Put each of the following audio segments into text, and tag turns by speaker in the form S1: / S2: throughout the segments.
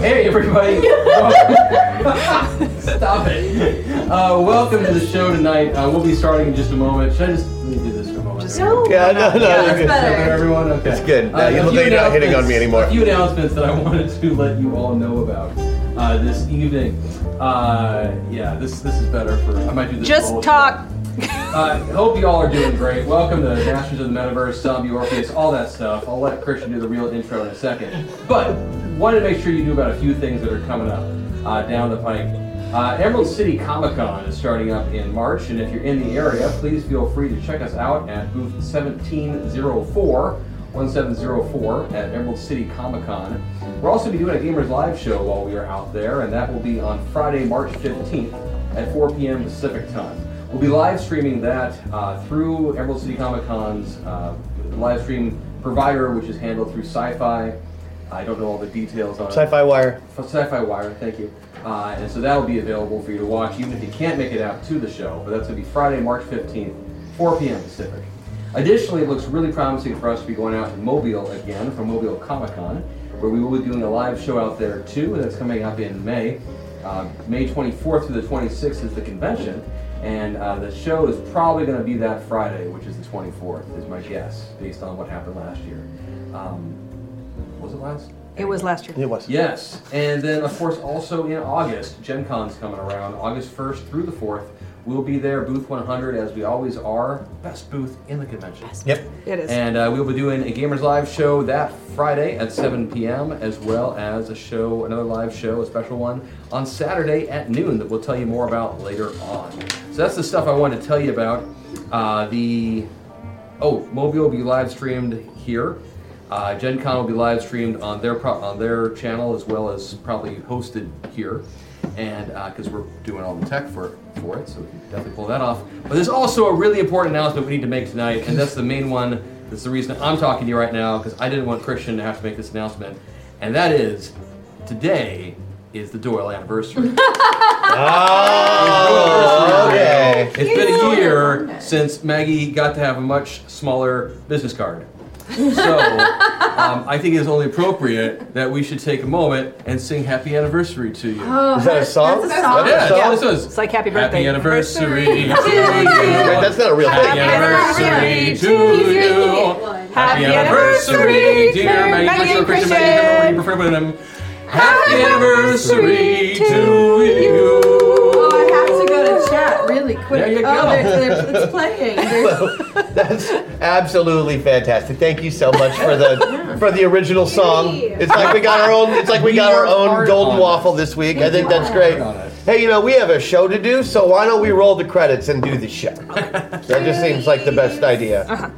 S1: Hey everybody! Stop it! Uh, welcome to the show tonight. Uh, we'll be starting in just a moment. Should I just let me do this for a moment?
S2: No.
S3: Yeah, no, no,
S2: Yeah, that's
S3: you're good.
S1: Is that
S2: better.
S1: for everyone, okay. Uh,
S3: It's good. No,
S1: a
S3: you look
S1: few
S3: like you're not hitting on me
S1: announcements-
S3: anymore.
S1: A few announcements that I wanted to let you all know about uh, this evening. Uh, yeah, this this is better for. I might do this. for all
S2: Just
S1: of
S2: talk.
S1: uh, hope you all are doing great. Welcome to Masters of the Metaverse, Zombie Orpheus, all that stuff. I'll let Christian do the real intro in a second. But wanted to make sure you knew about a few things that are coming up uh, down the pike. Uh, Emerald City Comic Con is starting up in March, and if you're in the area, please feel free to check us out at booth 1704. 1704 at Emerald City Comic Con. We'll also be doing a Gamers Live show while we are out there, and that will be on Friday, March 15th at 4 p.m. Pacific time. We'll be live streaming that uh, through Emerald City Comic Con's uh, live stream provider, which is handled through Sci Fi. I don't know all the details on it.
S3: Sci-Fi Wire.
S1: F- Sci-Fi Wire, thank you. Uh, and so that'll be available for you to watch, even if you can't make it out to the show. But that's going to be Friday, March 15th, 4 p.m. Pacific. Additionally, it looks really promising for us to be going out to Mobile again for Mobile Comic Con, where we will be doing a live show out there too. That's coming up in May. Uh, May 24th through the 26th is the convention, and uh, the show is probably going to be that Friday, which is the 24th, is my guess, based on what happened last year. Um, was it last?
S2: It was last year.
S3: It was.
S1: Yes, and then of course also in August, Gen Con's coming around, August 1st through the 4th. We'll be there, booth 100, as we always are. Best booth in the convention.
S3: Yep.
S2: It is.
S1: And uh, we'll be doing a Gamers Live show that Friday at 7 p.m., as well as a show, another live show, a special one, on Saturday at noon that we'll tell you more about later on. So that's the stuff I wanted to tell you about. Uh, the Oh, Mobile will be live streamed here. Uh, Gen Con will be live streamed on their pro- on their channel as well as probably hosted here, and because we're doing all the tech for for it, so we can definitely pull that off. But there's also a really important announcement we need to make tonight, and that's the main one. That's the reason I'm talking to you right now because I didn't want Christian to have to make this announcement, and that is today is the Doyle anniversary.
S3: Oh, okay.
S1: It's been a year since Maggie got to have a much smaller business card. So um, I think it's only appropriate that we should take a moment and sing happy anniversary to you.
S3: Is that Oh, a song?
S2: Oh, That's a song.
S3: Is that a
S1: yeah, that's all
S3: song?
S1: it says.
S2: It's like happy birthday.
S1: Happy anniversary. to you.
S3: Wait, that's not a real
S1: Happy
S3: thing.
S1: anniversary to you. Happy anniversary, dear Maggie Mitchell, Christian Maggie, remember when you prefer with him. Happy anniversary to you.
S4: Oh, I have to go to chat really quick.
S1: There you
S4: Oh,
S1: go.
S4: they're, they're, it's playing. They're-
S3: That's absolutely fantastic. Thank you so much for the for the original song. It's like we got our own. It's like we
S1: We
S3: got our
S1: worked
S3: own
S1: hard on
S3: golden
S1: it.
S3: waffle this week. I think that's
S1: worked
S3: great.
S1: hard on it.
S3: Hey, you know we have a show to do, so why don't we roll the credits and do the show? That just seems like the best idea.
S2: Uh-huh.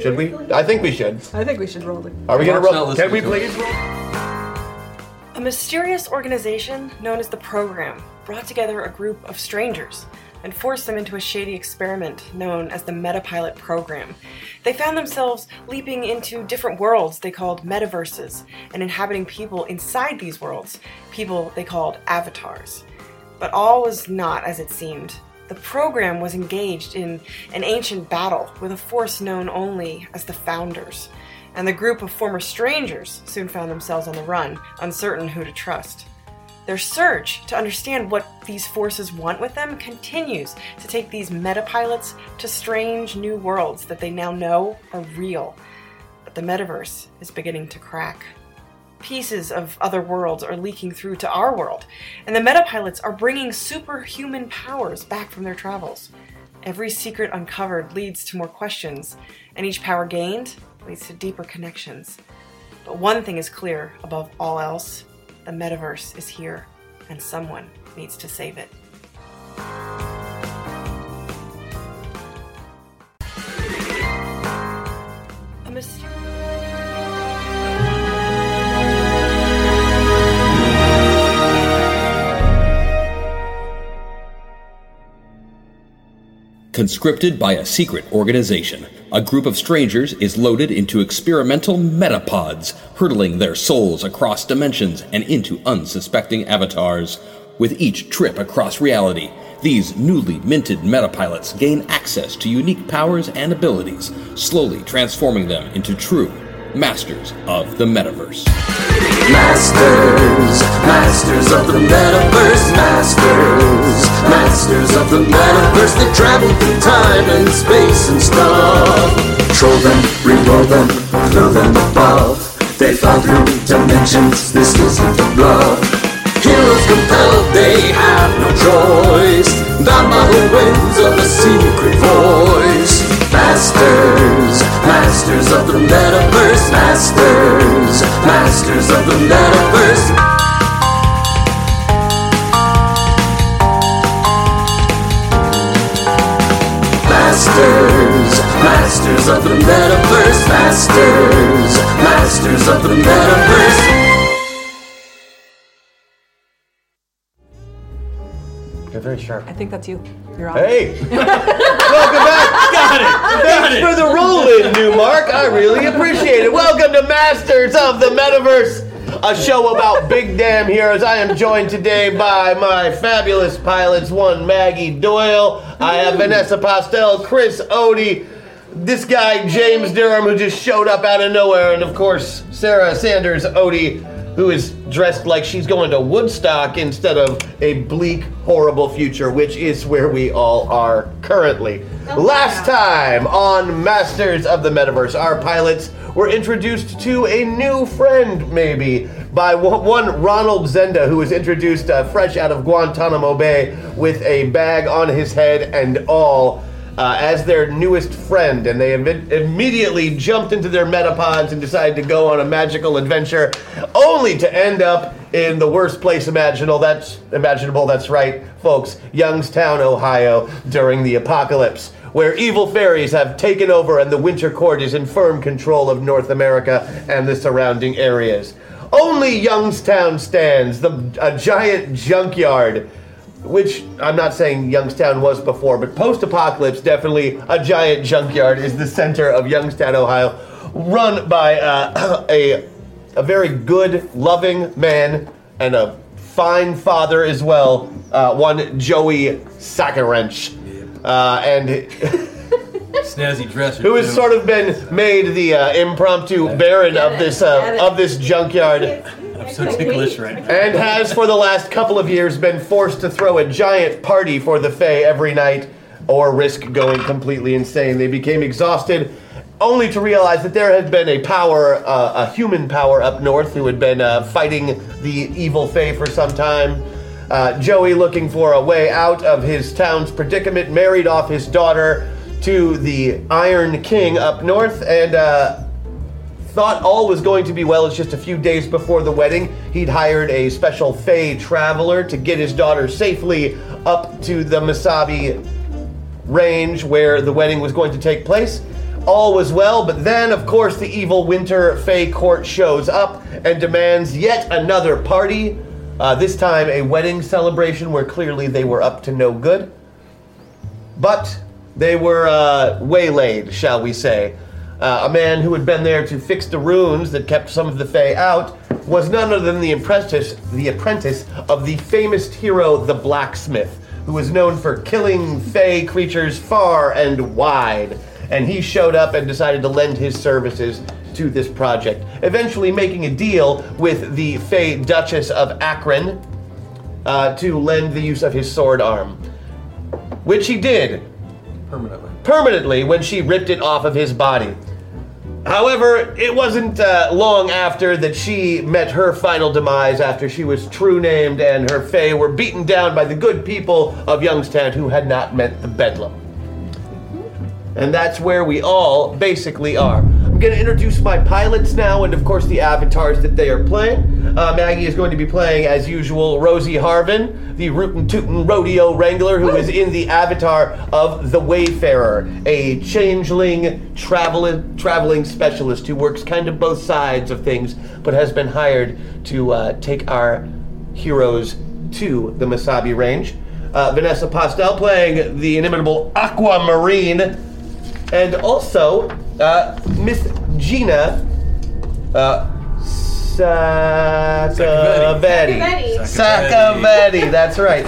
S3: Should we? I think we should.
S2: I think we should roll it.
S3: Are we gonna
S1: Mark's not
S3: roll?
S1: listening
S3: Can we
S1: to it.
S3: please roll?
S5: A mysterious organization known as the Program brought together a group of strangers and forced them into a shady experiment known as the Metapilot Program. They found themselves leaping into different worlds they called metaverses and inhabiting people inside these worlds, people they called avatars. But all was not as it seemed. The program was engaged in an ancient battle with a force known only as the Founders, and the group of former strangers soon found themselves on the run, uncertain who to trust. Their search to understand what these forces want with them continues to take these metapilots to strange new worlds that they now know are real. But the metaverse is beginning to crack pieces of other worlds are leaking through to our world, and the metapilots are bringing superhuman powers back from their travels. Every secret uncovered leads to more questions, and each power gained leads to deeper connections. But one thing is clear above all else the metaverse is here, and someone needs to save it.
S2: Conscripted by a secret organization, a group of strangers is loaded into experimental metapods, hurtling their souls across dimensions and into unsuspecting avatars. With each trip across reality, these newly minted metapilots gain access to unique powers and abilities, slowly transforming them into true masters of the metaverse.
S6: Masters, masters of the metaverse, masters, masters of the metaverse that travel through time and space and stuff. Troll them, re-roll them, throw them above. They fly through dimensions, this isn't a bluff. Heroes compelled, they have no choice. The model wins of a secret voice. Masters, masters of the metaverse, masters, masters of the metaverse. Masters, masters of the metaverse, masters, masters of the metaverse.
S3: You're very sharp.
S7: I think that's you. You're on.
S3: Hey! Welcome back! Got it! Thanks for the roll in, new Mark. I really appreciate it. Welcome to Masters of the Metaverse, a show about big damn heroes. I am joined today by my fabulous pilots, one Maggie Doyle. I have Vanessa Postel, Chris Odie, this guy James Durham, who just showed up out of nowhere, and of course Sarah Sanders Odie, who is dressed like she's going to Woodstock instead of a bleak, horrible future, which is where we all are currently. Last time on Masters of the Metaverse, our pilots were introduced to a new friend, maybe by wo- one Ronald Zenda, who was introduced uh, fresh out of Guantanamo Bay with a bag on his head and all uh, as their newest friend, and they im- immediately jumped into their metapods and decided to go on a magical adventure, only to end up in the worst place imaginable. That's imaginable. That's right, folks. Youngstown, Ohio, during the apocalypse. Where evil fairies have taken over and the Winter Court is in firm control of North America and the surrounding areas. Only Youngstown stands, the, a giant junkyard which I'm not saying Youngstown was before, but post apocalypse, definitely a giant junkyard is the center of Youngstown, Ohio, run by uh, a, a very good, loving man and a fine father as well, uh, one Joey Sackarench. Uh, and
S1: Snazzy dresser.
S3: who has sort of been made the uh, impromptu baron of this uh, of this junkyard
S4: I'm
S8: So ticklish right now.
S3: and has for the last couple of years been forced to throw a giant party for the Fae every night or risk going completely insane. They became exhausted only to realize that there had been a power, uh, a human power up north who had been uh, fighting the evil Fae for some time. Uh, Joey, looking for a way out of his town's predicament, married off his daughter to the Iron King up north and uh, thought all was going to be well. It's just a few days before the wedding, he'd hired a special Fey traveler to get his daughter safely up to the Masabi range where the wedding was going to take place. All was well, but then, of course, the evil Winter Fey court shows up and demands yet another party. Uh, this time, a wedding celebration where clearly they were up to no good but they were uh, waylaid, shall we say. Uh, a man who had been there to fix the runes that kept some of the Fae out was none other than the apprentice, the apprentice of the famous hero, the blacksmith, who was known for killing Fae creatures far and wide. And he showed up and decided to lend his services to this project, eventually making a deal with the Fae Duchess of Akron uh, to lend the use of his sword arm, which he did
S1: permanently.
S3: permanently when she ripped it off of his body. However, it wasn't uh, long after that she met her final demise after she was true named and her Fae were beaten down by the good people of Youngstown who had not met the Bedlam. And that's where we all basically are. I'm going to introduce my pilots now and, of course, the avatars that they are playing. Uh, Maggie is going to be playing, as usual, Rosie Harvin, the rootin' tootin' rodeo wrangler who is in the avatar of the Wayfarer, a changeling travel- traveling specialist who works kind of both sides of things but has been hired to uh, take our heroes to the Masabi Range. uh, Vanessa Postel playing the inimitable Aquamarine, and also uh, Miss Gina uh, Saccavetti.
S4: Betty.
S3: Saccavetti, that's right.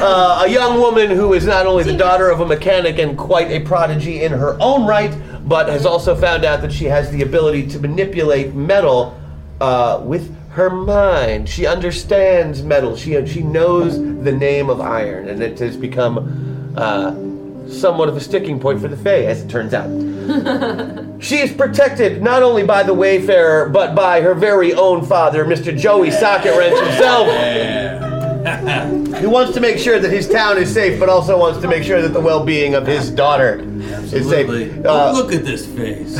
S3: Uh, a young woman who is not only the daughter of a mechanic and quite a prodigy in her own right, but has also found out that she has the ability to manipulate metal uh, with her mind. She understands metal. She she knows the name of iron, and it has become uh, somewhat of a sticking point for the Fae, as it turns out. She is protected not only by the Wayfarer, but by her very own father, Mr. Joey Socket Wrench himself. who wants to make sure that his town is safe, but also wants to make sure that the well being of his daughter is safe. Uh,
S7: Look at this face.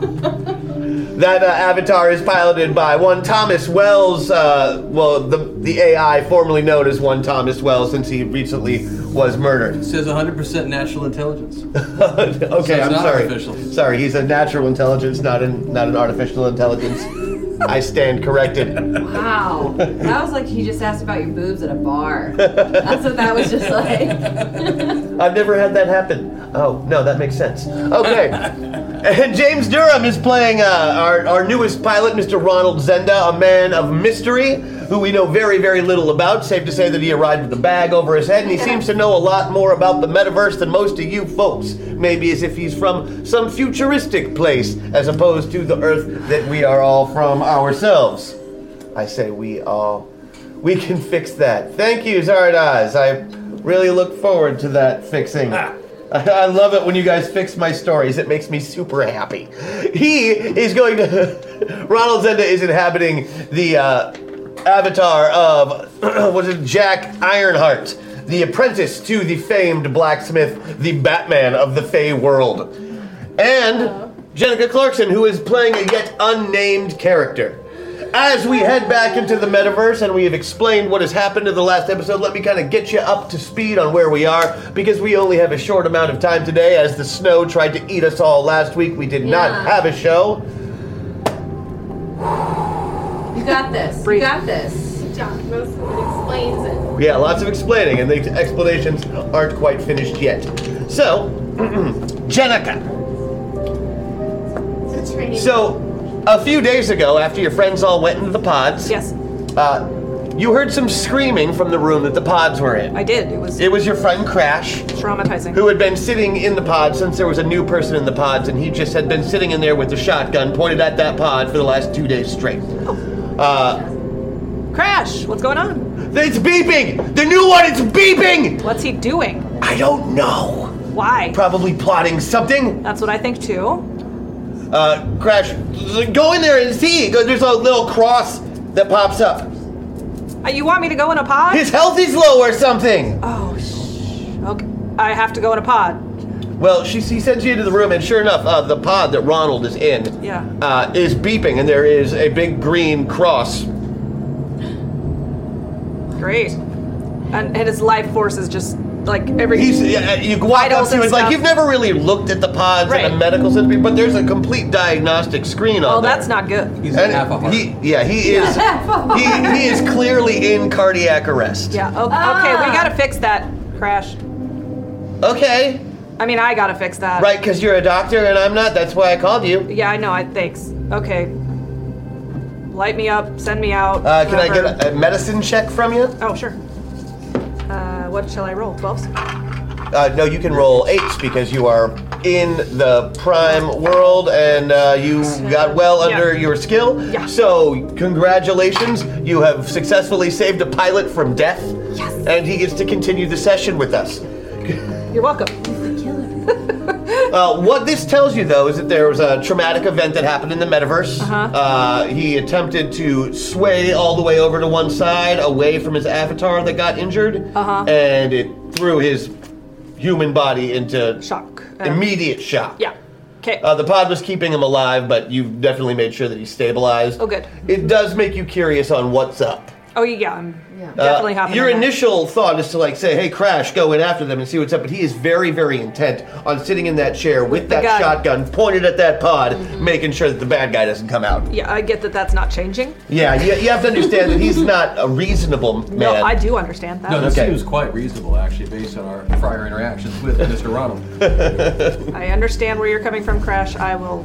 S3: that uh, avatar is piloted by one Thomas Wells, uh, well, the, the AI formerly known as one Thomas Wells, since he recently was murdered.
S1: It says 100% natural intelligence.
S3: okay,
S1: it's
S3: I'm
S1: not
S3: sorry.
S1: artificial.
S3: Sorry, he's a natural intelligence, not an not an artificial intelligence. I stand corrected.
S4: Wow. That was like he just asked about your boobs at a bar. That's what that was just like.
S3: I've never had that happen. Oh no, that makes sense. Okay. And James Durham is playing uh, our, our newest pilot, Mr. Ronald Zenda, a man of mystery who we know very, very little about. Safe to say that he arrived with a bag over his head, and he seems to know a lot more about the metaverse than most of you folks. Maybe as if he's from some futuristic place, as opposed to the Earth that we are all from ourselves. I say we all. We can fix that. Thank you, Zardoz. I really look forward to that fixing. I love it when you guys fix my stories. It makes me super happy. He is going to. Ronald Zenda is inhabiting the uh, avatar of what is it, Jack Ironheart, the apprentice to the famed blacksmith, the Batman of the Fey world, and Jenica Clarkson, who is playing a yet unnamed character. As we head back into the metaverse and we have explained what has happened in the last episode, let me kind of get you up to speed on where we are because we only have a short amount of time today. As the snow tried to eat us all last week, we did not
S4: Yeah.
S3: have a show.
S4: You got this. You got this.
S8: John most of it explains it.
S3: Yeah, lots of explaining, and the explanations aren't quite finished yet. So, Jenica.
S8: It's a training.
S3: So, a few days ago, after your friends all went into the pods,
S9: Yes,
S3: uh, you heard some screaming from the room that the pods were in.
S9: I did. It was
S3: It was your friend Crash,
S9: traumatizing.
S3: who had been sitting in the pod since there was a new person in the pods, and he just had been sitting in there with the shotgun pointed at that pod for the last two days straight.
S9: Oh.
S3: Uh,
S9: Crash! What's going on?
S3: it's beeping! The new one, it's beeping!
S9: What's he doing?
S3: I don't know.
S9: Why?
S3: Probably plotting something.
S9: That's what I think too.
S3: Uh, Crash, go in there and see. Go- There's a little cross that pops up.
S9: Uh, you want me to go in a pod?
S3: His health is low or something.
S9: oh, sh- okay. I have to go in a pod.
S3: Well, she, he sends you into the room, and sure enough, uh, the pod that Ronald is in
S9: Yeah.
S3: uh, is beeping, and there is a big green cross.
S9: Great. And, and his life force is just like every.
S3: He's, uh, you walk up
S9: Vitals
S3: to him,
S9: and
S3: it's like
S9: stuff.
S3: you've never really looked at the pods in a
S9: Right.
S3: medical sense, but there's a complete diagnostic screen on
S9: well,
S3: there.
S9: that's not good.
S1: He's
S3: And
S1: half a heart.
S3: he, yeah, he is. he, he is clearly in cardiac arrest.
S9: Yeah. o- Okay, we gotta fix that, Crash.
S3: Okay.
S9: I mean, I gotta fix that.
S3: Right, because you're a doctor and I'm not. That's why I called you.
S9: Uh, Yeah, I know. I thanks. Okay. Light me up. Send me out.
S3: Uh, can I get
S9: whatever.
S3: a, a medicine check from you?
S9: Oh, sure. Uh, what shall I roll? Twelves.
S3: Uh, no, you can roll eights because you are in the prime world and uh, you got well
S9: Yeah.
S3: under your skill.
S9: Yeah.
S3: So, congratulations, you have successfully saved a pilot from death. Yes. And he gets to continue the session with us.
S9: You're welcome.
S3: Uh, what this tells you, though, is that there was a traumatic event that happened in the metaverse. Uh-huh. he attempted to sway all the way over to one side, away from his avatar that got injured,
S9: Uh-huh.
S3: and it threw his human body into
S9: Shock. Uh,
S3: immediate shock.
S9: Yeah. Okay.
S3: Uh, the pod was keeping him alive, but you've definitely made sure that he's stabilized.
S9: Oh, good.
S3: It does make you curious on what's up.
S9: Oh yeah, I'm
S4: Yeah.
S9: definitely
S3: Uh,
S9: hopping.
S3: your
S9: in that.
S3: initial thought is to like say, "Hey, Crash, go in after them and see what's up." But he is very, very intent on sitting in that chair with,
S9: the
S3: that
S9: gun. Mm-hmm.
S3: shotgun pointed at that pod, making sure that the bad guy doesn't come out.
S9: Yeah, I get that that's not changing.
S3: Yeah, you, you have to understand that he's not a reasonable man.
S9: No, I do understand that.
S1: No, this
S3: Okay.
S1: seems quite reasonable, actually, based on our prior interactions with Mr. Ronald.
S9: I understand where you're coming from, Crash. I will.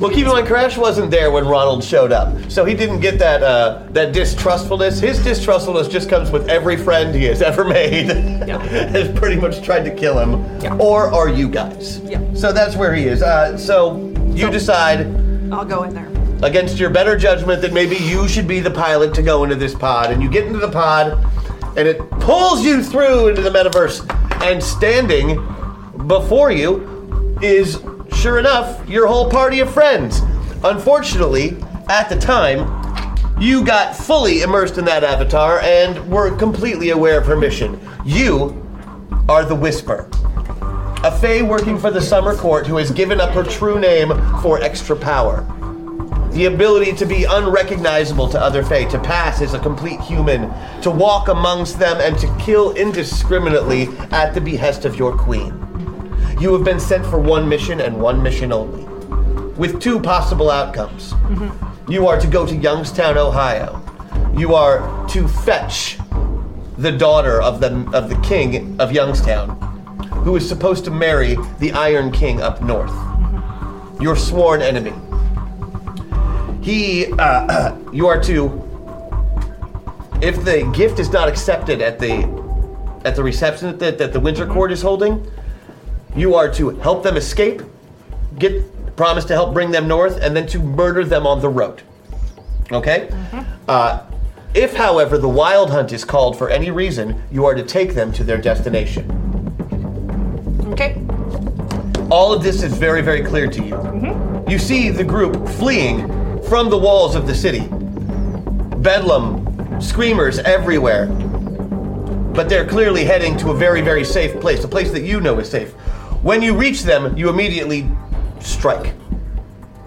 S3: Well, keep in mind, Crash wasn't there when Ronald showed up, so he didn't get that uh, that distrustfulness. His distrustfulness just comes with every friend he has ever made. has pretty much tried to kill him,
S9: Yeah.
S3: or are you guys?
S9: Yeah.
S3: So that's where he is. Uh, so you decide
S9: I'll go in there.
S3: against your better judgment that maybe you should be the pilot to go into this pod. And you get into the pod, and it pulls you through into the metaverse. And standing before you is, sure enough, your whole party of friends. Unfortunately, at the time, you got fully immersed in that avatar and were completely aware of her mission. You are the Whisper. A fae working for the Summer Court who has given up her true name for extra power the ability to be unrecognizable to other Fae, to pass as a complete human, to walk amongst them, and to kill indiscriminately at the behest of your queen. You have been sent for one mission and one mission only, with two possible outcomes. You are to go to Youngstown, Ohio. You are to fetch the daughter of the of the king of Youngstown, who is supposed to marry the Iron King up north, your sworn enemy he uh, you are to if the gift is not accepted at the at the reception that, that the winter court is holding you are to help them escape get promise to help bring them north and then to murder them on the road okay uh, if however the wild hunt is called for any reason you are to take them to their destination
S9: Okay.
S3: all of this is very, very clear to you. You see the group fleeing from the walls of the city. Bedlam, screamers everywhere. But they're clearly heading to a very, very safe place, a place that you know is safe. When you reach them, you immediately strike,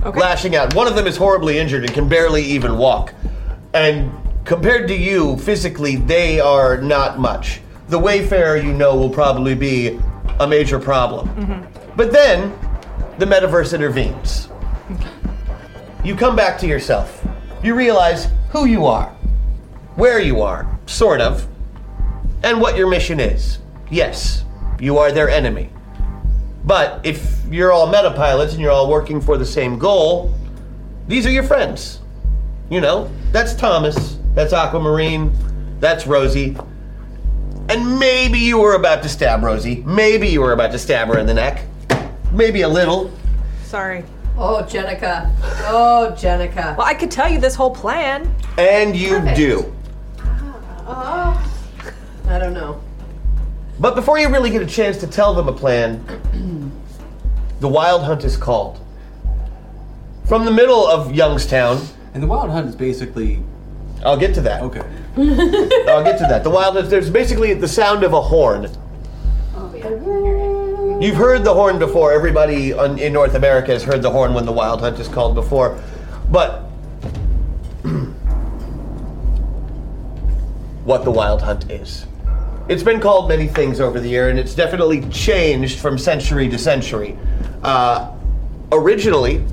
S9: Okay.
S3: lashing out. One of them is horribly injured and can barely even walk. And compared to you, physically, they are not much. The Wayfarer, you know, will probably be a major problem. But then the metaverse intervenes. You come back to yourself. You realize who you are, where you are, sort of, and what your mission is. Yes, you are their enemy. But if you're all meta pilots and you're all working for the same goal, these are your friends. You know, that's Thomas, that's Aquamarine, that's Rosie, and maybe you were about to stab Rosie. Maybe you were about to stab her in the neck. Maybe a little.
S9: Sorry.
S4: Oh, Jenica. Oh, Jenica.
S9: Well, I could tell you this whole plan.
S3: And you
S4: Perfect.
S3: do.
S4: Oh, I don't know.
S3: But before you really get a chance to tell them a plan, the wild hunt is called. From the middle of Youngstown,
S1: And the Wild Hunt is basically
S3: I'll get to that.
S1: okay.
S3: I'll get to that. The wild hunt, there's basically the sound of a horn.
S4: Oh,
S9: Mm-hmm.
S4: yeah.
S3: You've heard the horn before. Everybody on, in North America has heard the horn when the wild hunt is called before. But what the wild hunt is. It's been called many things over the year, and it's definitely changed from century to century. Uh, originally,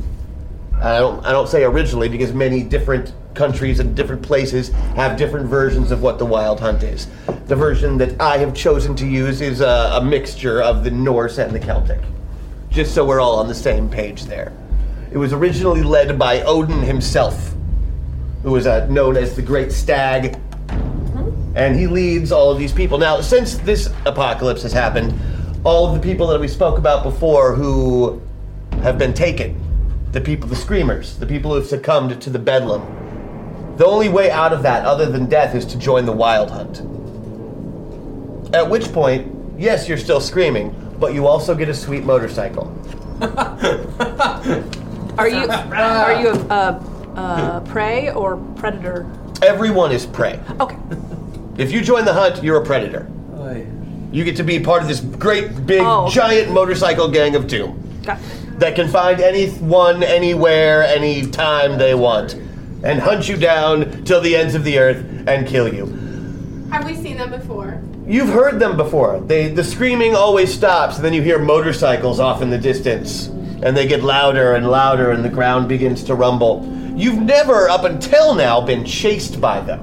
S3: I don't, I don't say originally because many different countries and different places have different versions of what the wild hunt is. The version that I have chosen to use is a, a mixture of the Norse and the Celtic, just so we're all on the same page there. It was originally led by Odin himself, who was uh, known as the Great Stag, and he leads all of these people. Now, since this apocalypse has happened, all of the people that we spoke about before who have been taken, the people, the screamers, the people who have succumbed to the bedlam, the only way out of that, other than death, is to join the wild hunt. At which point, yes, you're still screaming, but you also get a sweet motorcycle.
S9: Are you uh, are you a, a, a prey or predator?
S3: Everyone is prey.
S9: Okay.
S3: If you join the hunt, you're a predator.
S1: I-
S3: You get to be part of this great, big,
S9: Oh.
S3: giant motorcycle gang of doom.
S9: Got
S3: that can find anyone, anywhere, any time they want, and hunt you down till the ends of the earth and kill you.
S8: Have we seen them before?
S3: You've heard them before. They the screaming always stops, and then you hear motorcycles off in the distance, and they get louder and louder, and the ground begins to rumble. You've never, up until now, been chased by them.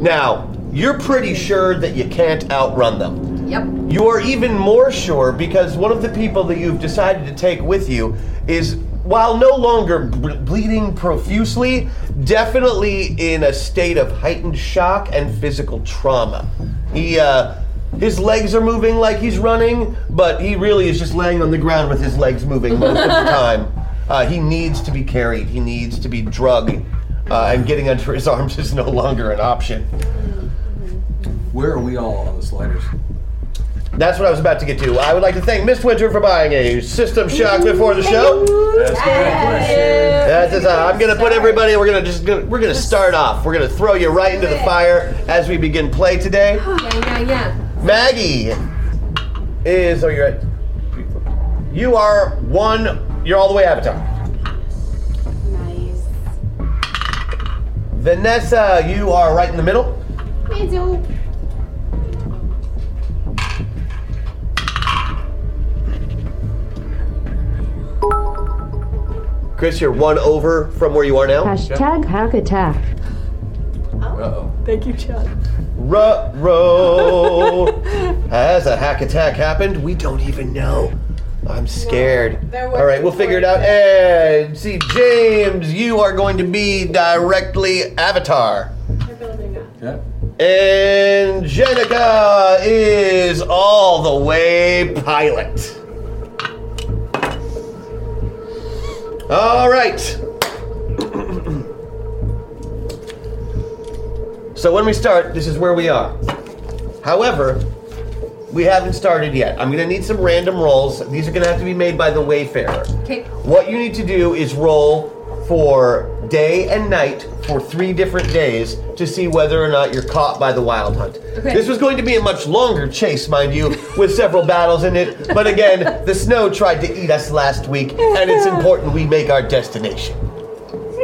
S3: Now you're pretty sure that you can't outrun them.
S4: Yep.
S3: You are even more sure because one of the people that you've decided to take with you is, while no longer b- bleeding profusely, definitely in a state of heightened shock and physical trauma. He, uh, his legs are moving like he's running, but he really is just laying on the ground with his legs moving most of the time. Uh, he needs to be carried. He needs to be drugged, uh, and getting under his arms is no longer an option.
S1: Where are we all on the sliders?
S3: That's what I was about to get to. I would like to thank Miss Winter for buying a System Shock before the show. That's it. I'm gonna put everybody. We're gonna just gonna, we're gonna start off. We're gonna throw you right into the fire as we begin play today.
S4: Yeah, yeah, yeah.
S3: Maggie is. Oh, you're right. You are one. You're all the way avatar.
S8: Nice.
S3: Vanessa, you are right in the middle.
S8: Middle.
S3: Chris, you're one over from where you are now.
S7: Hashtag hack attack.
S1: Uh-oh.
S9: Thank you, Chad.
S3: Ruh row. Has a hack attack happened? We don't even know. I'm scared.
S8: there
S3: All right, we'll
S8: wasn't
S3: figure it out. And see, James, you are going to be directly Avatar.
S8: They're building up.
S1: Yep.
S3: And Jenica is all the way pilot. All right. so when we start, this is where we are. However, we haven't started yet. I'm going to need some random rolls. These are going to have to be made by the Wayfarer.
S4: Okay.
S3: What you need to do is roll for day and night for three different days to see whether or not you're caught by the wild hunt.
S4: Okay.
S3: This was going to be a much longer chase, mind you, with several battles in it. But again, the snow tried to eat us last week, and it's important we make our destination.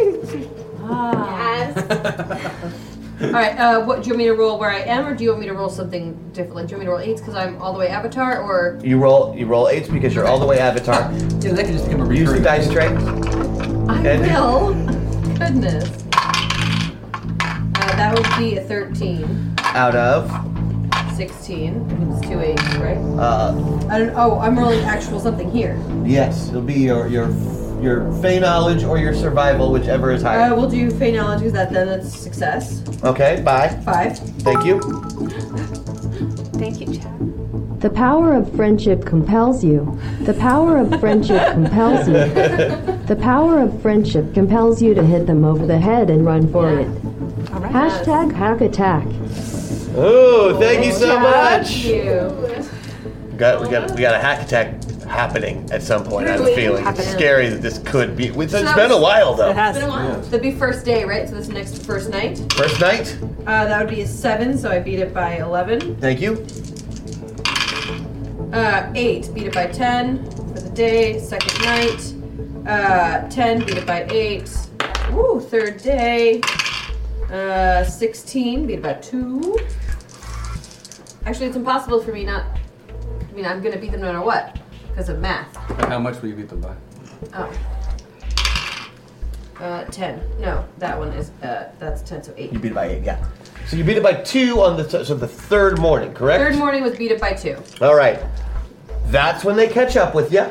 S8: Yes.
S4: Ah. All right. Uh, what do you want me to roll where I am, or do you want me to roll something different? Like, do you want me to roll eights because I'm all the way avatar, or
S3: You roll, you roll eights because you're all the way avatar.
S1: Yeah, that could just become a
S3: Use the
S1: recurring.
S3: dice tray.
S4: I
S3: Ed?
S4: will. Goodness. Uh, that would be a 13,
S3: Out of
S4: 16. It's two eights, right?
S3: uh,
S4: I don't. Oh, I'm rolling actual something here.
S3: yes, it'll be your your your fey knowledge or your survival, whichever is
S4: Uh,
S3: higher.
S4: we'll do fey knowledge because that then it's success.
S3: Okay, bye.
S4: Oh. Five.
S3: Thank you.
S9: Thank you, Chad.
S7: The power of friendship compels you. The power of friendship compels you. The power of friendship compels you to hit them over the head and run for it.
S9: All right.
S7: Hashtag hack attack.
S3: Oh, thank you so much.
S4: You.
S3: Got, we got we got a hack attack happening at some point. I have a feeling it's
S9: Happening.
S3: scary that this could be. It's, it's
S4: So-
S3: been a while though.
S9: It has.
S8: Been a while.
S4: That'd be first day, right? So this next first night.
S3: First night.
S4: Uh, that would be a seven, so I beat it by 11.
S3: Thank you.
S4: Uh, eight, beat it by 10 for the day. Second night, uh, 10, beat it by eight. Woo, third day, uh, 16, beat it by two. Actually, it's impossible for me not. I mean, I'm gonna beat them no matter what because of math.
S1: How much will you beat them by?
S4: Oh. Uh, 10. No, that one is, uh, that's 10, so 8.
S3: You beat it by eight. Yeah. So you beat it by two on the th- so the third morning, correct?
S4: Third morning was beat it by 2.
S3: All right. That's when they catch up with you.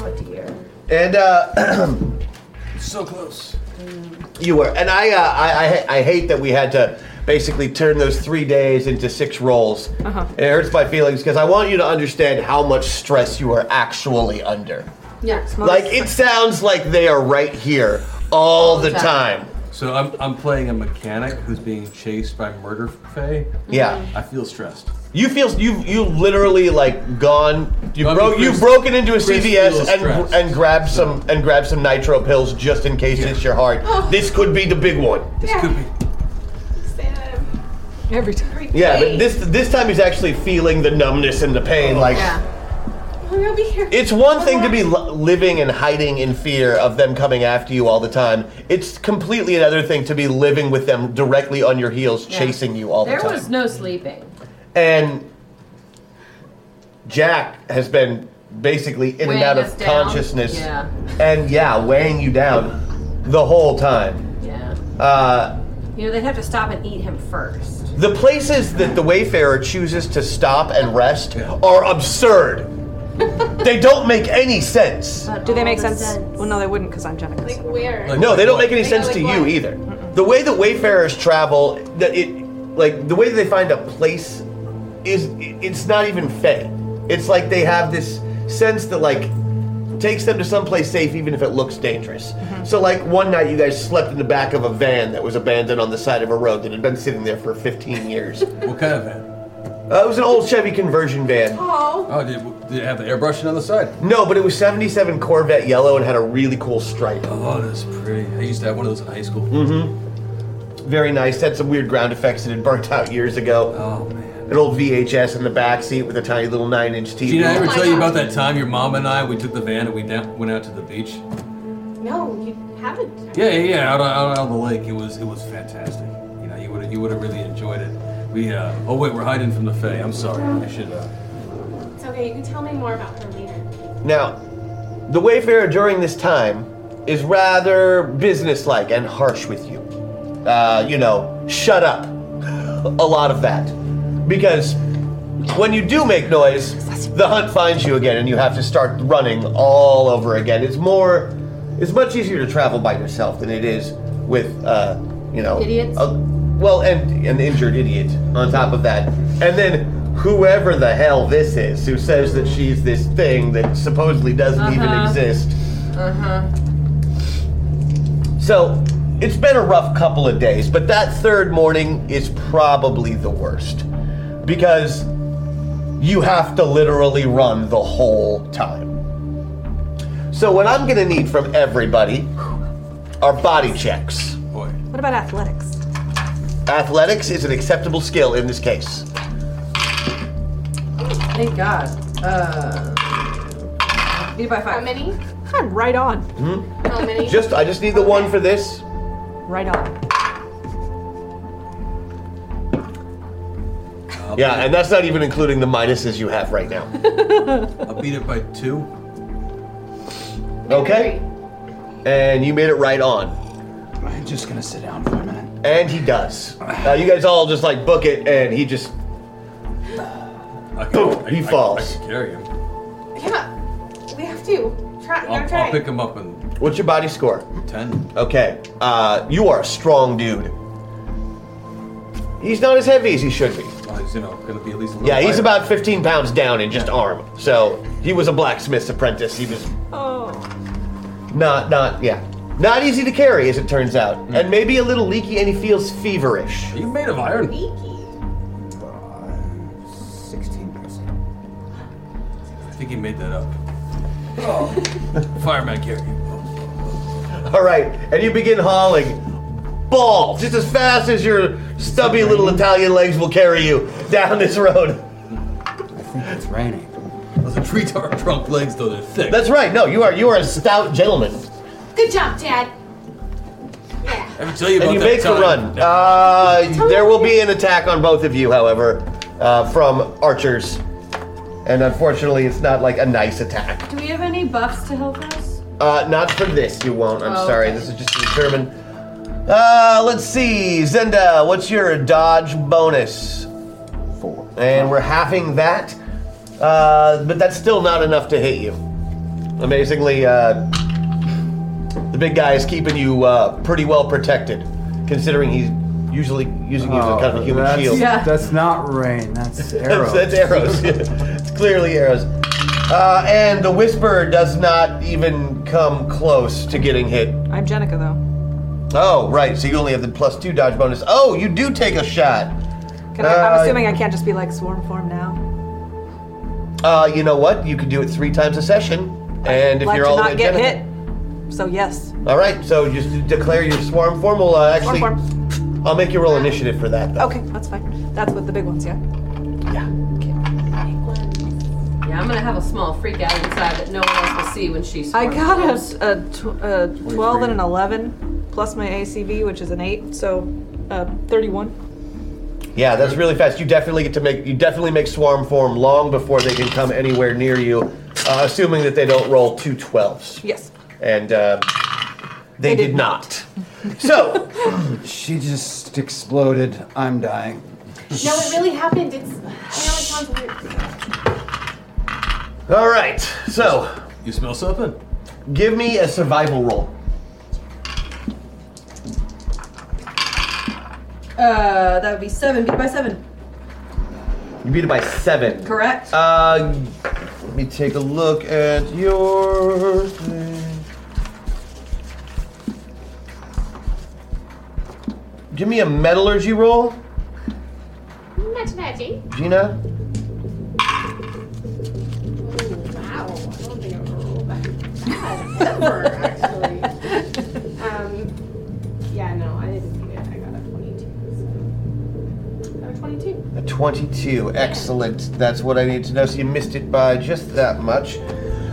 S4: Oh dear.
S3: And uh,
S1: So close.
S3: you were and I, uh, I I ha- I hate that we had to basically turn those three days into six rolls.
S9: Uh-huh.
S3: And it hurts my feelings because I want you to understand how much stress you are actually under.
S4: Yeah.
S3: Like it sounds like they are right here all the
S4: the
S3: time.
S4: time.
S1: So I'm, I'm playing a mechanic who's being chased by murder fae.
S3: Yeah.
S1: I feel stressed.
S3: You feel you you literally like gone. You
S1: I mean,
S3: broke you've
S1: Chris-
S3: broken into a
S1: Chris
S3: CVS
S1: feels
S3: and
S1: stressed,
S3: and grabbed some and grabbed some nitro pills just in case it's your heart. This could be the big one.
S1: This could be.
S8: Sam.
S9: Every time.
S3: Yeah, but this this time he's actually feeling the numbness and the pain. Like
S4: Oh, Yeah.
S8: Hurry, I'll be here.
S3: It's one thing to be li- living and hiding in fear of them coming after you all the time. It's completely another thing to be living with them directly on your heels, chasing you all
S4: There
S3: the time.
S4: was no sleeping.
S3: and Jack has been basically in and
S4: Weighing
S3: out
S4: us
S3: of
S4: down.
S3: consciousness,
S4: Yeah.
S3: and yeah, weighing you down the whole time.
S4: Yeah.
S3: Uh,
S4: You know, they'd have to stop and eat him first.
S3: the places that the Wayfarer chooses to stop and rest are absurd. they don't make any sense.
S9: Do they make
S7: All the
S9: sense?
S7: sense.
S9: Well, no, they wouldn't because I'm Jenica.
S8: Like, where?
S3: No, they don't make any
S8: Like,
S3: sense
S8: like
S3: to you
S8: what?
S3: either. The way that wayfarers travel, that it like the way that they find a place is it's not even fey. It's like they have this sense that like takes them to someplace safe even if it looks dangerous.
S8: Mm-hmm.
S3: So like one night you guys slept in the back of a van that was abandoned on the side of a road that had been sitting there for 15 years. uh,
S1: What kind of van?
S3: it was an old Chevy conversion van.
S8: Oh,
S1: Oh, did, did it have the airbrushing on the side?
S3: No, but it was 77 Corvette yellow and had a really cool stripe.
S1: Oh, that's pretty. I used to have one of those in high school.
S3: Mm-hmm. Very nice. Had some weird ground effects that had burnt out years ago.
S1: Oh man.
S3: an old VHS in the back seat with a tiny little nine-inch TV.
S1: Gina, I ever
S8: Oh, my
S1: tell you
S8: God.
S1: about that time your mom and I we took the van and we down, went out to the beach?
S8: no, you haven't.
S1: Yeah, yeah, yeah. Out, on- out on the lake, it was it was fantastic. You know, you would you would have really enjoyed it. We uh, oh wait, we're hiding from the Fae. I'm sorry. I should. Uh,
S8: It's okay. You can tell me more about her later.
S3: Now, the Wayfarer during this time is rather businesslike and harsh with you. Uh, you know, shut up. a lot of that. Because when you do make noise, the hunt finds you again and you have to start running all over again. It's more, it's much easier to travel by yourself than it is with, uh, you know,
S4: Idiots?
S3: a- well, and an injured idiot on top of that. And then whoever the hell this is who says that she's this thing that supposedly doesn't even
S4: Uh-huh.
S3: exist.
S4: Uh huh.
S3: So it's been a rough couple of days, but that third morning is probably the worst because you have to literally run the whole time. So, what I'm going to need from everybody are body checks.
S1: boy.
S9: What about athletics?
S3: Athletics is an acceptable skill in this case.
S4: Thank God. Uh. Beat it by
S8: How
S4: five.
S8: many?
S9: God, right on.
S8: How many?
S3: Hmm? Just, I just need the one for this.
S9: Right on.
S3: Yeah, and that's not even including the minuses you have right now.
S1: I beat it by two.
S3: Okay? And you made it right on.
S10: I'm just gonna sit down for a minute.
S3: And he does. Uh, you guys all just like book it, and he just
S1: I can-
S3: Boom, he
S1: I- I-
S3: falls.
S1: I, can carry him.
S8: Yeah, we have to. Try. You gotta
S1: I'll,
S8: try.
S1: I'll pick him up in
S3: What's your body score?
S1: ten.
S3: Okay. Uh, you are a strong dude. He's not as heavy as he should be.
S1: Well, he's you know gonna be at least. A little
S3: Yeah, he's
S1: lighter.
S3: about 15 pounds down in just arm. So he was a blacksmith's apprentice. He was
S9: Oh.
S3: not, not, yeah. Not easy to carry, as it turns out. And maybe a little leaky, and he feels feverish.
S1: Are Hmm. you made of iron?
S8: Beaky.
S10: Sixteen percent.
S1: I think he made that up. Oh, fireman carry.
S3: All right, and you begin hauling ball just as fast as your stubby little Italian legs will carry you down this road.
S10: I think it's raining.
S1: Those are tree tar trunk legs though. They're thick.
S3: That's right. No, you are you are a stout gentleman,
S8: Good job, Dad. Yeah.
S1: I can tell you about
S3: and you
S1: that
S3: make the
S1: time.
S3: run. Uh, there will be an attack on both of you, however, uh, from archers, and unfortunately, it's not like a nice attack.
S4: Do we have any buffs to help us?
S3: Uh, not for this, you won't. I'm
S4: Oh,
S3: sorry.
S4: okay.
S3: This is just to determine. Uh, let's see, Zenda. What's your dodge bonus?
S10: Four.
S3: and we're halving that. Uh, but that's still not enough to hit you. Amazingly, uh, the big guy is keeping you uh, pretty well protected, considering he's usually using you as a kind of a human
S10: Oh, that's,
S3: shield.
S4: Yeah.
S10: that's not rain. That's
S3: That's,
S10: arrows.
S3: that's arrows. it's clearly arrows. Uh, and the whisper does not even come close to getting hit.
S9: I'm Jenica, though.
S3: Oh, right. So you only have the plus two dodge bonus. Oh, you do take a shot.
S9: Can I, I'm
S3: Uh,
S9: assuming I can't just be like swarm form now.
S3: Uh, you know what? You can do it three times a session, and if
S9: like
S3: you're
S9: to
S3: all the
S9: not
S3: way
S9: get
S3: Jenica-
S9: hit. So yes.
S3: All right, so just declare your swarm form. We'll uh, actually,
S9: form.
S3: I'll make you roll initiative for that. Though.
S9: Okay, that's fine. That's what the big ones, yeah.
S3: Yeah.
S4: Yeah, I'm gonna have a small freak out inside that no one else will see when she
S9: I
S4: squirms.
S9: got a, a, tw- a 12 and an 11, plus my ACV, which is an 8, so uh, 31.
S3: Yeah, that's really fast. You definitely get to make you definitely make swarm form long before they can come anywhere near you, uh, assuming that they don't roll two 12s.
S9: Yes.
S3: And uh, they, did not. so
S10: she just exploded. I'm dying.
S8: No, it really happened. It's. I know it sounds weird.
S3: All right, so
S1: You smell something?
S3: give me a survival roll.
S4: Uh, that would be seven. Beat it by seven.
S3: You beat it by seven.
S4: Correct.
S3: Uh, let me take a look at your thing. Give me a metallurgy roll,
S8: Not magic.
S3: Gina.
S8: Wow. I don't think I've rolled that bad ever, actually. Um, yeah, no, I didn't beat it. I got a 22. So. I got a 22.
S3: A 22. Excellent. That's what I need to know. So you missed it by just that much.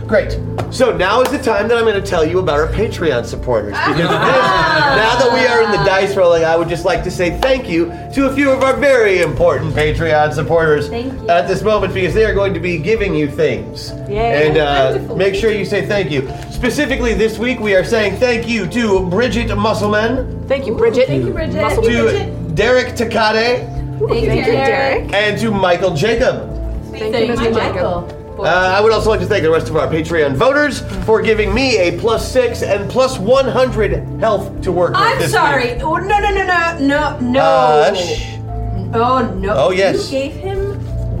S3: Great. So now is the time that I'm going to tell you about our Patreon supporters. Because it is-
S4: Ah!
S3: now that we are in the dice rolling, I would just like to say thank you to a few of our very important Patreon supporters
S4: Thank you.
S3: at this moment because they are going to be giving you things.
S9: Yay.
S3: And uh,
S4: Wonderful.
S3: make sure you say thank you. Specifically, this week we are saying thank you to Bridget Musselman,
S9: Thank you, Bridget.
S4: Thank you, Bridget.
S9: Muscle
S4: Thank
S3: to Derek Takade,
S4: Thank you, Derek.
S3: and to Michael Jacob.
S4: Thank you, Michael.
S3: Uh, I would also like to thank the rest of our Patreon voters for giving me a plus six and plus 100 health to work with.
S4: I'm
S3: this
S4: sorry.
S3: week.
S4: Oh, no, no, no, no, no, no.
S3: Uh, shh.
S4: oh no.
S3: Oh, yes.
S4: You gave him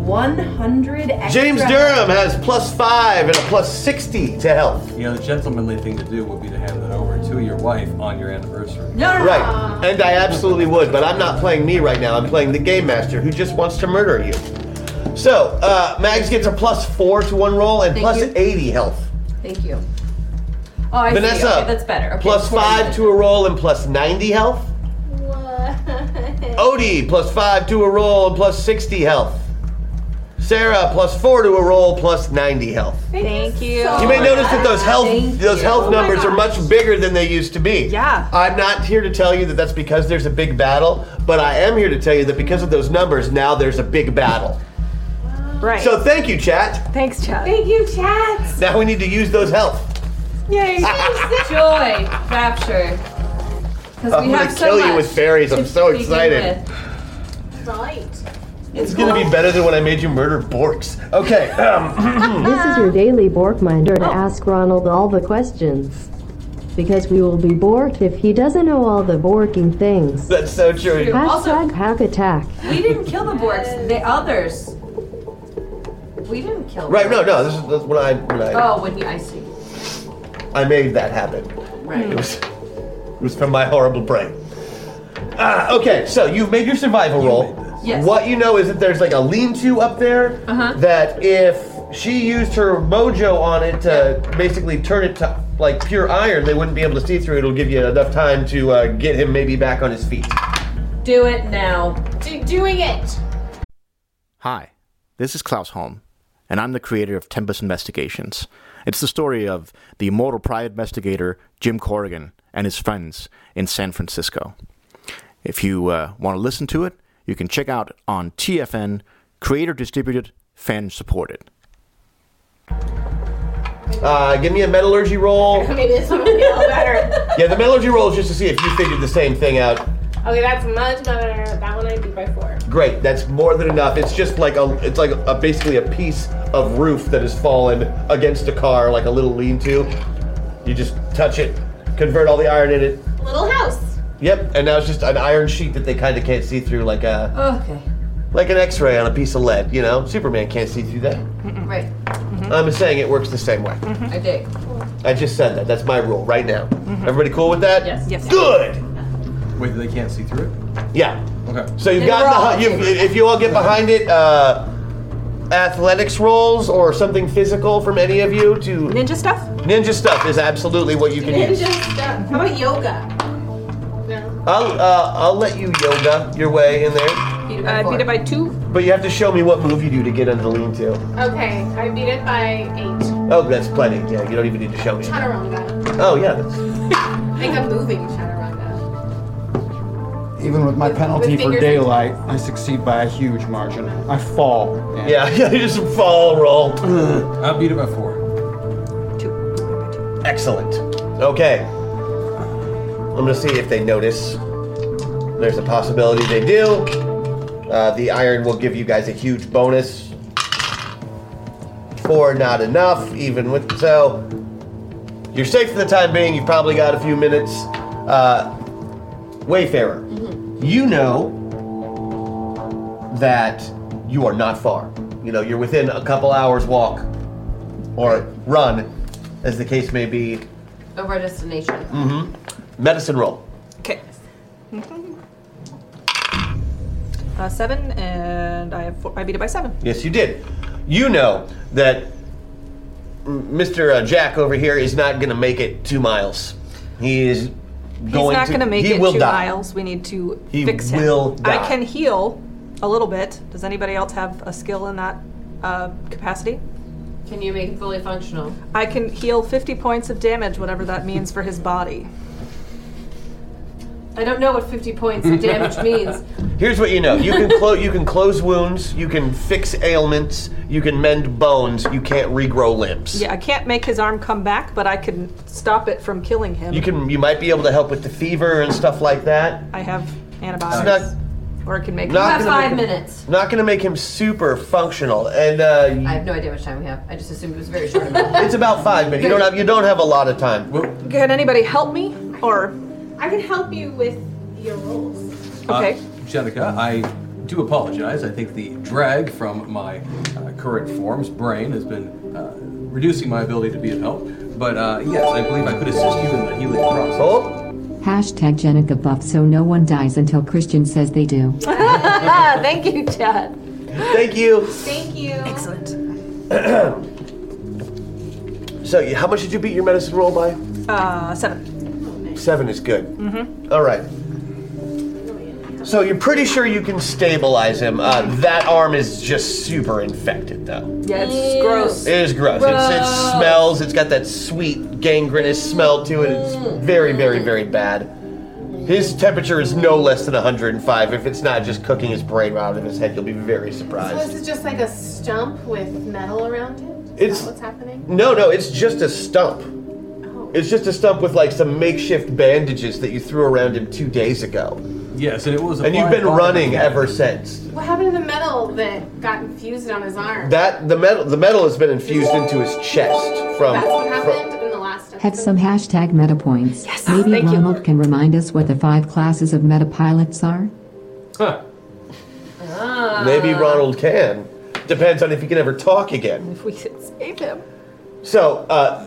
S4: 100 extra.
S3: James Durham has plus five and a plus 60 to health.
S1: You know, the gentlemanly thing to do would be to hand that over to your wife on your anniversary.
S4: No, no, no.
S3: Right. And I absolutely would, but I'm not playing me right now. I'm playing the game master who just wants to murder you. So, uh, Mags gets a plus four to one roll and
S4: Thank
S3: plus
S4: you.
S3: 80 health.
S4: Thank you. Oh, I see.
S3: Vanessa,
S4: Okay, that's better. Okay,
S3: plus
S4: poor
S3: five
S4: Vanessa.
S3: to a roll and plus 90 health.
S8: What?
S3: Odie plus five to a roll and plus 60 health. Sarah plus four to a roll plus 90 health.
S9: Thank you.
S3: You may notice that those health
S4: Thank
S3: those
S4: you.
S3: health
S4: Oh my
S3: numbers are much bigger than they used to be.
S9: Yeah.
S3: I'm not here to tell you that that's because there's a big battle, but I am here to tell you that because of those numbers now there's a big battle.
S9: Right.
S3: So thank you, chat.
S9: Thanks, Chad.
S8: Thank you, chats.
S3: Now we need to use those health.
S9: Yay.
S4: Joy, rapture. Because
S3: I'm
S4: we
S3: gonna
S4: have so
S3: kill you
S4: much
S3: with berries. I'm
S4: to
S3: so
S4: begin
S3: excited.
S4: with.
S8: Right.
S3: It's gonna be better than when I made you murder Borks. Okay. um,
S7: This is your daily Borkminder to
S4: Oh.
S7: ask Ronald all the questions. Because we will be borked if he doesn't know all the borking things.
S3: That's so true.
S7: Hashtag hack attack.
S4: We didn't kill the Borks. The others. We didn't kill.
S3: Right, no,
S4: them.
S3: no, this is that's when I when I
S4: Oh, when you, I see.
S3: I made that happen.
S4: Right.
S3: It was, it was from my horrible brain. Ah, okay, so you've made your survival roll.
S4: Yes.
S3: What you know is that there's like a lean-to up there
S4: Uh-huh.
S3: that if she used her mojo on it to basically turn it to like pure iron, they wouldn't be able to see through. It'll give you enough time to uh, get him maybe back on his feet.
S4: Do it now.
S8: Do- doing it.
S11: Hi, this is Klaus Holm, and I'm the creator of Tempest Investigations. It's the story of the immortal private investigator Jim Corrigan and his friends in San Francisco. If you uh, want to listen to it, you can check out on TFN, creator distributed, fan supported.
S3: Uh, give me a metallurgy roll.
S8: Okay, this one will feel better.
S3: Yeah, the metallurgy roll is just to see if you figured the same thing out.
S8: Okay, that's much better. That one I beat by four.
S3: Great, that's more than enough. It's just like a, it's like a, basically a piece of roof that has fallen against a car, like a little lean-to. You just touch it, convert all the iron in it.
S8: Little house.
S3: Yep, and now it's just an iron sheet that they kind of can't see through, like a
S4: Okay.
S3: like an X-ray on a piece of lead. You know, Superman can't see through that.
S4: Right.
S9: Mm-hmm.
S3: I'm just saying it works the same way.
S4: I dig.
S3: I just said that. That's my rule right now. Everybody cool with that?
S4: Yes.
S9: Yes.
S3: Good.
S1: Wait, they can't see through it?
S3: Yeah.
S1: Okay.
S3: So you've
S4: They were all
S3: got the, you
S4: okay.
S3: if you all get behind it, uh, athletics rolls or something physical from any of you to
S9: Ninja stuff?
S3: ninja stuff is absolutely what you can
S8: Ninja
S3: use.
S8: stuff. uh, How about yoga? No.
S3: I'll uh, I'll let you yoga your way in there.
S4: Beat it by
S9: I
S4: four.
S9: beat it by two.
S3: But you have to show me what move you do to get into the lean to.
S8: Okay, I beat it by eight.
S3: Oh, that's plenty. Yeah, you don't even need to show me.
S8: Chaturanga.
S3: Oh, yeah. That's... Oh.
S8: I think I'm moving chaturanga.
S10: Even with my penalty
S8: with
S10: for
S8: fingers-
S10: daylight, I succeed by a huge margin. I fall.
S3: Yeah, yeah, you just fall, roll.
S1: I beat it by four.
S3: Excellent. Okay. I'm gonna see if they notice. There's a possibility they do. Uh, the iron will give you guys a huge bonus. Four, not enough, even with so. You're safe for the time being. You've probably got a few minutes. Uh, Wayfarer, you know that you are not far. You know you're within a couple hours walk or run, as the case may be.
S4: Of our destination.
S9: Mm-hmm.
S3: hmm Medicine roll.
S9: Okay. Uh, seven, and I have four, I beat it by seven.
S3: Yes, you did. You know that m- Mr. uh, Jack over here is not going to make it two miles. He is going
S9: He's not
S3: to.
S9: going to make
S3: he
S9: it
S3: will
S9: two
S3: die.
S9: miles. We need to
S3: He
S9: fix him.
S3: will die.
S9: I can heal a little bit. Does anybody else have a skill in that uh, capacity?
S4: Can you make it fully functional?
S9: I can heal 50 points of damage, whatever that means for his body.
S4: I don't know what 50 points of damage means.
S3: Here's what you know: you can close, you can close wounds, you can fix ailments, you can mend bones. You can't regrow limbs.
S9: Yeah, I can't make his arm come back, but I can stop it from killing him.
S3: You can. You might be able to help with the fever and stuff like that.
S9: I have
S3: It's
S9: antibiotics,
S3: not
S9: or I can make.
S3: You have
S9: him-
S3: five
S4: Five minutes.
S3: not going to make him super functional, and uh,
S4: I
S3: y-
S4: have no idea how much time we have. I just assumed it was a very short. amount.
S3: it's about five minutes. You don't have you don't have a lot of time.
S9: Can anybody help me? Or
S8: I can help you with your rolls.
S9: Okay.
S1: Uh, Jenica, I do apologize. I think the drag from my uh, current form's brain has been uh, reducing my ability to be of help. But uh, yes, I believe I could assist you in the healing process.
S12: Hashtag Jenica buff so no one dies until Christian says they do.
S9: Thank you, Chad.
S3: Thank you.
S8: Thank you. Excellent.
S3: So, you- how much did you beat your medicine roll by?
S9: uh, seven.
S3: Seven is good.
S9: Mm-hmm.
S3: All right. So you're pretty sure you can stabilize him. Uh, that arm is just super infected, though.
S9: Yeah, it's gross.
S3: It is gross. It's, it smells. It's got that sweet gangrenous smell to it. It's
S8: Mm.
S3: very, very, very bad. His temperature is no less than 105. If it's not just cooking his brain out of his head, you'll be very
S8: So
S3: surprised.
S8: this is just like a stump with metal around it. Is
S3: It's-
S8: that what's happening?
S3: No, no, it's just a stump.
S8: Oh.
S3: It's just a stump with like some makeshift bandages that you threw around him two days ago.
S1: Yes, and it was.
S3: And you've
S1: applied
S3: been
S1: by-
S3: running ever since.
S8: What happened to the metal that got infused on his arm?
S3: That the metal, the metal has been infused into his chest from.
S8: That's what happened in the last
S12: Have some hashtag meta points. Maybe
S8: Thank you.
S12: Ronald can remind us what the five classes of meta pilots are.
S3: Maybe Ronald can. Depends on if he can ever talk again.
S9: If we could save him.
S3: So uh,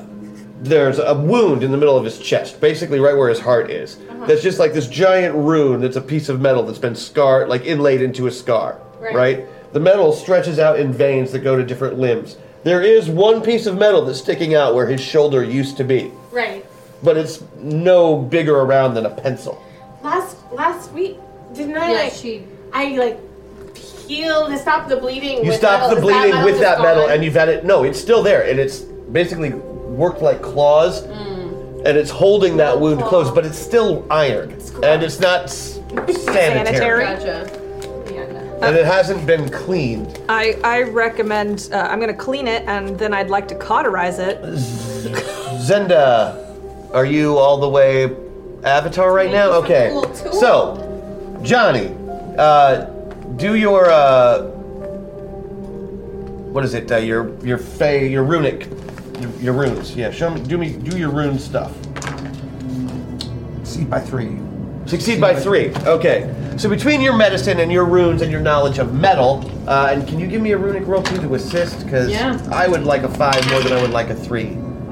S3: there's a wound in the middle of his chest, basically right where his heart is. That's just like this giant rune. That's a piece of metal that's been scar, like inlaid into a scar.
S6: Right.
S3: Right. The metal stretches out in veins that go to different limbs. There is one piece of metal that's sticking out where his shoulder used to be,
S8: Right.
S3: but it's no bigger around than a pencil.
S8: Last last week, didn't I?
S4: Yeah,
S8: like, she. I like healed to stop the bleeding.
S3: You
S8: with
S3: stop
S8: metal.
S3: the
S8: Is that
S3: bleeding
S8: metal
S3: with
S8: just
S3: that metal,
S8: gone?
S3: and you've had it. No, it's still there, and it's basically worked like claws,
S8: Mm.
S3: and it's holding that wound closed, but it's still iron, and it's not s- sanitary, and it hasn't been cleaned.
S9: I, I recommend uh, I'm gonna clean it and then I'd like to cauterize it.
S3: Zenda, are you all the way avatar right now? Okay, so Johnny, uh, do your uh, what is it? Uh, your your fey, your runic, your, your runes. Yeah, show me. Do me. Do your rune stuff.
S10: Succeed by three.
S3: Succeed by three. Okay. So between your medicine and your runes and your knowledge of metal, uh, and can you give me a runic roll too to assist? Because
S4: Yeah.
S3: I would like a five more than I would like a three.
S4: Uh,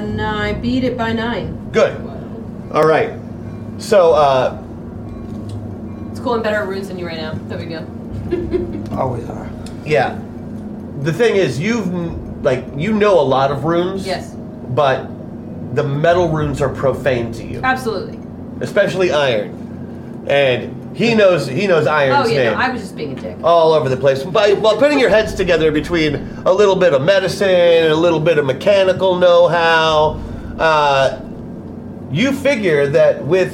S4: uh, no, I beat it by nine.
S3: Good. All right. So uh,
S4: It's cool. I'm better at runes than you right now. There we go.
S10: Always are.
S3: yeah, the thing is, you've n- like you know a lot of runes.
S4: Yes.
S3: But the
S4: Uh,
S3: metal runes are profane to you.
S4: Absolutely.
S3: especially iron. And He knows. He knows Iron's
S4: oh, yeah,
S3: name.
S4: no, I was just being a dick.
S3: all over the place. By, while putting your heads together between a little bit of medicine and a little bit of mechanical know-how, uh, you figure that with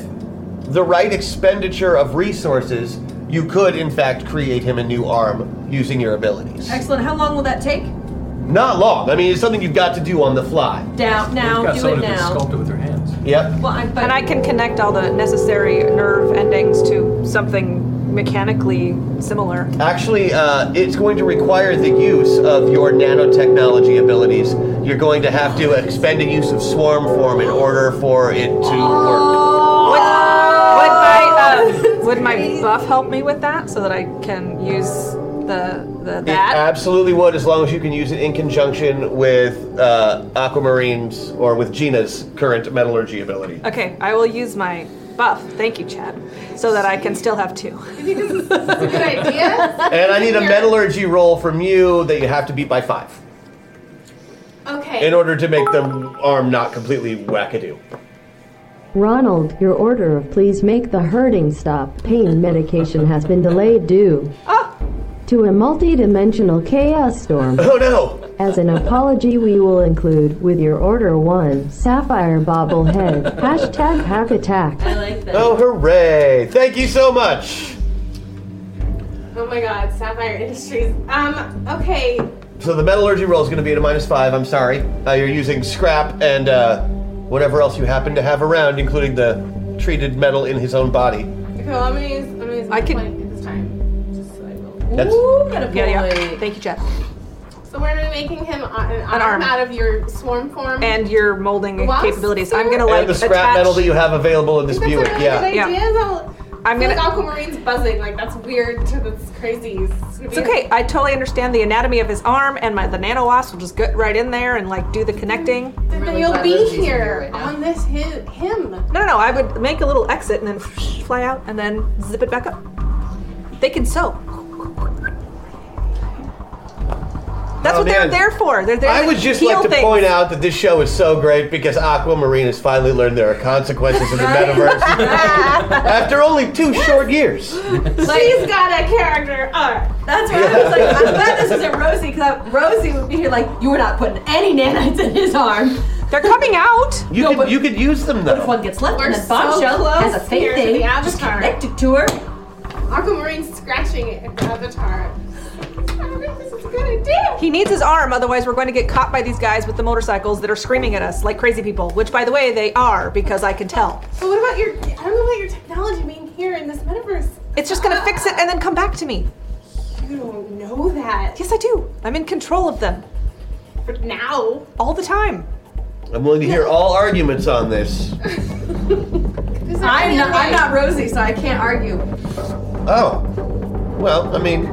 S3: the right expenditure of resources, you could in fact create him a new arm using your abilities.
S4: Excellent. How long will that take?
S3: Not long. I mean, it's something you've got to do on the fly.
S4: Down now. Do it now.
S1: it with their hands.
S3: Yep.
S9: Well, i and I can connect all the necessary nerve endings to something mechanically similar.
S3: Actually, uh, it's going to require the use of your nanotechnology abilities. You're going to have to expend a use of swarm form in order for it to Oh.
S9: Would my uh, would my buff help me with that so that I can use the the
S3: work. It
S9: that?
S3: absolutely would, as long as you can use it in conjunction with uh, Aquamarine's or with Gina's current metallurgy ability.
S9: Okay, I will use my buff. Thank you, Chad, so that I can still have two.
S4: That's a good idea.
S3: And I need a metallurgy roll from you that you have to beat by five
S8: Okay.
S3: in order to make the arm not completely wackadoo.
S7: Ronald, your order of please make the hurting stop. Pain medication has been delayed due
S4: Ah!
S7: to a multi-dimensional chaos storm.
S3: Oh no!
S7: As an apology, we will include with your order one sapphire bobblehead hashtag hack attack.
S3: Oh hooray! Thank you so much.
S8: Oh my god, Sapphire Industries. Um, okay.
S3: So the metallurgy roll is going to be at a minus five. I'm sorry. Uh, you're using scrap and uh, whatever else you happen to have around, including the treated metal in his own body.
S8: Okay, well, I'm gonna use, I'm gonna use my point this time. Just so I will.
S3: That's-
S9: Yeah, yeah. Thank you, Chad.
S8: So we're making him on- an,
S9: An arm.
S8: arm out of your swarm form.
S9: And your molding
S8: Wasp
S9: capabilities. I'm gonna
S3: and
S9: like
S3: the scrap
S9: attach.
S3: metal that you have available in this
S8: That's
S3: Buick.
S8: a really
S3: yeah.
S8: good idea. though.
S9: I'm
S8: I feel
S9: gonna-
S8: Like Aquamarine's buzzing. Like that's weird. That's crazy.
S9: It's okay. I totally understand the anatomy of his arm, and my the nano wasp will just get right in there and like do the connecting.
S8: Then you'll be here on this hi- him.
S9: No, no, I would make a little exit and then fly out and then zip it back up. They can sew. That's
S3: Oh,
S9: what they're
S3: man.
S9: there for. They're there
S3: I
S9: to
S3: would just
S9: heal
S3: like to
S9: things.
S3: point out that this show is so great because Aquamarine has finally learned there are consequences in the metaverse after only two short years.
S8: She's got a character arc.
S4: That's why I was like, I'm glad this isn't Rosie, because Rosie would be here like, you were not putting any nanites in his arm.
S9: They're coming out.
S3: You could you could use them though.
S4: If one gets left in
S8: We're
S4: the bombshell,
S8: so close
S4: has a fake
S8: here to
S4: thing,
S8: the
S4: just
S8: avatar.
S4: connected to her.
S8: Aquamarine's scratching at the avatar. I don't think this is a good idea.
S9: He needs his arm, otherwise we're going to get caught by these guys with the motorcycles that are screaming at us like crazy people. Which, by the way, they are because I can tell.
S8: But what about your? I don't know about your technology being here in this metaverse.
S9: It's just gonna fix it and then come back to me.
S8: You don't know that.
S9: Yes, I do. I'm in control of them
S8: For now.
S9: all the time.
S3: I'm willing to hear all arguments on this.
S4: I'm not, I'm not Rosie, so I can't argue.
S3: Oh, well, I mean,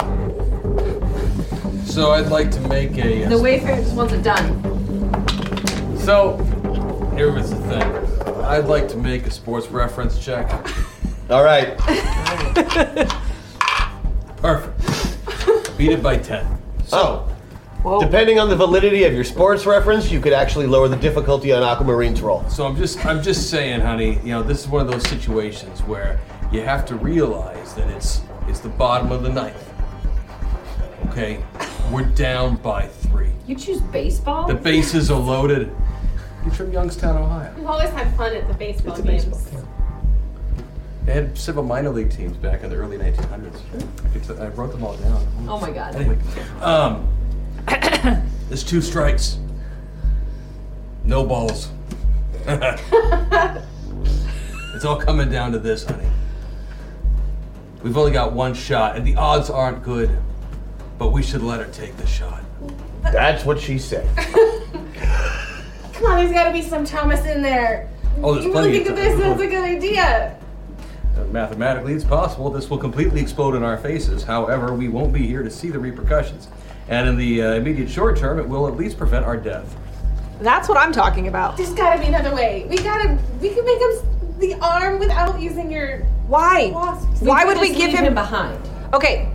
S1: So I'd like to make a.
S4: The Wayfarer just wants it done.
S1: So, here was the thing. I'd like to make a sports reference check.
S3: all right.
S1: Perfect. Beat it by 10.
S3: So, depending on the validity of your sports reference, you could actually lower the difficulty on Aquamarine's roll.
S1: So I'm just I'm just saying, honey, you know, this is one of those situations where you have to realize that it's it's the bottom of the ninth. Okay? We're down by three.
S4: You choose baseball?
S8: Oh,
S1: The bases are loaded. You're from Youngstown, Ohio.
S8: We've always had fun at the baseball
S1: It's a
S8: games.
S1: baseball team. They had several minor league teams back in the early 1900s. I could t- I wrote them all down.
S4: Oh my god.
S1: Anyway, um, there's two strikes. No balls. it's all coming down to this, honey. We've only got one shot, and the odds aren't good, but we should let her take the shot.
S3: That's what she said.
S8: Come on, there's got to be some Thomas in there.
S1: Oh, there's
S8: you
S1: plenty
S8: really think
S1: of
S8: that this
S1: Thomas.
S8: is a good idea?
S1: Uh, Mathematically, it's possible this will completely explode in our faces. However, we won't be here to see the repercussions. And in the uh, immediate short term, it will at least prevent our death.
S9: That's what I'm talking about.
S8: There's got to be another way. We gotta. We can make him s- the arm without using your
S9: Why?
S8: wasps.
S9: Why would
S4: could
S9: we
S4: just
S9: give
S4: leave
S9: him-
S4: behind?
S9: Okay.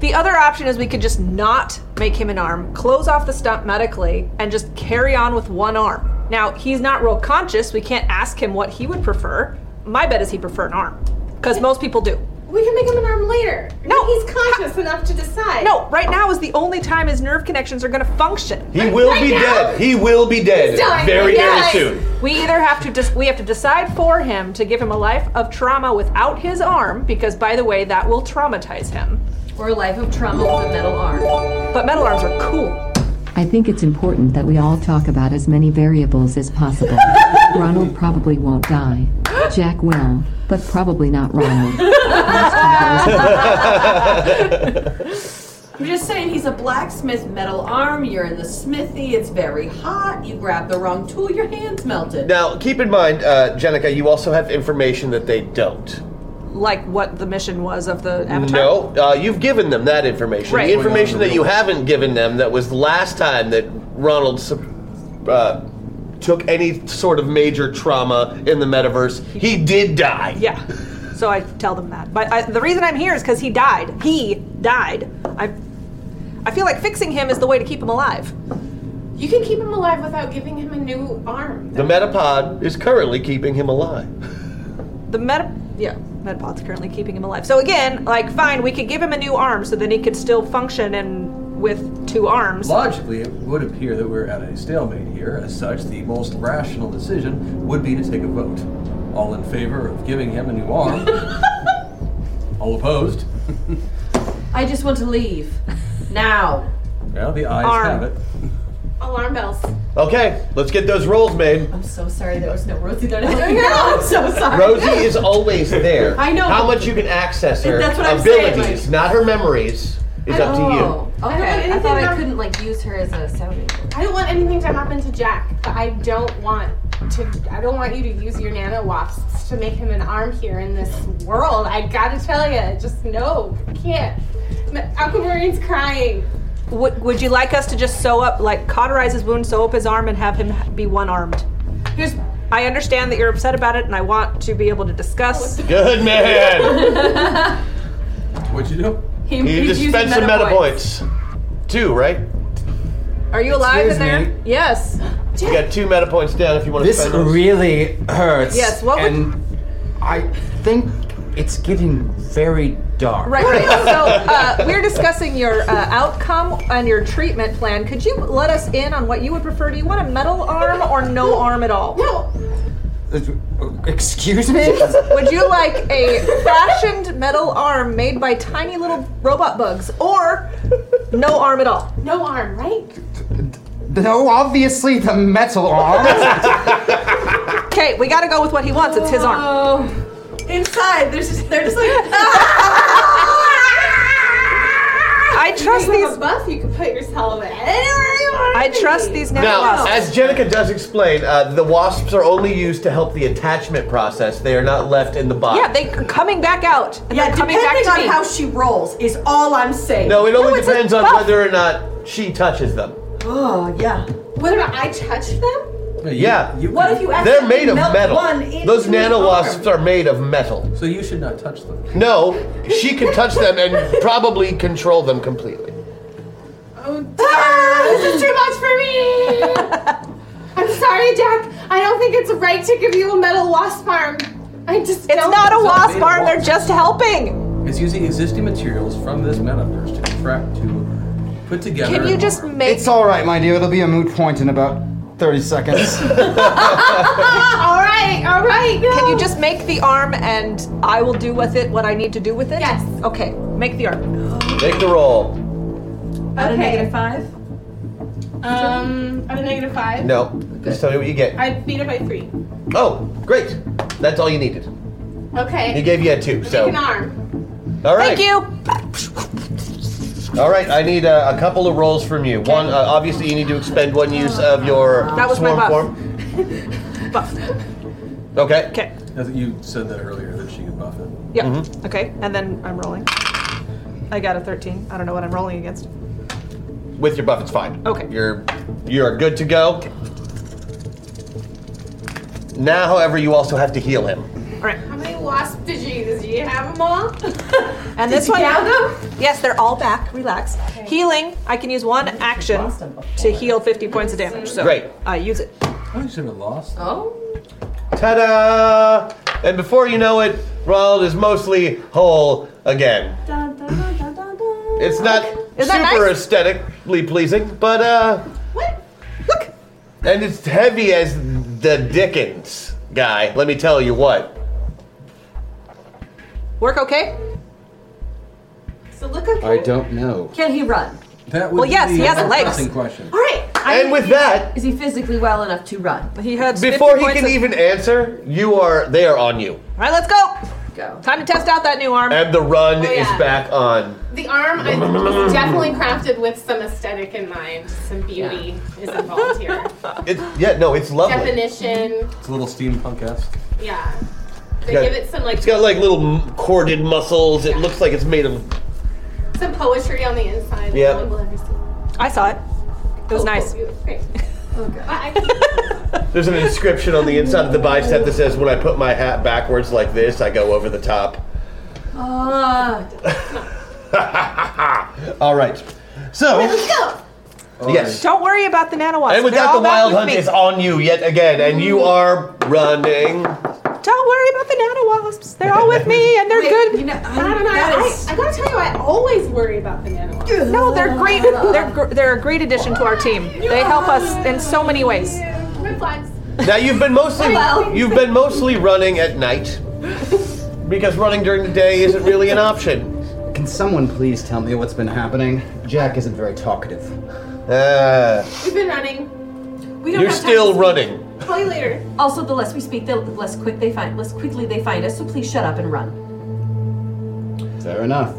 S9: The other option is we could just not make him an arm, close off the stump medically, and just carry on with one arm. Now, he's not real conscious. We can't ask him what he would prefer. My bet is he'd prefer an arm, because most people do.
S8: We can make him an arm later.
S9: No,
S8: he's conscious enough to decide.
S9: No, right now is the only time his nerve connections are going to function.
S3: He will be
S9: now?
S3: dead. He will be dead
S9: He's dying.
S3: very,
S9: Yes.
S3: very soon.
S9: We either have to dis- we have to decide for him to give him a life of trauma without his arm, because by the way, that will traumatize him.
S4: Or a life of trauma with a metal arm.
S9: But metal arms are cool.
S12: I think it's important that we all talk about as many variables as possible. Ronald probably won't die. Jack will, but probably not Ronald.
S4: I'm just saying, he's a blacksmith metal arm. You're in the smithy. It's very hot. You grab the wrong tool. Your hands melted.
S3: Now, keep in mind, uh, Jenica, you also have information that they don't.
S9: Like what the mission was of the avatar.
S3: No, uh, you've given them that information.
S9: Right.
S3: The information that you haven't given them that was the last time that Ronald sup- uh, took any sort of major trauma in the metaverse, he did die.
S9: Yeah. So I tell them that. But I, the reason I'm here is because he died. He died. I, I feel like fixing him is the way to keep him alive.
S8: You can keep him alive without giving him a new arm.
S3: The metapod is currently keeping him alive.
S9: The meta, yeah, Medpod's currently keeping him alive. So again, like, fine, we could give him a new arm so then he could still function and with two arms.
S1: Logically, it would appear that we're at a stalemate here. As such, the most rational decision would be to take a vote. All in favor of giving him a new arm? All opposed?
S4: I just want to leave. Now.
S1: Well, the eyes
S4: Arm.
S1: have it.
S8: Alarm bells.
S3: Okay, let's get those rolls made.
S4: I'm so sorry there was no Rosie there. I'm so sorry.
S3: Rosie is always there.
S4: I know.
S3: How much you can access her
S4: That's what I'm saying,
S3: abilities,
S4: like-
S3: not her memories, is up to you.
S4: Okay,
S8: I don't want
S4: I,
S8: anything
S4: thought I
S8: to-
S4: couldn't like use her as a sounding board.
S8: I don't want anything to happen to Jack, but I don't want to. I don't want you to use your nano wasps to make him an arm here in this world. I gotta tell you, just no, I can't. Ma- Aquamarine's crying.
S9: Would, would you like us to just sew up, like, cauterize his wound, sew up his arm, and have him be one armed? Here's. I understand that you're upset about it, and I want to be able to discuss.
S3: Good
S9: man.
S1: What'd you do?
S9: He-
S3: You
S9: he's
S3: just spent
S9: using
S3: some
S9: meta
S3: meta points. Two, right?
S9: Are you alive in
S10: Excuse
S9: there? Yes.
S3: You got two meta points down if you want to
S10: This
S3: spend those.
S10: really hurts.
S9: Yes, what would-
S10: and I think it's getting very dark.
S9: Right, right. So uh, we're discussing your uh, outcome and your treatment plan. Could you let us in on what you would prefer? Do you want a metal arm or no arm at all?
S8: No.
S10: Excuse me?
S9: Would you like a fashioned metal arm made by tiny little robot bugs or no arm at all?
S8: No arm, right?
S10: No, obviously the metal arm.
S9: Okay, we gotta go with what he wants. It's his arm.
S4: Oh. Inside, there's just, they're just like.
S9: I trust
S8: you have
S9: these-
S8: A buff, you can put yourself anywhere you want.
S9: I trust these now.
S3: Now, as Jenica does explain, uh, the wasps are only used to help the attachment process. They are not left in the body.
S9: yeah, they are coming back out. And
S4: yeah,
S9: they're coming back
S4: depending
S9: to
S4: on
S9: me.
S4: how she rolls is all I'm saying.
S3: no, it only
S4: it's a
S3: depends on
S4: buff.
S3: whether or not she touches them.
S4: Oh yeah.
S8: Whether or not I touch them,
S3: yeah.
S4: What if you
S3: They're made
S4: accidentally
S3: of
S4: melt
S3: metal.
S4: one into
S3: Those
S4: an
S3: nano
S4: arm?
S3: wasps are made of metal.
S1: So you should not touch them.
S3: No, she can touch them and probably control them completely.
S8: oh dear, this is too much for me. I'm sorry, Jack. I don't think it's right to give you a metal wasp arm. I just
S9: it's
S8: don't
S9: not a wasp
S1: made of
S9: arm, they're
S1: wasps.
S9: just helping.
S1: It's using existing materials from this metaverse to contract to put together.
S9: Can you
S1: an
S9: just
S1: arm.
S9: make
S10: it's all right, my dear. It'll be a moot point in about 30 seconds.
S8: all right, all right. No.
S9: Can you just make the arm and I will do with it what I need to do with it?
S8: Yes.
S9: Okay, make the arm.
S3: Make the roll.
S4: At a
S8: Okay.
S4: negative five.
S8: Um, at a negative five.
S3: No, just tell me what you get.
S8: I beat it by three.
S3: Oh, great. That's all you needed. He
S8: Okay.
S3: gave you a two, so.
S8: Make an arm.
S3: All right.
S9: Thank you.
S3: All right, I need uh, a couple of rolls from you. One, uh, obviously, you need to expend one use of your
S9: That was my
S3: swarm form.
S9: buff. Buff.
S3: Okay.
S9: Okay.
S1: As You said that earlier that she could buff it. Mm-hmm.
S9: Yeah. Okay. And then I'm rolling. I got a 13. I don't know what I'm rolling against.
S3: With your buff, it's fine.
S9: Okay.
S3: You're you're good to go. Now, however, you also have to heal him.
S9: All right.
S8: How many wasp did you use? Do you have them all?
S9: And this one. Yes, they're all back. Relax. Healing. I can use one action to heal 50 points of damage. So
S3: Great.
S9: I use it.
S1: I should have lost.
S4: Oh.
S3: Ta-da! And before you know it, Ronald is mostly whole again. It's not
S9: Is that
S3: super
S9: nice?
S3: aesthetically pleasing, but uh. What? Look. And it's heavy as the Dickens, guy. Let me tell you what.
S9: Work okay?
S4: So look up.
S10: I don't know.
S4: Can he run?
S1: That
S4: would Well, yes, be he has a legs.
S1: pressing question.
S4: All right.
S3: and with that,
S4: is he physically well enough to run?
S9: He had
S3: Before he can even answer, you are they are on you,
S9: All right, let's go.
S4: Go.
S9: Time to test out that new arm.
S3: and the run
S8: Oh, yeah.
S3: is back on.
S8: The arm I was definitely crafted with some aesthetic in mind. Some beauty is involved here.
S3: It's yeah, no, it's lovely.
S8: Definition,
S1: It's a little steampunk esque.
S8: yeah. They
S3: Yeah.
S8: give it some like
S3: It's got like little m- corded muscles. It looks like it's made of
S8: some poetry on the inside.
S3: Yeah.
S8: No one will ever see.
S9: I saw it. It was nice.
S8: Great. I-
S3: There's an inscription on the inside of the bicep that says, "When I put my hat backwards like this, I go over the top."
S4: Ah.
S3: All right. So Oh, yes,
S9: Don't worry about the nanowatts.
S3: and with
S9: They're
S3: that, the
S9: all back
S3: wild
S9: with
S3: hunt
S9: me.
S3: is on you yet again, and you are running.
S9: Don't worry about the nano wasps. They're all with me and they're good.
S8: I don't know. I, I gotta tell you, I always worry about the nano.
S9: no, they're great. They're gr- they're a great addition to our team. They help us in so many ways.
S8: Red flags.
S3: Now you've been mostly
S8: Well.
S3: you've been mostly running at night because running during the day isn't really an option.
S10: Can someone please tell me what's been happening? Jack isn't very talkative.
S3: Uh,
S8: We've been running.
S4: We don't
S3: you're
S4: have time
S3: still
S4: to-
S3: running.
S8: Call you later.
S4: Also, the less we speak, the less quick they find, less quickly they find us. So please shut up and run.
S10: Fair enough.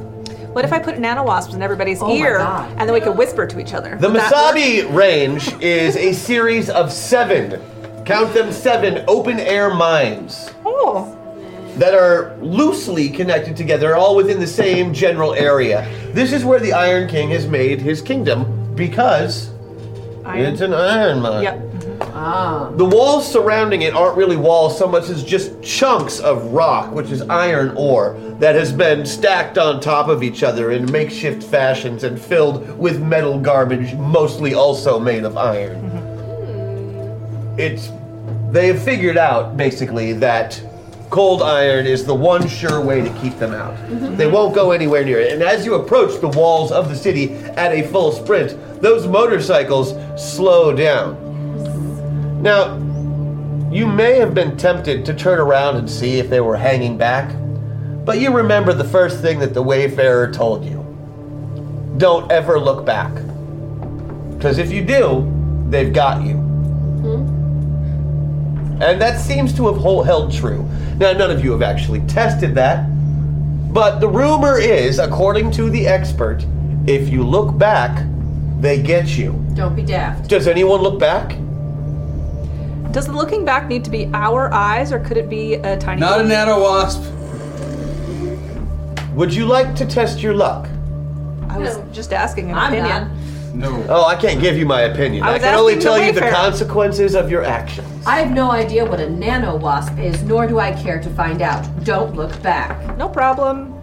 S9: What if I put nano wasps in everybody's
S4: Oh my
S9: ear
S4: God.
S9: and then we could whisper to each other?
S3: The
S9: Would that work?
S3: Masabi range is a series of seven, count them seven, open air mines.
S9: Oh,
S3: that are loosely connected together, all within the same general area. This is where the Iron King has made his kingdom because it's an iron mine.
S9: Yep.
S3: The walls surrounding it aren't really walls so much as just chunks of rock, which is iron ore, that has been stacked on top of each other in makeshift fashions and filled with metal garbage, mostly also made of iron. It's. They have figured out, basically, that cold iron is the one sure way to keep them out. They won't go anywhere near it. And as you approach the walls of the city at a full sprint, those motorcycles slow down. Now, you may have been tempted to turn around and see if they were hanging back, but you remember the first thing that the Wayfarer told you don't ever look back. Because if you do, they've got you. And that seems to have hol- held true. Now, none of you have actually tested that, but the rumor is, according to the expert, if you look back, they get you.
S4: Don't be daft.
S3: Does anyone look back?
S9: does the looking back need to be our eyes or could it be a tiny?
S1: Not a nano wasp.
S3: Would you like to test your luck?
S9: I was just asking an
S4: I'm
S9: opinion.
S4: not.
S1: No.
S3: Oh, I can't give you my opinion.
S9: I
S3: I,
S9: was
S3: can only
S9: asking
S3: tell
S9: the
S3: you the
S9: Wayfarer.
S3: consequences of your actions.
S4: I have no idea what a nano wasp is, nor do I care to find out. Don't look back.
S9: No problem.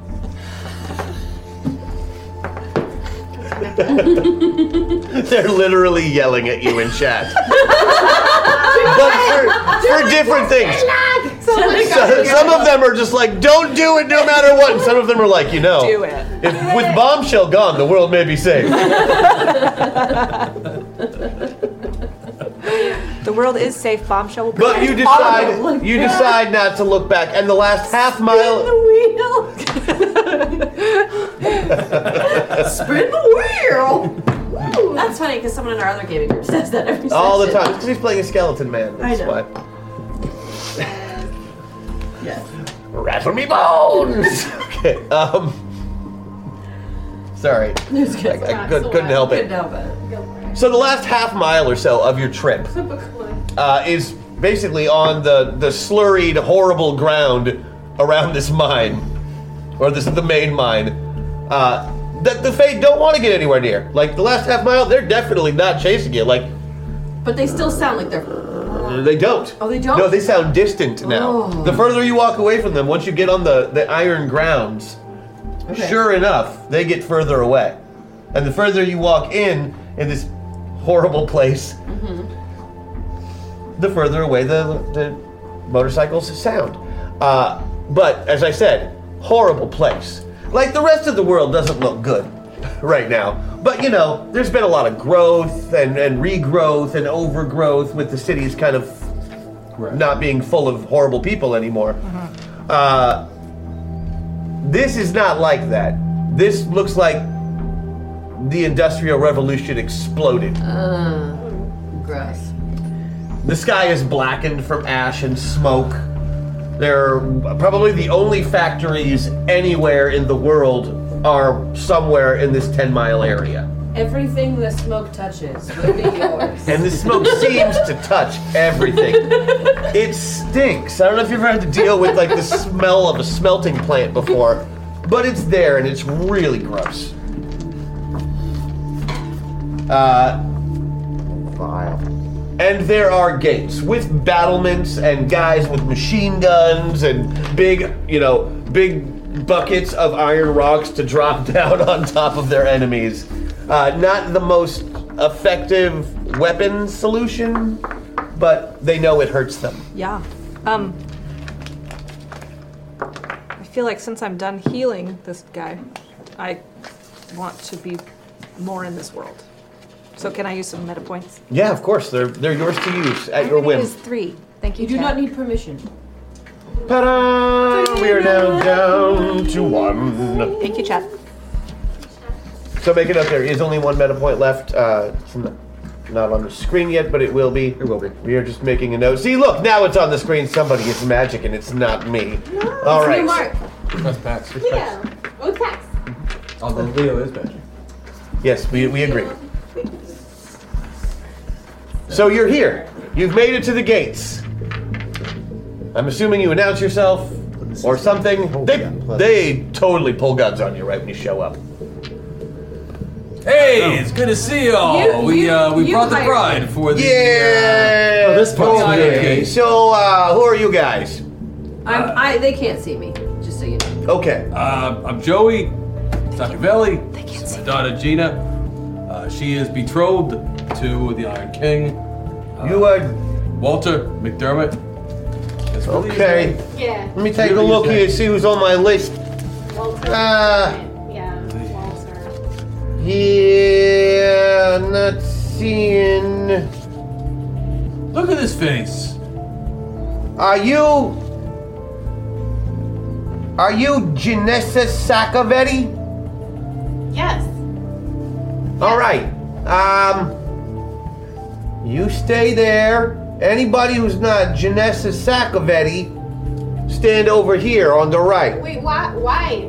S3: They're literally yelling at you in chat. but for, for different things. So- some of them are just like, don't do it no matter what. And some of them are like, you know.
S9: Do it.
S3: If, with bombshell gone, the world may be saved.
S9: The world is safe. Bombshell will.
S3: But you decide you decide not to look back. And the last half mile
S4: Wheel. Spin the wheel. Woo. That's funny because someone in our other gaming group says that every
S3: all the
S4: session.
S3: time. Because he's playing a skeleton man. That's why.
S4: know. Yes.
S3: Rattle me bones. okay. Um. Sorry.
S4: It's good.
S3: I could, couldn't help
S4: Couldn't
S3: it.
S4: help it.
S3: So the last half mile or so of your trip uh, is basically on the the slurried, horrible ground around this mine, or this the main mine. Uh, that the Fade don't want to get anywhere near. Like the last half mile, they're definitely not chasing you. Like
S4: But they still sound like they're.
S3: they don't.
S4: Oh, they don't?
S3: No, they sound distant now.
S4: Oh.
S3: The further you walk away from them, once you get on the the iron grounds,
S4: Okay.
S3: sure enough, they get further away. And the further you walk in, in this
S4: Mm-hmm.
S3: horrible place, the further away the, the motorcycles sound. Uh, but as I said, horrible place. Like the rest of the world doesn't look good right now. But you know, there's been a lot of growth and, and regrowth and overgrowth with the cities kind of not being full of horrible people anymore. Uh, this is not like that. This looks like the Industrial Revolution exploded.
S4: Uh, gross.
S3: The sky is blackened from ash and smoke. They're probably the only factories anywhere in the world are somewhere in this 10 mile area.
S4: Everything the smoke touches will be yours.
S3: And the smoke seems to touch everything. It stinks. I don't know if you've ever had to deal with like the smell of a smelting plant before, but it's there and it's really gross. Uh, And there are gates with battlements and guys with machine guns and big, you know, big buckets of iron rocks to drop down on top of their enemies. Uh, not the most effective weapon solution, but they know it hurts them.
S9: Yeah. Um. I feel like since I'm done healing this guy, I want to be more in this world. So can I use some meta points?
S3: Yeah, of course, they're they're yours to use at your
S9: gonna
S3: whim.
S9: use
S4: Three. Thank you. You do not need permission.
S3: Ta-da! We are now down to one.
S9: Thank you, Chad.
S3: So make it up. There is only one meta point left. Uh, it's n- not on the screen yet, but it will be. It will be. We are just making a note. See, look, now it's on the screen. Somebody is magic, and it's not me. All
S8: it's
S3: right.
S8: you, Mark.
S1: That's Pax.
S8: Yeah. Oh, tax.
S1: Although Leo is magic.
S3: Yes, we, we agree. So you're here. You've made it to the gates. I'm assuming you announce yourself or something. They, they totally pull guns on you right when you show up.
S1: Hey, it's good to see y'all.
S3: You-
S1: we
S3: you-
S1: uh, we
S3: you
S1: brought the
S3: hired
S1: bride for the
S3: yeah.
S1: Uh, oh, this part's weird.
S3: So uh, who are you guys?
S4: I'm, I. They can't see me. Just so you know.
S3: Okay.
S1: Uh, I'm Joey Sacavelli. They can't see. My daughter Gina. Uh, she is betrothed to the Iron King. Uh,
S3: you are
S1: Walter McDermott. That's really his
S3: Okay.
S1: name.
S8: Yeah.
S3: Let me take a look here and see who's on my list.
S8: Walter.
S3: Uh,
S8: yeah, Walter.
S3: yeah, I'm not seeing.
S1: Look at this face.
S3: Are you? Are you Janessa Sacavetti?
S8: Yes.
S3: All right. Um, you stay there. Anybody who's not Janessa Sacavetti, stand over here on the right.
S8: Wait, why? Why?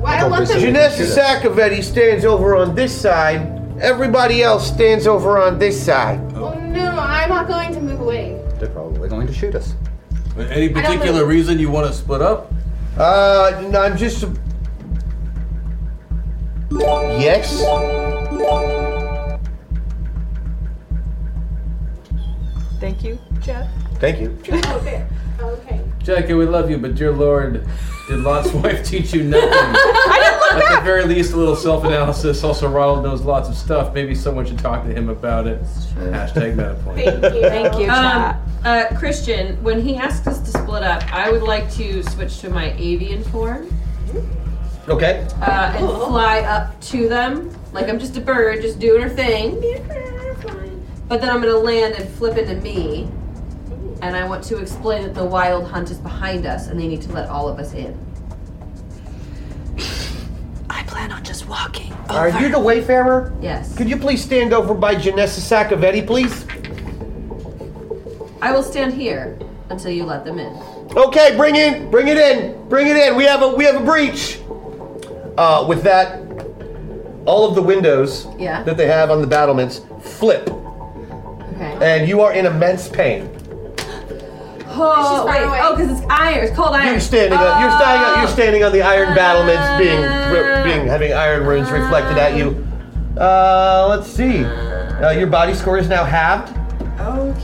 S8: Why
S3: Oh,
S8: let them?
S3: Janessa Sacavetti stands over on this side. Everybody else stands over on this side.
S8: Oh no, I'm not going to move away.
S1: They're probably going to shoot us. Any particular
S8: think-
S1: reason you want to split up?
S3: Uh, no, I'm just. Yes?
S9: Thank you, Chad.
S3: Thank you.
S4: Oh,
S8: okay. Okay.
S1: Jackie, we love you, but dear Lord, did Lot's wife teach you nothing? At the very least, a little self-analysis. Also, Ronald knows lots of stuff. Maybe someone should talk to him about it. Hashtag meta point.
S4: Thank
S9: you,
S4: Um, uh, Christian, when he asks us to split up, I would like to switch to my avian form
S3: Okay.
S4: uh, and fly up to them. Like I'm just a bird, just doing her thing. But then I'm going to land and flip into me. And I want to explain that the wild hunt is behind us and they need to let all of us in.
S9: I plan on just walking.
S3: Are you the Wayfarer?
S4: Yes.
S3: Could you please stand over by Janessa Sacavetti, please?
S4: I will stand here until you let them in.
S3: Okay, bring in, bring it in, bring it in. We have a we have a breach. Uh, with that, all of the windows
S4: Yeah.
S3: that they have on the battlements flip,
S4: Okay.
S3: and you are in immense pain.
S4: Oh, wait. Oh, because it's iron. It's cold iron.
S3: You're standing on you're standing on you're standing on the iron battlements, being being having iron runes reflected at you. Uh, let's see. Uh, your body score is now halved.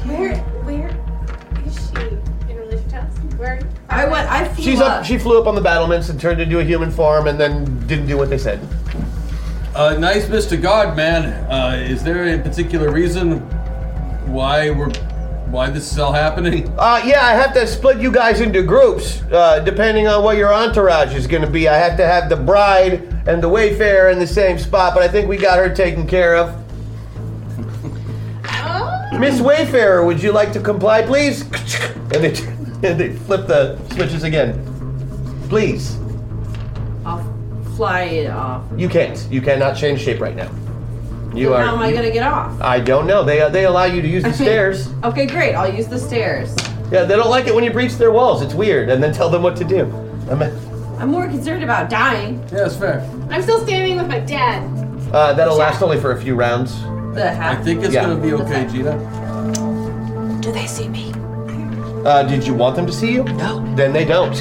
S8: Where? Where is she in relation to us? Where?
S4: I went. I flew
S3: She's up. She flew up on the battlements and turned into a human form, and then didn't do what they said.
S1: Uh, nice, Mr. God, man. Uh, is there a particular reason why we're why this is all happening?
S3: Uh, yeah, I have to split you guys into groups, uh, depending on what your entourage is going to be. I have to have the bride and the wayfarer in the same spot, but I think we got her taken care of.
S4: Oh.
S3: Miss Wayfarer, would you like to comply, please? And they, and they flip the switches again. Please.
S4: I'll fly it off.
S3: You can't. You cannot change shape right now. You
S4: But
S3: are.
S4: How am I gonna get off?
S3: I don't know. They, uh, they allow you to use the stairs.
S4: Okay, great. I'll use the stairs.
S3: Yeah, they don't like it when you breach their walls. It's weird. And then tell them what to do. I mean,
S4: I'm more concerned about dying.
S1: Yeah, that's fair.
S8: I'm still standing with my dad.
S3: Uh, that'll last only for a few rounds.
S4: The hat.
S1: I think it's
S3: Yeah.
S1: gonna be okay, Gina.
S9: Do they see me?
S3: Uh, did you want them to see you? No. Then they don't.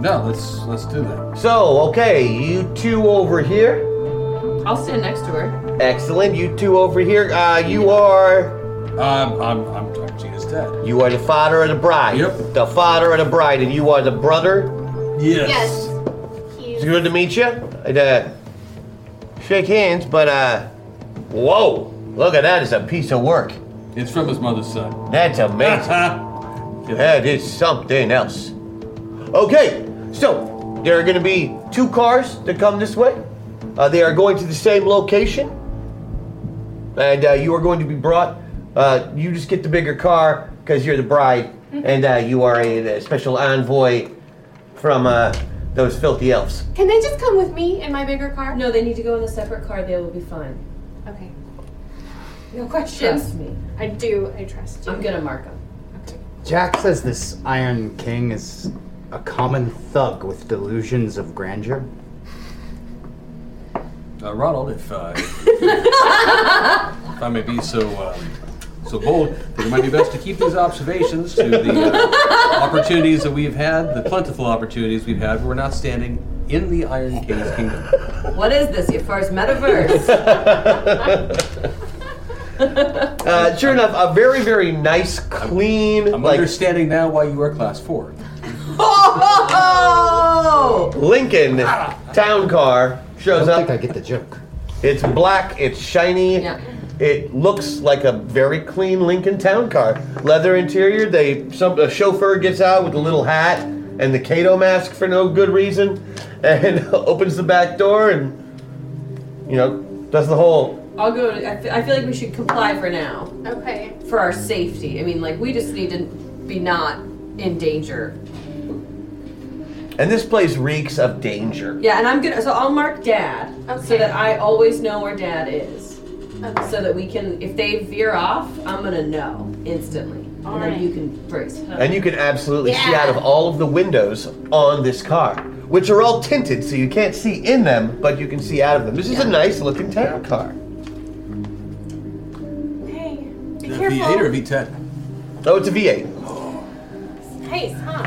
S1: No, let's let's do that.
S3: So, okay, you two over here.
S4: I'll stand next to her.
S3: Excellent. You two over here. Uh, you are.
S1: Um, I'm I'm, I'm Gina's dad.
S3: You are the father of the bride. Yep. The father of the bride, and you are the brother.
S1: Yes.
S8: Yes.
S3: It's good to meet you. I'd, uh, shake hands, but uh, whoa! Look at that. It's a piece of work.
S1: It's from his mother's son.
S3: That's amazing. that is something else. Okay, so there are going to be two cars that come this way. Uh, they are going to the same location, and uh, you are going to be brought. Uh, you just get the bigger car because you're the bride, and uh, you are a, a special envoy from uh, those filthy elves.
S8: Can they just come with me in my bigger car?
S4: No, they need to go in a separate car. They will be fine.
S8: Okay. No questions.
S4: Trust me.
S8: I do. I trust you.
S4: I'm gonna mark them.
S10: Jack says this Iron King is a common thug with delusions of grandeur.
S1: Uh, Ronald, if, uh, if I may be so um, so bold, then it might be best to keep these observations to the uh, opportunities that we've had, the plentiful opportunities we've had. where We're not standing in the Iron King's kingdom.
S4: What is this? Your first metaverse?
S3: Uh, sure enough, a very, very nice, clean. I'm
S1: understanding now why you are class four.
S4: oh!
S3: Lincoln
S1: Ah.
S3: town car shows up. I think I get the joke. It's black, it's shiny.
S4: Yeah.
S3: It looks like a very clean Lincoln town car. Leather interior. They some a chauffeur gets out with a little hat and the Kato mask for no good reason, and opens the back door and you know does the whole.
S4: I'll go. To, I, fe- I feel like we should comply for now,
S8: Okay.
S4: for our safety. I mean, like we just need to be not in danger.
S3: And this place reeks of danger.
S4: Yeah, and I'm gonna. So I'll mark Dad, so
S8: Okay.
S4: that I always know where Dad is, so that we can. If they veer off, I'm gonna know instantly, and then
S8: Alright.
S4: you can brace.
S3: And you can absolutely see
S4: Yeah.
S3: out of all of the windows on this car, which are all tinted, so you can't see in them, but you can see out of them. This is a nice looking town car.
S8: Hey. Be
S1: V8 or
S8: careful.
S1: V10?
S3: Oh, it's a V8.
S8: Nice, huh?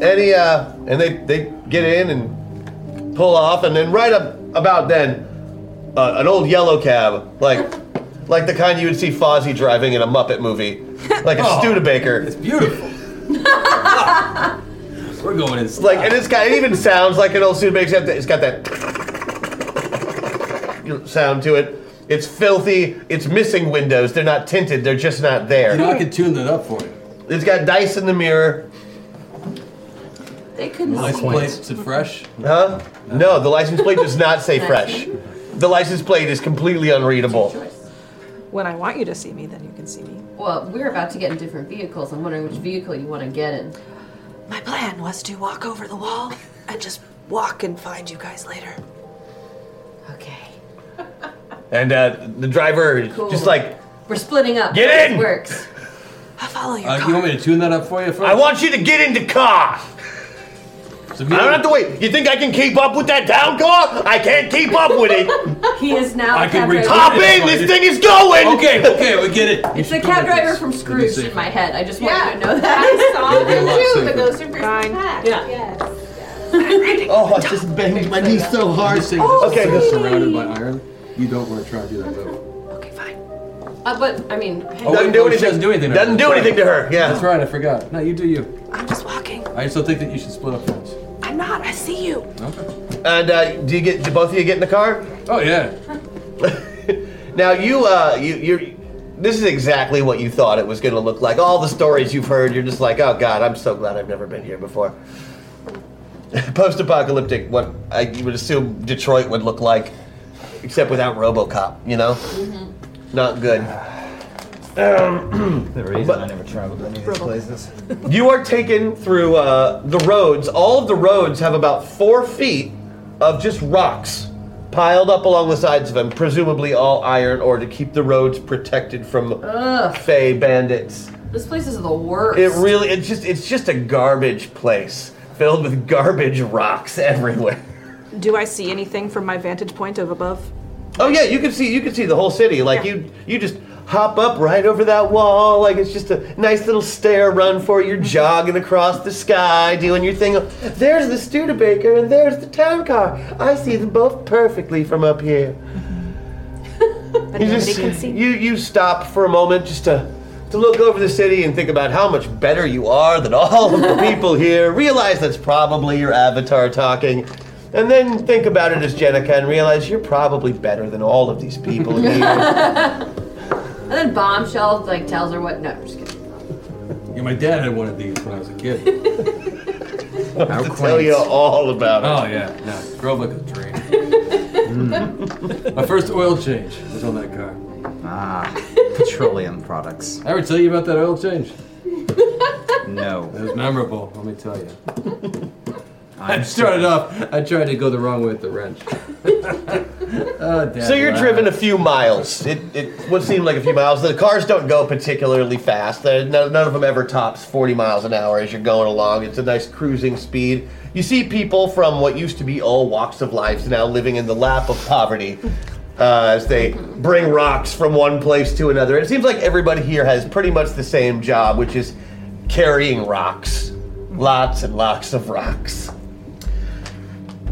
S3: Any uh, and they they get in and pull off, and then right up about then, uh, an old yellow cab, like like the kind you would see Fozzie driving in a Muppet movie, like a
S1: Oh,
S3: Studebaker.
S1: It's beautiful. We're going in.
S3: Like, and it's got it even sounds like an old Studebaker, except that it's got that sound to it. It's filthy. It's missing windows. They're not tinted. They're just not
S1: You know,
S3: there.
S1: I could tune that up for you.
S3: It's got dice in the mirror.
S4: They couldn't.
S1: Nice
S4: see.
S1: place. Is it fresh?
S3: Huh? No, the license plate does not say fresh. The license plate is completely unreadable.
S9: When I want you to see me, then you can see me.
S4: Well, we're about to get in different vehicles. I'm wondering which vehicle you want to get in.
S9: My plan was to walk over the wall and just walk and find you guys later.
S4: Okay.
S3: And uh, the driver is
S4: Cool.
S3: just like,
S4: We're splitting up.
S3: Get
S4: This
S3: in!
S4: Works.
S9: I'll follow you.
S1: Uh, you want me to tune that up for you first?
S3: I want you to get in the car.
S1: So
S3: I don't have to wait. You think I can keep up with that down car? I can't keep up with it.
S4: He is now.
S1: I
S4: the
S1: can
S4: cab driver.
S1: return
S3: Hop
S1: it if
S3: in,
S1: I
S3: this
S1: did-
S3: thing is going!
S1: Okay, okay, we get it.
S4: It's the cab driver from Scrooge in my head. I just want you to know that.
S8: I saw
S1: You'll be a
S8: them
S1: lot
S8: too.
S1: safer.
S8: The ghost in first pack.
S4: Yeah.
S8: Yes.
S3: Oh, I just banged my knee so hard. Okay,
S1: You're
S3: this-
S1: surrounded by iron. You don't want to try to do that though.
S4: Uh, but I mean, hey,
S3: Doesn't do
S1: wait, no,
S3: anything.
S1: Oh, She doesn't do anything. to
S3: Doesn't
S1: her.
S3: do anything to her, yeah.
S1: That's right. I forgot. No, you do you.
S9: I'm just walking.
S1: I still think that you should split up friends.
S9: I'm not. I see you.
S1: Okay.
S3: And uh, do you get? Do both of you get in the car?
S1: Oh yeah.
S3: Now you, uh, you, you're, this is exactly what you thought it was going to look like. All the stories you've heard, you're just like, oh god, I'm so glad I've never been here before. Post-apocalyptic, what I you would assume Detroit would look like, except without RoboCop. You know,
S4: Mm-hmm.
S3: not good. Um,
S13: The reason I never traveled to any of these places.
S3: you are taken through uh, the roads. All of the roads have about four feet of just rocks piled up along the sides of them, presumably all iron ore to keep the roads protected from
S4: Ugh.
S3: fey bandits.
S4: This place is the worst.
S3: It really, it's just, it's just a garbage place filled with garbage rocks everywhere.
S9: Do I see anything from my vantage point of above?
S3: Oh yeah, you can see, you can see the whole city. Like you, you just hop up right over that wall. Like it's just a nice little stair run for
S9: Mm-hmm.
S3: you. You're jogging across the sky, doing your thing. There's the Studebaker and there's the town car. uh, I see them both perfectly from up here.
S9: That
S3: You
S9: nobody
S3: just-
S9: can see.
S3: You you stop for a moment just to to look over the city and think about how much better you are than all of the people here. Realize that's probably your avatar talking. And then think about it as Jenica and realize you're probably better than all of these people here.
S4: and then bombshell like tells her what. No, I'm just kidding.
S1: Yeah, my dad had one of these when I was a kid.
S3: I'll tell you all about it.
S1: Oh yeah, no, drove like a dream.
S3: Mm.
S1: My first oil change was on that car.
S13: Ah, petroleum products.
S1: I ever tell you about that oil change?
S13: No.
S1: It was memorable, let me tell you. I started off, I tried to go the wrong way with the wrench. Oh, Dad
S3: So you're
S1: laughed.
S3: driven a few miles. It, it would seem like a few miles. The cars don't go particularly fast. They're- None, none of them ever tops 40 miles an hour as you're going along. It's a nice cruising speed. You see people from what used to be all walks of life now living in the lap of poverty uh, as they bring rocks from one place to another. It seems like everybody here has pretty much the same job, which is carrying rocks. Lots and lots of rocks.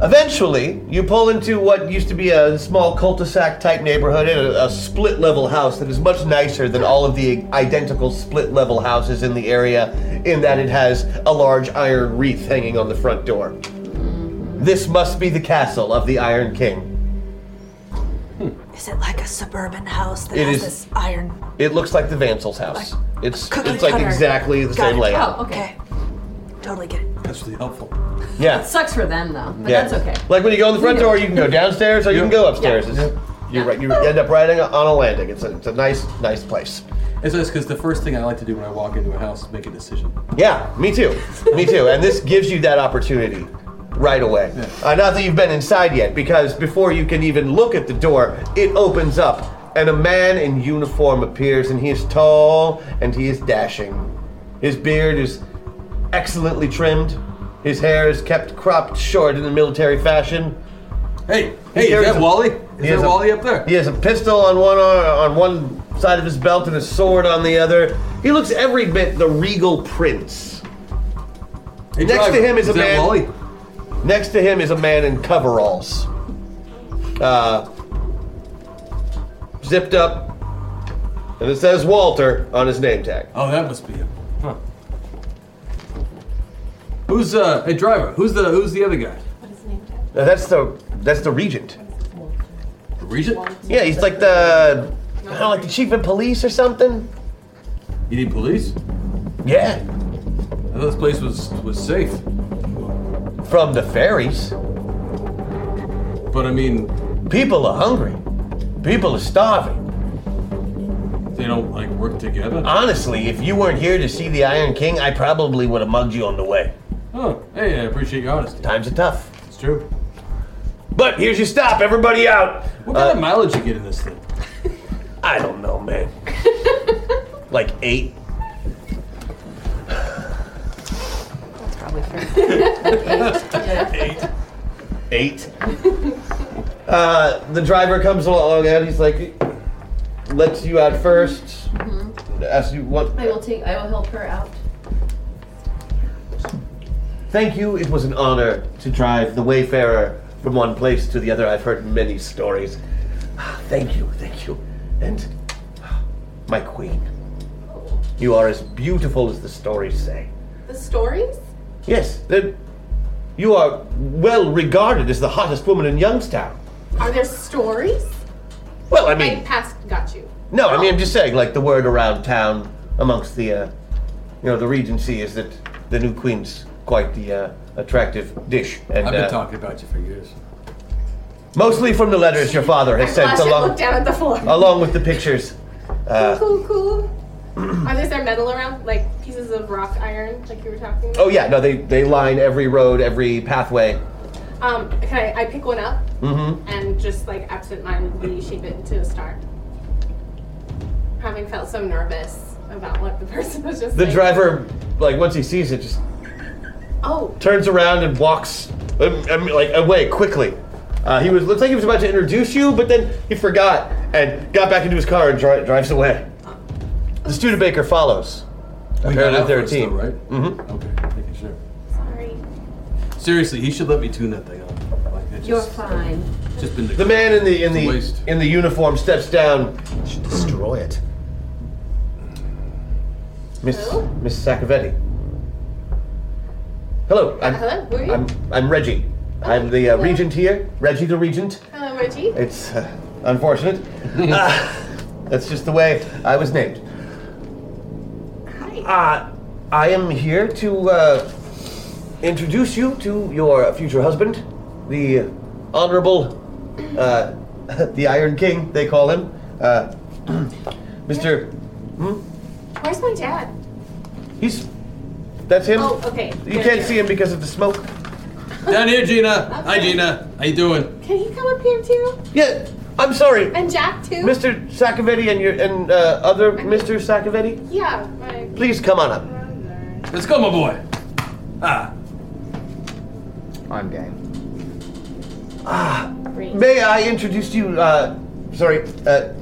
S3: Eventually, you pull into what used to be a small cul-de-sac type neighborhood and a, a split level house that is much nicer than all of the identical split level houses in the area, in that it has a large iron wreath hanging on the front door. This must be the castle of the Iron King.
S9: Is it like a suburban house that
S3: It
S9: has
S3: is-
S9: this iron?
S3: It looks like the Vansel's house. it's
S9: cookie
S3: it's like
S9: cutter?
S3: exactly the
S9: Got
S3: same
S9: it.
S3: layout.
S9: Oh, okay. Totally get it.
S1: That's really helpful.
S3: Yeah.
S4: It sucks for them though, but
S3: yeah.
S4: that's okay.
S3: Like when you go in the front door, you can go downstairs or you can go upstairs. It's- You, ri- you end up right on a landing. It's a, it's a nice, nice place.
S1: It's nice because the first thing I like to do when I walk into a house is make a decision.
S3: Yeah, me too. Me too. And this gives you that opportunity right away. Uh, not that you've been inside yet, because before you can even look at the door, it opens up and a man in uniform appears, and he is tall and he is dashing. His beard is excellently trimmed. His hair is kept cropped short in the military fashion.
S1: Hey, hey, is that Wally? Is that Wally
S3: up there? He has a pistol on one arm, on one side of his belt and a sword on the other. He looks every bit the regal prince.
S1: Hey,
S3: next
S1: driver,
S3: to him is,
S1: is
S3: a
S1: that
S3: man.
S1: Wally?
S3: Next to him is a man in coveralls, uh, zipped up, and it says Walter on his name tag.
S1: Oh, that must be him. Huh. Who's uh hey driver, who's the who's the other guy?
S3: Now, that's the that's the regent.
S1: Regent?
S3: Yeah, he's like the I don't know, like the chief of police or something.
S1: You need police?
S3: Yeah.
S1: I thought this place was was safe.
S3: From the fairies.
S1: But I mean
S3: People are hungry. People are starving.
S1: They don't like work together.
S3: Honestly, if you weren't here to see the Iron King, I probably would have mugged you on the way.
S1: Oh, hey, I appreciate your honesty.
S3: Times are tough.
S1: It's true.
S3: But here's your stop, everybody out. Uh,
S1: What kind of mileage you get in this thing?
S3: I don't know, man. like eight.
S4: That's probably fair.
S3: Eight. Eight. Uh, the driver comes along and he's like, lets you out 1st asks you what.
S4: I will take. I will help her out.
S3: Thank you. It was an honor to drive the Wayfarer from one place to the other. I've heard many stories. Ah, Thank you, thank you. And ah, my queen, you are as beautiful as the stories say.
S8: The stories?
S3: Yes, the- you are well regarded as the hottest woman in Youngstown.
S8: Are there stories?
S3: Well, I mean,
S8: Like past got you.
S3: No, I mean I'm just saying, like the word around town amongst the, uh, you know, the Regency is that the new queen's quite the uh, attractive dish. And
S1: I've been
S3: uh,
S1: talking about you for years.
S3: mostly from the letters your father has sent
S8: Flash and look
S3: along,
S8: down at the floor.
S3: along with the pictures. Uh,
S8: cool, cool. Are there there metal around, like pieces of rock iron, like you were talking? About?
S3: oh yeah, no, they they line every road, every pathway.
S8: Um, can I, I pick one up
S3: Mm-hmm.
S8: and just like absentmindedly shape it into a star? Having felt so nervous about what the person was just.
S3: The
S8: saying.
S3: driver, like once he sees it, just
S8: Oh,
S3: turns around and walks um, um, like away quickly. Uh, he was looks like he was about to introduce you, but then he forgot and got back into his car and dri- drives away. The Studebaker follows.
S1: We got
S3: Apparently,
S1: out
S3: they're a
S1: first, though,
S3: team,
S1: right?
S3: Mm-hmm.
S1: Okay, making sure.
S8: sorry.
S1: Seriously, he should let me tune that thing up. Like, it's
S4: You're
S1: just,
S4: fine.
S1: Just been
S3: The man in the in the in the uniform steps down. Should destroy it. Miss Miss Saccavetti. Hello. I'm,
S8: Hello, who are you? Oh,
S3: I'm I'm Reggie. I'm the uh, regent here. Reggie the regent.
S8: Hello, Reggie.
S3: It's uh, unfortunate. Ah, that's just the way I was named. Uh, I am here to uh, introduce you to your future husband, the Honorable, uh, the Iron King, they call him. Uh, Mr.
S8: Where's my dad?
S3: He's. That's him?
S8: Oh, okay.
S3: You can't see him because of the smoke.
S1: Down here, Gina. Hi, Gina. How you doing?
S8: Can he come up here too?
S3: Yeah, I'm sorry.
S8: And Jack too.
S3: Mr. Saccavetti and your and uh, other Mr. Saccavetti,
S8: Yeah, my.
S3: please come on up.
S1: Let's go, my boy. Ah.
S13: I'm game.
S3: Ah, may I introduce you? Uh, sorry, uh,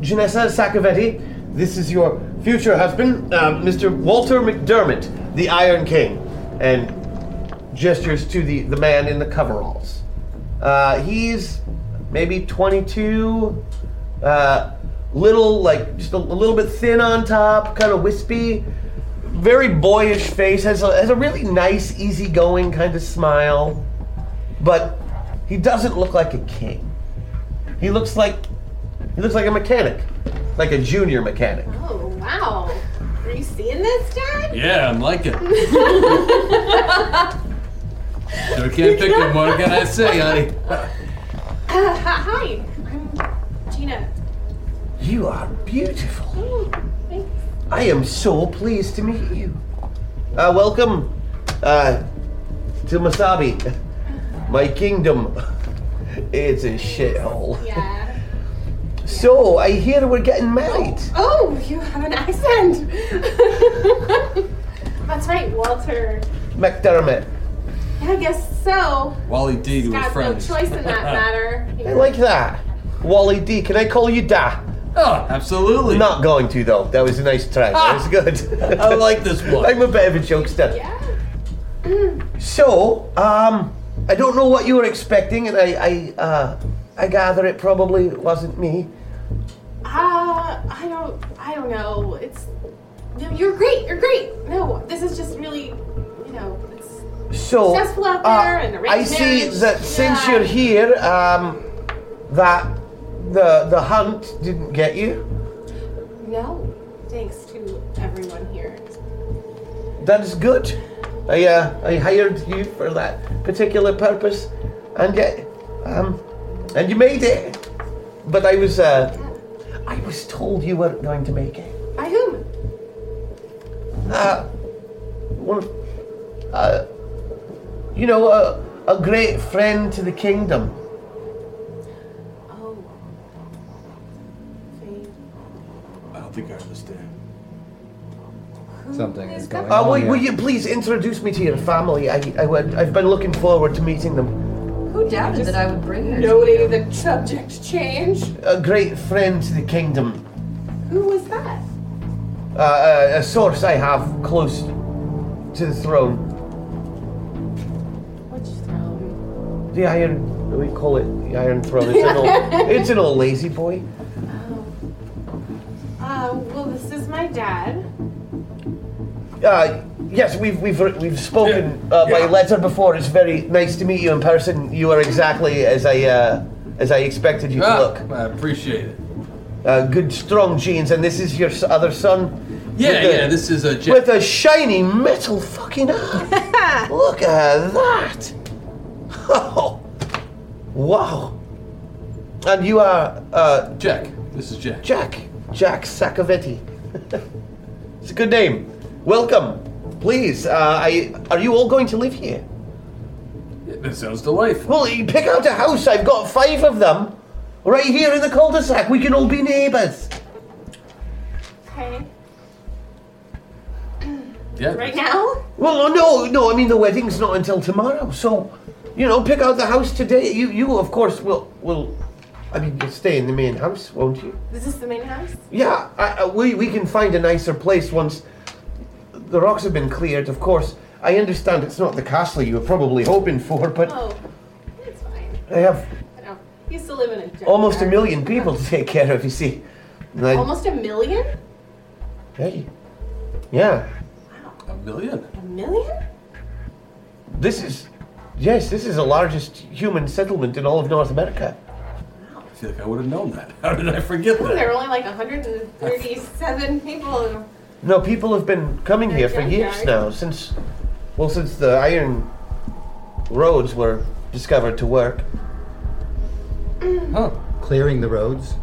S3: Janessa Saccavetti. This is your future husband, uh, Mr. Walter McDermott, the Iron King, and gestures to the the man in the coveralls. Uh, he's maybe 22, uh, little like just a, a little bit thin on top, kind of wispy. Very boyish face has a, has a really nice, easygoing kind of smile but he doesn't look like a king. He looks like he looks like a mechanic, like a junior mechanic.
S8: Oh wow. Are you seeing this, Dad?
S1: Yeah, I'm liking it. Sure can't pick him. What can I say, honey?
S8: Uh, hi, I'm Gina.
S3: You are beautiful.
S8: Oh, thanks.
S3: I am so pleased to meet you. Uh, welcome uh, to Masabi, my kingdom. It's a shithole.
S8: Yeah.
S3: So I hear we're getting married.
S8: Oh, you have an accent. That's right, Walter.
S3: McDermott.
S8: Yeah, I guess so.
S1: Wally D to his
S8: Got no
S1: friends.
S8: choice in that matter.
S3: I like that. Wally D, can I call you Da?
S1: Oh, absolutely.
S3: Not going to though. That was a nice try. That was good.
S1: I like this one.
S3: I'm a bit of a jokester. So, um, I don't know what you were expecting, and I, I, uh, I gather it probably wasn't me.
S8: Uh, I don't, I don't know. It's, no, you're great. You're great. No, this is just really, you know, it's
S3: So,
S8: successful out
S3: uh,
S8: there and arranged
S3: I see
S8: marriage.
S3: that since
S8: Yeah.
S3: you're here, um, that the the hunt didn't get you.
S8: No, thanks to everyone here.
S3: That's good. I, uh, I hired you for that particular purpose, and yet, um, and you made it. But I was, uh, I was told you weren't going to make it.
S8: By whom?
S3: uh, one, of- uh, you know, a, a great friend to the kingdom.
S8: Oh.
S1: I don't think I understand.
S13: Something is going
S3: Uh,
S13: on.
S3: will, will
S13: here.
S3: you please introduce me to your family? I, I would, I've been looking forward to meeting them.
S4: Who doubted that I would bring her?
S8: Noting the subject change.
S3: A great friend to the kingdom.
S8: Who was that?
S3: Uh, a, a source I have close to the throne.
S8: Which throne?
S3: The Iron, we call it the Iron Throne. It's an old, it's an old lazy boy.
S8: Uh, well, this is my dad.
S3: Uh, yes, we've we've we've spoken uh, by letter before. It's very nice to meet you in person. You are exactly as I uh, as I expected you to
S1: Ah,
S3: look.
S1: I appreciate it.
S14: uh, good strong genes, and this is your s- other son.
S1: Yeah,
S14: With a-
S1: yeah, this is a Jack.
S14: with a shiny metal fucking arm. Look at that! Oh, wow! And you are uh,
S1: Jack. This is Jack.
S14: Jack. Jack Saccovetti. it's a good name. Welcome. Please, uh, I, are you all going to live here?
S1: That sounds delightful.
S14: Well, you pick out a house. I've got five of them right here in the cul-de-sac. We can all be neighbours.
S8: Okay.
S1: Yeah.
S8: Right now?
S14: Well, no, no, no. I mean, the wedding's not until tomorrow, so you know, pick out the house today. You, you, of course, will, will. I mean, you'll stay in the main house, won't you?
S8: Is this the main house?
S14: Yeah, I, I, we we can find a nicer place once the rocks have been cleared. Of course, I understand it's not the castle you were probably hoping for, but
S8: Oh, it's fine.
S14: I have
S8: I don't. He used to live in a junkyard.
S14: almost a million people to take care of. You see, And I-
S8: Almost a million?
S14: hey, yeah,
S1: a million.
S8: A million?
S14: This is yes, this is the largest human settlement in all of North America.
S1: I feel like I would have known that. How did I forget
S8: Oh, there
S1: that?
S8: were only like 137 people. in-
S14: No, people have been coming here for years now since, well, since the iron roads were discovered to work.
S10: Oh,
S1: Huh?
S13: Clearing the roads.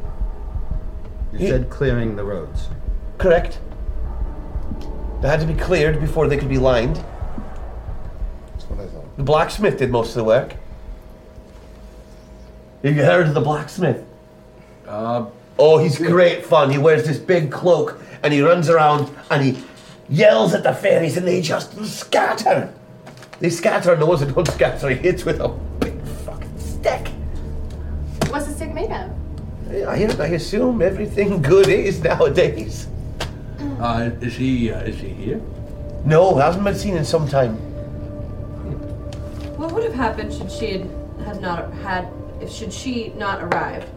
S13: You said clearing the roads.
S14: Correct. They had to be cleared before they could be lined. That's
S15: what I thought.
S14: The blacksmith did most of the work. Have you heard of the blacksmith?
S1: Uh,
S14: oh, he's great fun. He wears this big cloak and he runs around and he yells at the fairies and they just scatter. They scatter and the ones that don't scatter he hits with them.
S8: What's the stick made of?
S14: I, I assume everything good is nowadays.
S1: Uh, is he? Uh, is he here?
S14: No, hasn't been seen in some time.
S4: What would have happened should she had, had not had if should she not arrived?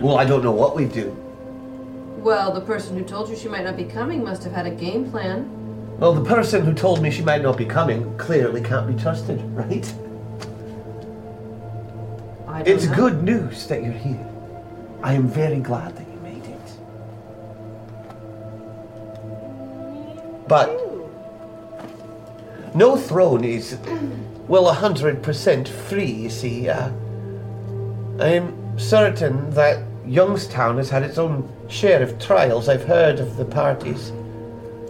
S14: Well, I don't know what we do.
S4: Well, the person who told you she might not be coming must have had a game plan.
S14: Well, the person who told me she might not be coming clearly can't be trusted, right?
S4: I don't
S14: It's
S4: know.
S14: good news that you're here. I am very glad that you made it. But no throne is, well, 100% free, you see. Uh, I am certain that Youngstown has had its own share of trials. I've heard of the parties.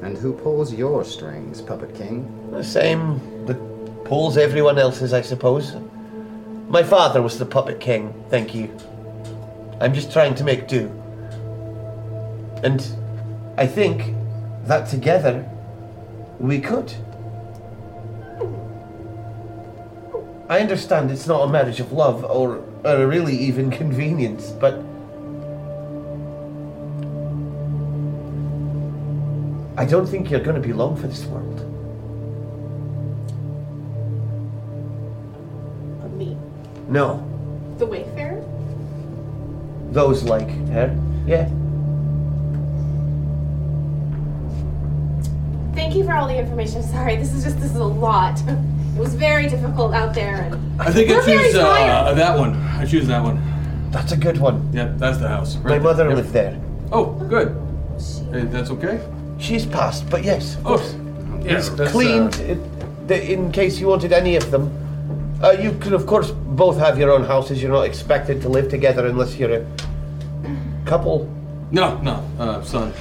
S13: And who pulls your strings, Puppet King?
S14: The same that pulls everyone else's, I suppose. My father was the puppet king, thank you. I'm just trying to make do. And I think that together we could. I understand it's not a marriage of love or, or really even convenience, but I don't think you're going to be long for this world.
S8: Of me.
S14: No.
S8: The Wayfarer?
S14: those like her. Yeah.
S8: Thank you for all the information. Sorry, this is just, this is a lot. It was very difficult out there. And
S1: I think I
S8: We're very
S1: choose uh,
S8: tired.
S1: that one. I choose that one.
S14: That's a good one.
S1: Yep, that's the house.
S14: My mother lived there.
S1: Oh, good. Hey, that's okay.
S14: She's passed, but yes.
S1: Oh, yeah,
S14: it's
S1: that's,
S14: cleaned
S1: uh,
S14: it- the- in case you wanted any of them. Uh, you can, of course, both have your own houses. You're not expected to live together unless you're a couple.
S1: No, no, uh, son.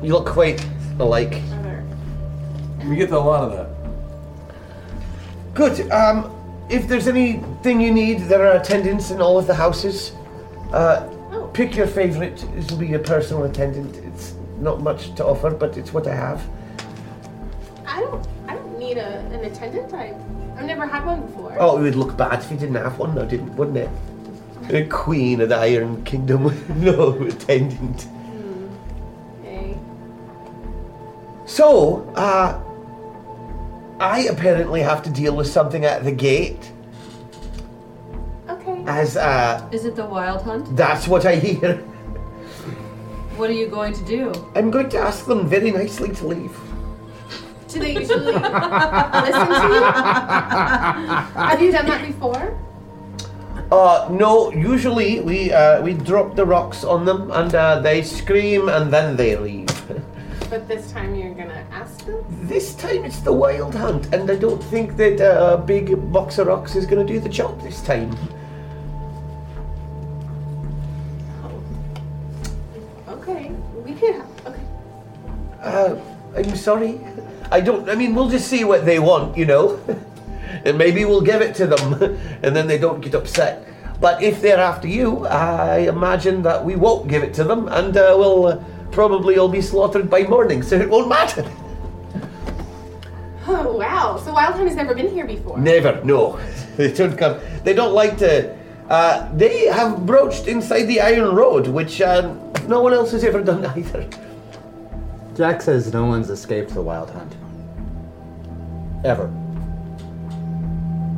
S14: You look quite alike.
S1: We get a lot of that.
S14: Good. Um, if there's anything you need, there are attendants in all of the houses. Uh, pick your favorite. This will be your personal attendant. It's not much to offer, but it's what I have.
S8: I don't, I don't need a, an attendant. I, I've never had one before.
S14: Oh, it would look bad if you didn't have one, though, didn't, wouldn't it? The Queen of the Iron Kingdom with no attendant.
S8: Hmm. Okay.
S14: So, uh, I apparently have to deal with something at the gate.
S8: Okay.
S14: As uh,
S4: Is it the wild hunt?
S14: that's what I hear.
S4: What are you going to do?
S14: I'm going to ask them very nicely to leave.
S8: Do they usually listen to you? Have you done that before?
S14: Uh, no, usually we uh, we drop the rocks on them and uh, they scream and then they leave.
S8: But this time you're gonna ask them?
S14: This time it's the wild hunt, and I don't think that uh, a big box of rocks is going to do the job this time.
S8: Okay, we could. Okay.
S14: Uh, I'm sorry. I don't. I mean, we'll just see what they want, you know? and maybe we'll give it to them, and then they don't get upset. But if they're after you, I imagine that we won't give it to them, and uh, we'll uh, probably all be slaughtered by morning, so it won't matter.
S8: Oh wow! So Wild Hunt has never been here before.
S14: Never, no. They don't come. They don't like to. Uh, they have broached inside the Iron Road, which um, no one else has ever done either.
S13: Jack says no one's escaped the wild hunt. Ever.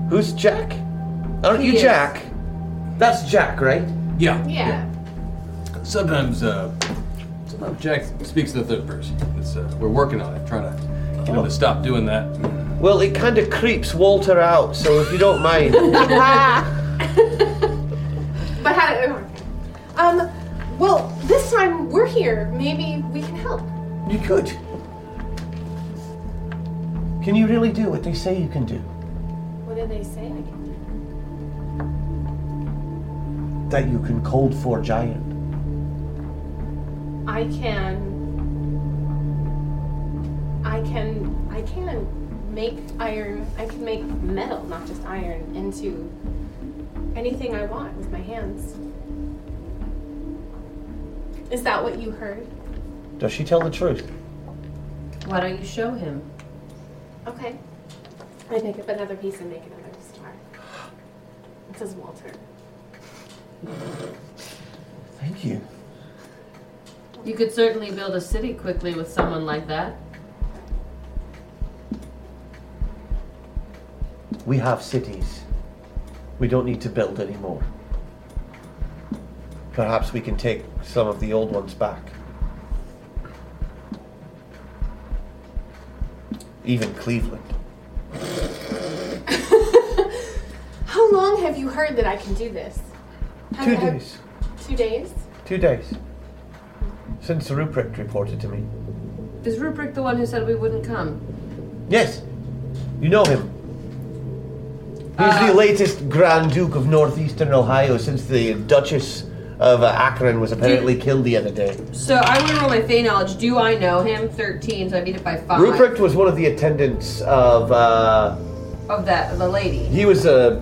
S14: Who's Jack? Aren't you
S8: He is.
S14: Jack? That's Jack, right?
S1: Yeah.
S8: Yeah.
S1: Sometimes, uh, sometimes Jack speaks in the third person. It's, uh, we're working on it, trying to
S14: Oh.
S1: get him to stop doing that.
S14: Well, it kind of creeps Walter out, so if you don't mind.
S8: But how? oh, okay. Um. Well, this time we're here. Maybe we can help.
S14: You could. Can you really do what they say you can do?
S8: What did they say? I can't-
S14: That you can cold forge iron.
S8: I can. I can. I can make iron. I can make metal, not just iron, into anything I want with my hands. Is that what you heard?
S14: Does she tell the truth?
S4: Why don't you show him?
S8: Okay. I pick up another piece and make another star. It says Walter.
S14: Thank you.
S4: You could certainly build a city quickly with someone like that.
S14: We have cities. We don't need to build anymore. Perhaps we can take some of the old ones back. Even Cleveland.
S8: How long have you heard that I can do this? Have
S14: Two
S8: you had-
S14: days.
S8: Two days?
S14: Two days. Since Ruprecht reported to me.
S4: Is Rubric the one who said we wouldn't come?
S14: Yes, you know him. He's
S8: Uh,
S14: the latest Grand Duke of Northeastern Ohio since the Duchess of uh, Akron was apparently killed the other day.
S4: So I want to roll my Fey knowledge. Do I know him? 13, so I beat it by 5.
S14: Ruprecht was one of the attendants of. Uh,
S4: Of that, the lady.
S14: he was uh,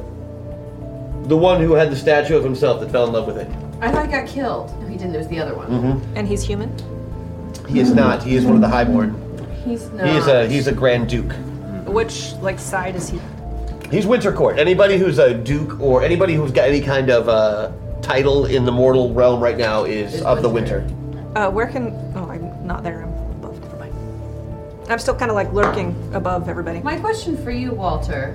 S14: the one who had the statue of himself that fell in love with it.
S4: I thought he got killed. No, he didn't. There's the other one.
S14: Mm-hmm.
S9: And he's human?
S14: He is not. He is one of the Highborn.
S9: He's
S14: He is a he's a Grand Duke.
S9: Which, like, side is he?
S14: He's Winter Court. Anybody who's a duke or anybody who's got any kind of uh, title in the mortal realm right now is of the Winter.
S9: Uh, where can. Oh, I'm not there. I'm above. Never mind. I'm still kind of, like, lurking above everybody.
S4: My question for you, Walter.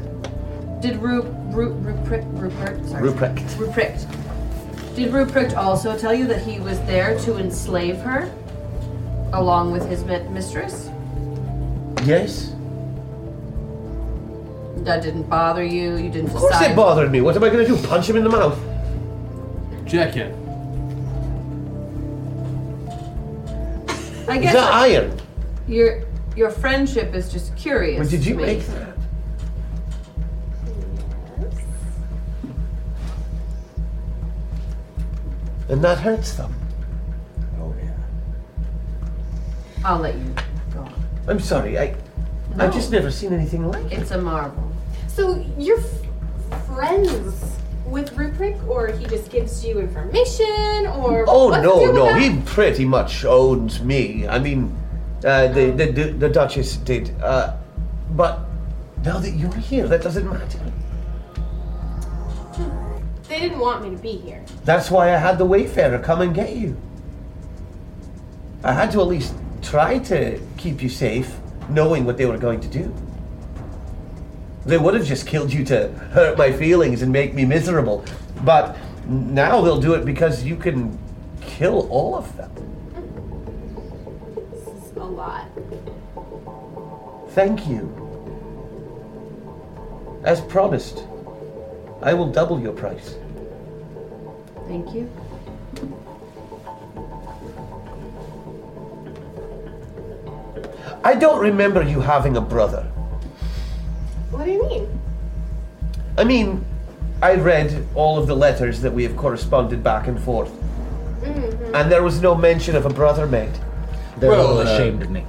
S4: Did Ru- Ru- Ruprecht, Rupert, sorry.
S14: Ruprecht.
S4: Ruprecht. Did Ruprecht also tell you that he was there to enslave her along with his mi- mistress?
S14: Yes.
S4: That didn't bother you. You didn't
S14: Of course
S4: decide.
S14: it bothered me. What am I going to do? Punch him in the mouth?
S1: Jack in.
S4: I guess
S14: Is that
S4: I-
S14: iron?
S4: Your your friendship is just curious.
S14: But did you
S4: to me.
S14: make that? And that hurts them. Oh yeah.
S4: I'll let you go.
S14: I'm sorry. I
S4: No.
S14: I've just never seen anything like it.
S4: It's a marvel.
S8: So you're f- friends with Rubric, or he just gives you information, or
S14: Oh
S8: what's the
S14: no,
S8: deal with
S14: no,
S8: that?
S14: he pretty much owns me. I mean, uh, the, the the the Duchess did, uh, but now that you're here, that doesn't matter.
S8: They didn't want me to be here.
S14: That's why I had the Wayfarer come and get you. I had to at least try to keep you safe, knowing what they were going to do. They would have just killed you to hurt my feelings and make me miserable, but now they'll do it because you can kill all of them.
S8: This is a lot.
S14: Thank you. As promised, I will double your price.
S4: Thank you.
S3: I don't remember you having a brother.
S8: What do you mean?
S3: I mean, I read all of the letters that we have corresponded back and forth,
S8: Mm-hmm.
S3: and there was no mention of a brother made. They're
S1: Well,
S3: all
S1: uh,
S3: ashamed of me.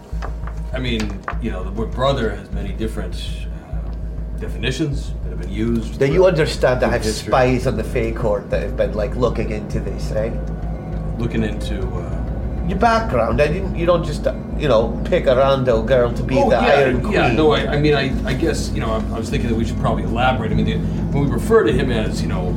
S1: I mean, you know, the word brother has many different uh, definitions that have been used.
S3: Now you understand I have
S1: History.
S3: spies on the Feycourt that have been like looking into this, right?
S1: Looking into uh,
S3: Your background, I didn't. You don't just, uh, you know, pick a rando girl to be
S1: Oh,
S3: the
S1: yeah,
S3: Iron Queen.
S1: Yeah, no, I, I mean, I, I guess, you know, I, I was thinking that we should probably elaborate. I mean, the, when we refer to him as, you know,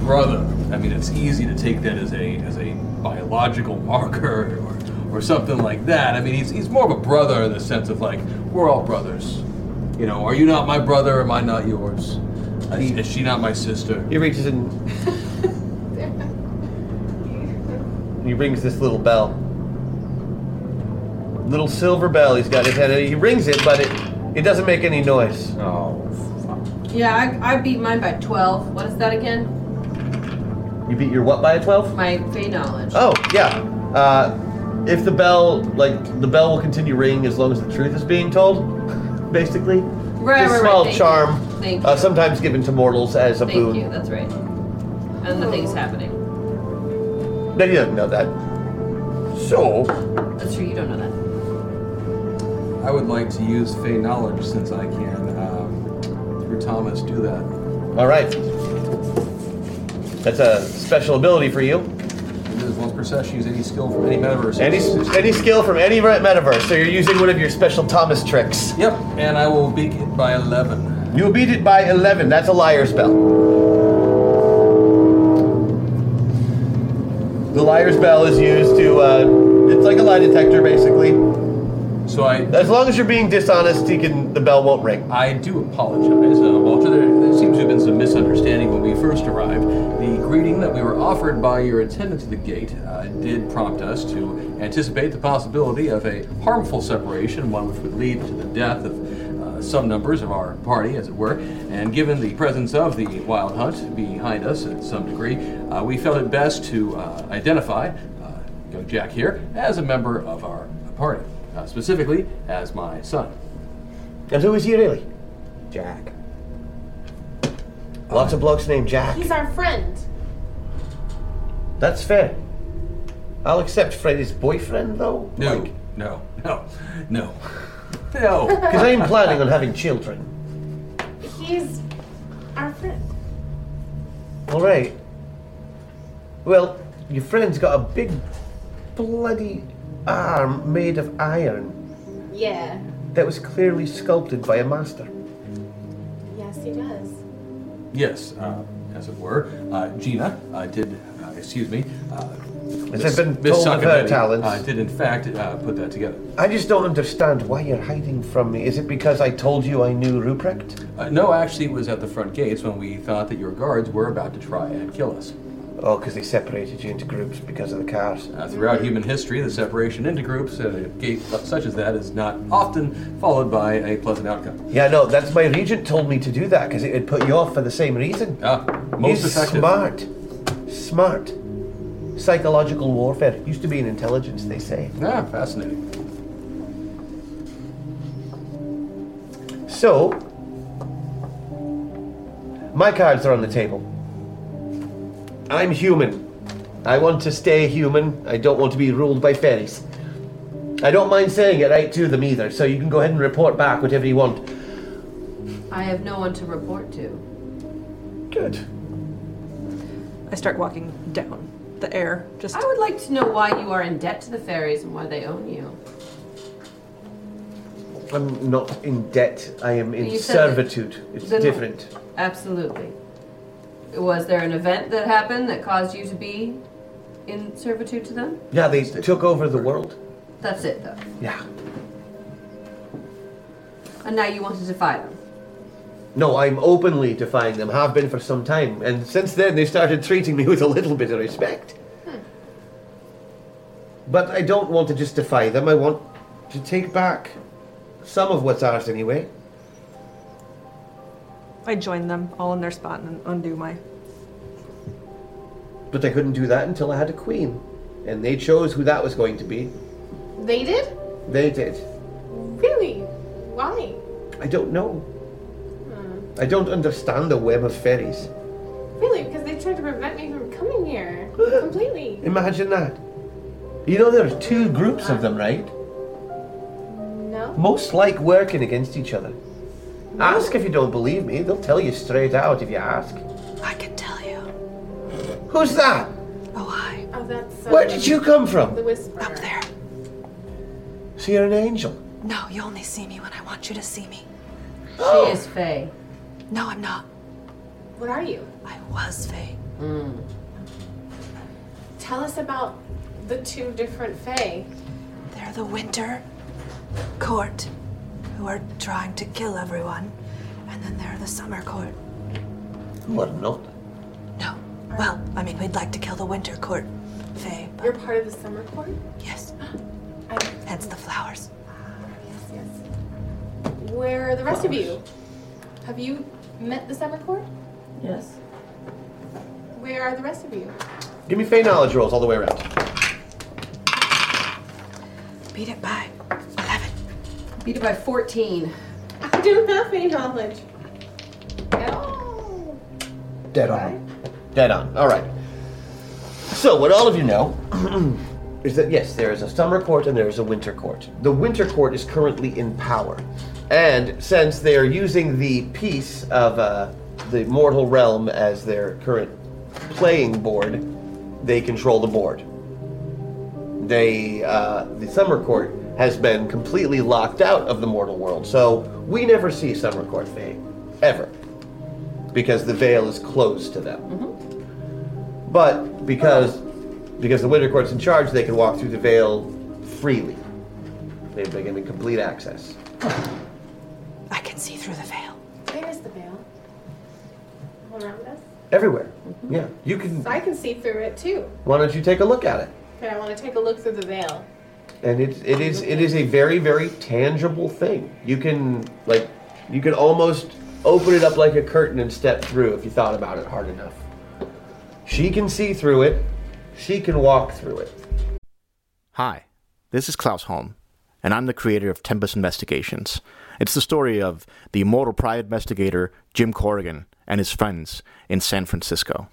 S1: brother, I mean, it's easy to take that as a as a biological marker or, or something like that. I mean, he's, he's more of a brother in the sense of, like, we're all brothers. You know, are you not my brother? Am I not yours? Is, is she not my sister?
S3: He reaches in. He rings this little bell. Little silver bell he's got in his hand. and He rings it, but it, it doesn't make any noise. Oh.
S4: Yeah, I, I beat mine by 12. What is that again?
S3: You beat your what by a 12?
S4: My fey knowledge.
S3: Oh, yeah. Uh, if the bell, like, the bell will continue ringing as long as the truth is being told, basically.
S4: Right,
S3: This
S4: right, right,
S3: small
S4: thank you,
S3: charm,
S4: thank
S3: Uh,
S4: you.
S3: sometimes given to mortals as a
S4: Thank
S3: boon.
S4: you, that's right. And the thing's happening.
S3: Then he doesn't know that. So,
S4: That's true, you don't know that.
S1: I would like to use Fey knowledge since I can, um, through Thomas, do that.
S3: All right. That's a special ability for you.
S1: It is once per session, use any skill from any metaverse.
S3: Any any skill from any re- metaverse. So you're using one of your special Thomas tricks.
S1: Yep, and I will beat it by 11.
S3: You'll beat it by 11. That's a liar spell. The liar's bell is used to. Uh, it's like a lie detector, basically.
S1: So I.
S3: As long as you're being dishonest, he can. The bell won't ring.
S1: I do apologize, uh, Walter. There, there seems to have been some misunderstanding when we first arrived. The greeting that we were offered by your attendant to the gate uh, did prompt us to anticipate the possibility of a harmful separation, one which would lead to the death of uh, some numbers of our party, as it were. And given the presence of the wild hunt behind us at some degree, uh, we felt it best to uh, identify uh, young Jack here as a member of our party, uh, specifically as my son.
S3: And who is he really? Jack. Lots of blokes named Jack.
S8: He's our friend.
S3: That's fair. I'll accept Freddy's boyfriend, though.
S1: No, no, no, no, no.
S3: Because I'm planning on having children.
S8: He's our friend.
S3: All right. Well, your friend's got a big bloody arm made of iron
S8: Yeah.
S3: that was clearly sculpted by a master.
S8: Yes, he does.
S1: Yes, uh, as it were. Uh, Gina uh, did, uh, excuse me. Uh,
S3: Has
S1: Miss-
S3: it been
S1: Miss
S3: told of her
S1: Sakabetti,
S3: talents?
S1: Uh, did in fact uh, put that together.
S3: I just don't understand why you're hiding from me. Is it because I told you I knew Ruprecht?
S1: Uh, no, actually, it was at the front gates when we thought that your guards were about to try and kill us.
S3: Oh, because they separated you into groups because of the cars.
S1: Uh, throughout human history, the separation into groups at a gate uh, such as that is not often followed by a pleasant outcome.
S3: Yeah, no, that's my regent told me to do that because it would put you off for the same reason.
S1: Ah, most
S3: He's
S1: effective.
S3: smart. Smart. Psychological warfare. Used to be an intelligence, they say.
S1: Ah, fascinating.
S3: So, my cards are on the table. I'm human. I want to stay human. I don't want to be ruled by fairies. I don't mind saying it right to them either, so you can go ahead and report back whatever you want.
S4: I have no one to report to.
S3: Good.
S9: I start walking down the air. Just
S4: I would like to know why you are in debt to the fairies and why they own you.
S3: I'm not in debt, I am in
S4: You said that-
S3: servitude. It's
S4: then-
S3: different.
S4: Absolutely. Was there an event that happened that caused you to be in servitude to them?
S3: Yeah, they took over the world.
S4: That's it, though.
S3: Yeah.
S4: And now you want to defy them.
S3: No, I'm openly defying them, have been for some time, and since then they started treating me with a little bit of respect. But I don't want to just defy them, I want to take back some of what's ours anyway.
S9: I join them all in their spot and undo my.
S3: But they couldn't do that until I had a queen. And they chose who that was going to be.
S8: They did?
S3: They did.
S8: Really? Why?
S3: I don't know. I don't understand the web of fairies.
S8: Really? Because they tried to prevent me from coming here completely.
S3: Imagine that. You know, there's two groups of them, right?
S8: No.
S3: Most like working against each other. Ask if you don't believe me. They'll tell you straight out if you ask.
S8: I can tell you.
S3: Who's that?
S8: Oh, hi. Oh, that's.
S3: Where did you come from?
S8: The whisper. Up there.
S3: So you're an angel.
S16: No, you only see me when I want you to see me.
S4: She is Faye.
S16: No, I'm not.
S8: What are you?
S16: I was Faye.
S4: Mm,
S8: Tell us about the two different Fae.
S16: They're the Winter Court, who are trying to kill everyone, and then they're the Summer Court.
S3: What not?
S16: Well, I mean, we'd like to kill the Winter Court Fae.
S8: You're part of the summer court?
S16: Yes.
S8: I,
S16: Hence the flowers.
S8: yes, yes. Where are the rest of you? Have you met the summer court?
S4: Yes.
S8: Where are the rest of you?
S3: Give me Fey knowledge rolls all the way around.
S16: Beat it by 11.
S4: Beat it by 14.
S8: I don't have any knowledge.
S3: Dead on. Dead on. All right. So, what all of you know is that yes, there is a summer court and there is a winter court. The winter court is currently in power. And since they are using the peace of uh, the mortal realm as their current playing board, they control the board. They, uh, the summer court has been completely locked out of the mortal world. So, we never see summer court Fae, ever. Because the veil is closed to them. But because because the Winter Court's in charge, they can walk through the veil freely. They they give me complete access.
S16: I can see through the veil.
S8: Where is the veil? All Around us?
S3: Everywhere. Yeah. You can
S8: So I can see through it too.
S3: why don't you take a look at it?
S8: Okay, I want to take a look through the veil.
S3: And it, it is it is a very, very tangible thing. You can like you can almost open it up like a curtain and step through if you thought about it hard enough. She can see through it. She can walk through it.
S11: Hi, this is Klaus Holm, and I'm the creator of Tempest Investigations. It's the story of the immortal pride investigator Jim Corrigan and his friends in San Francisco.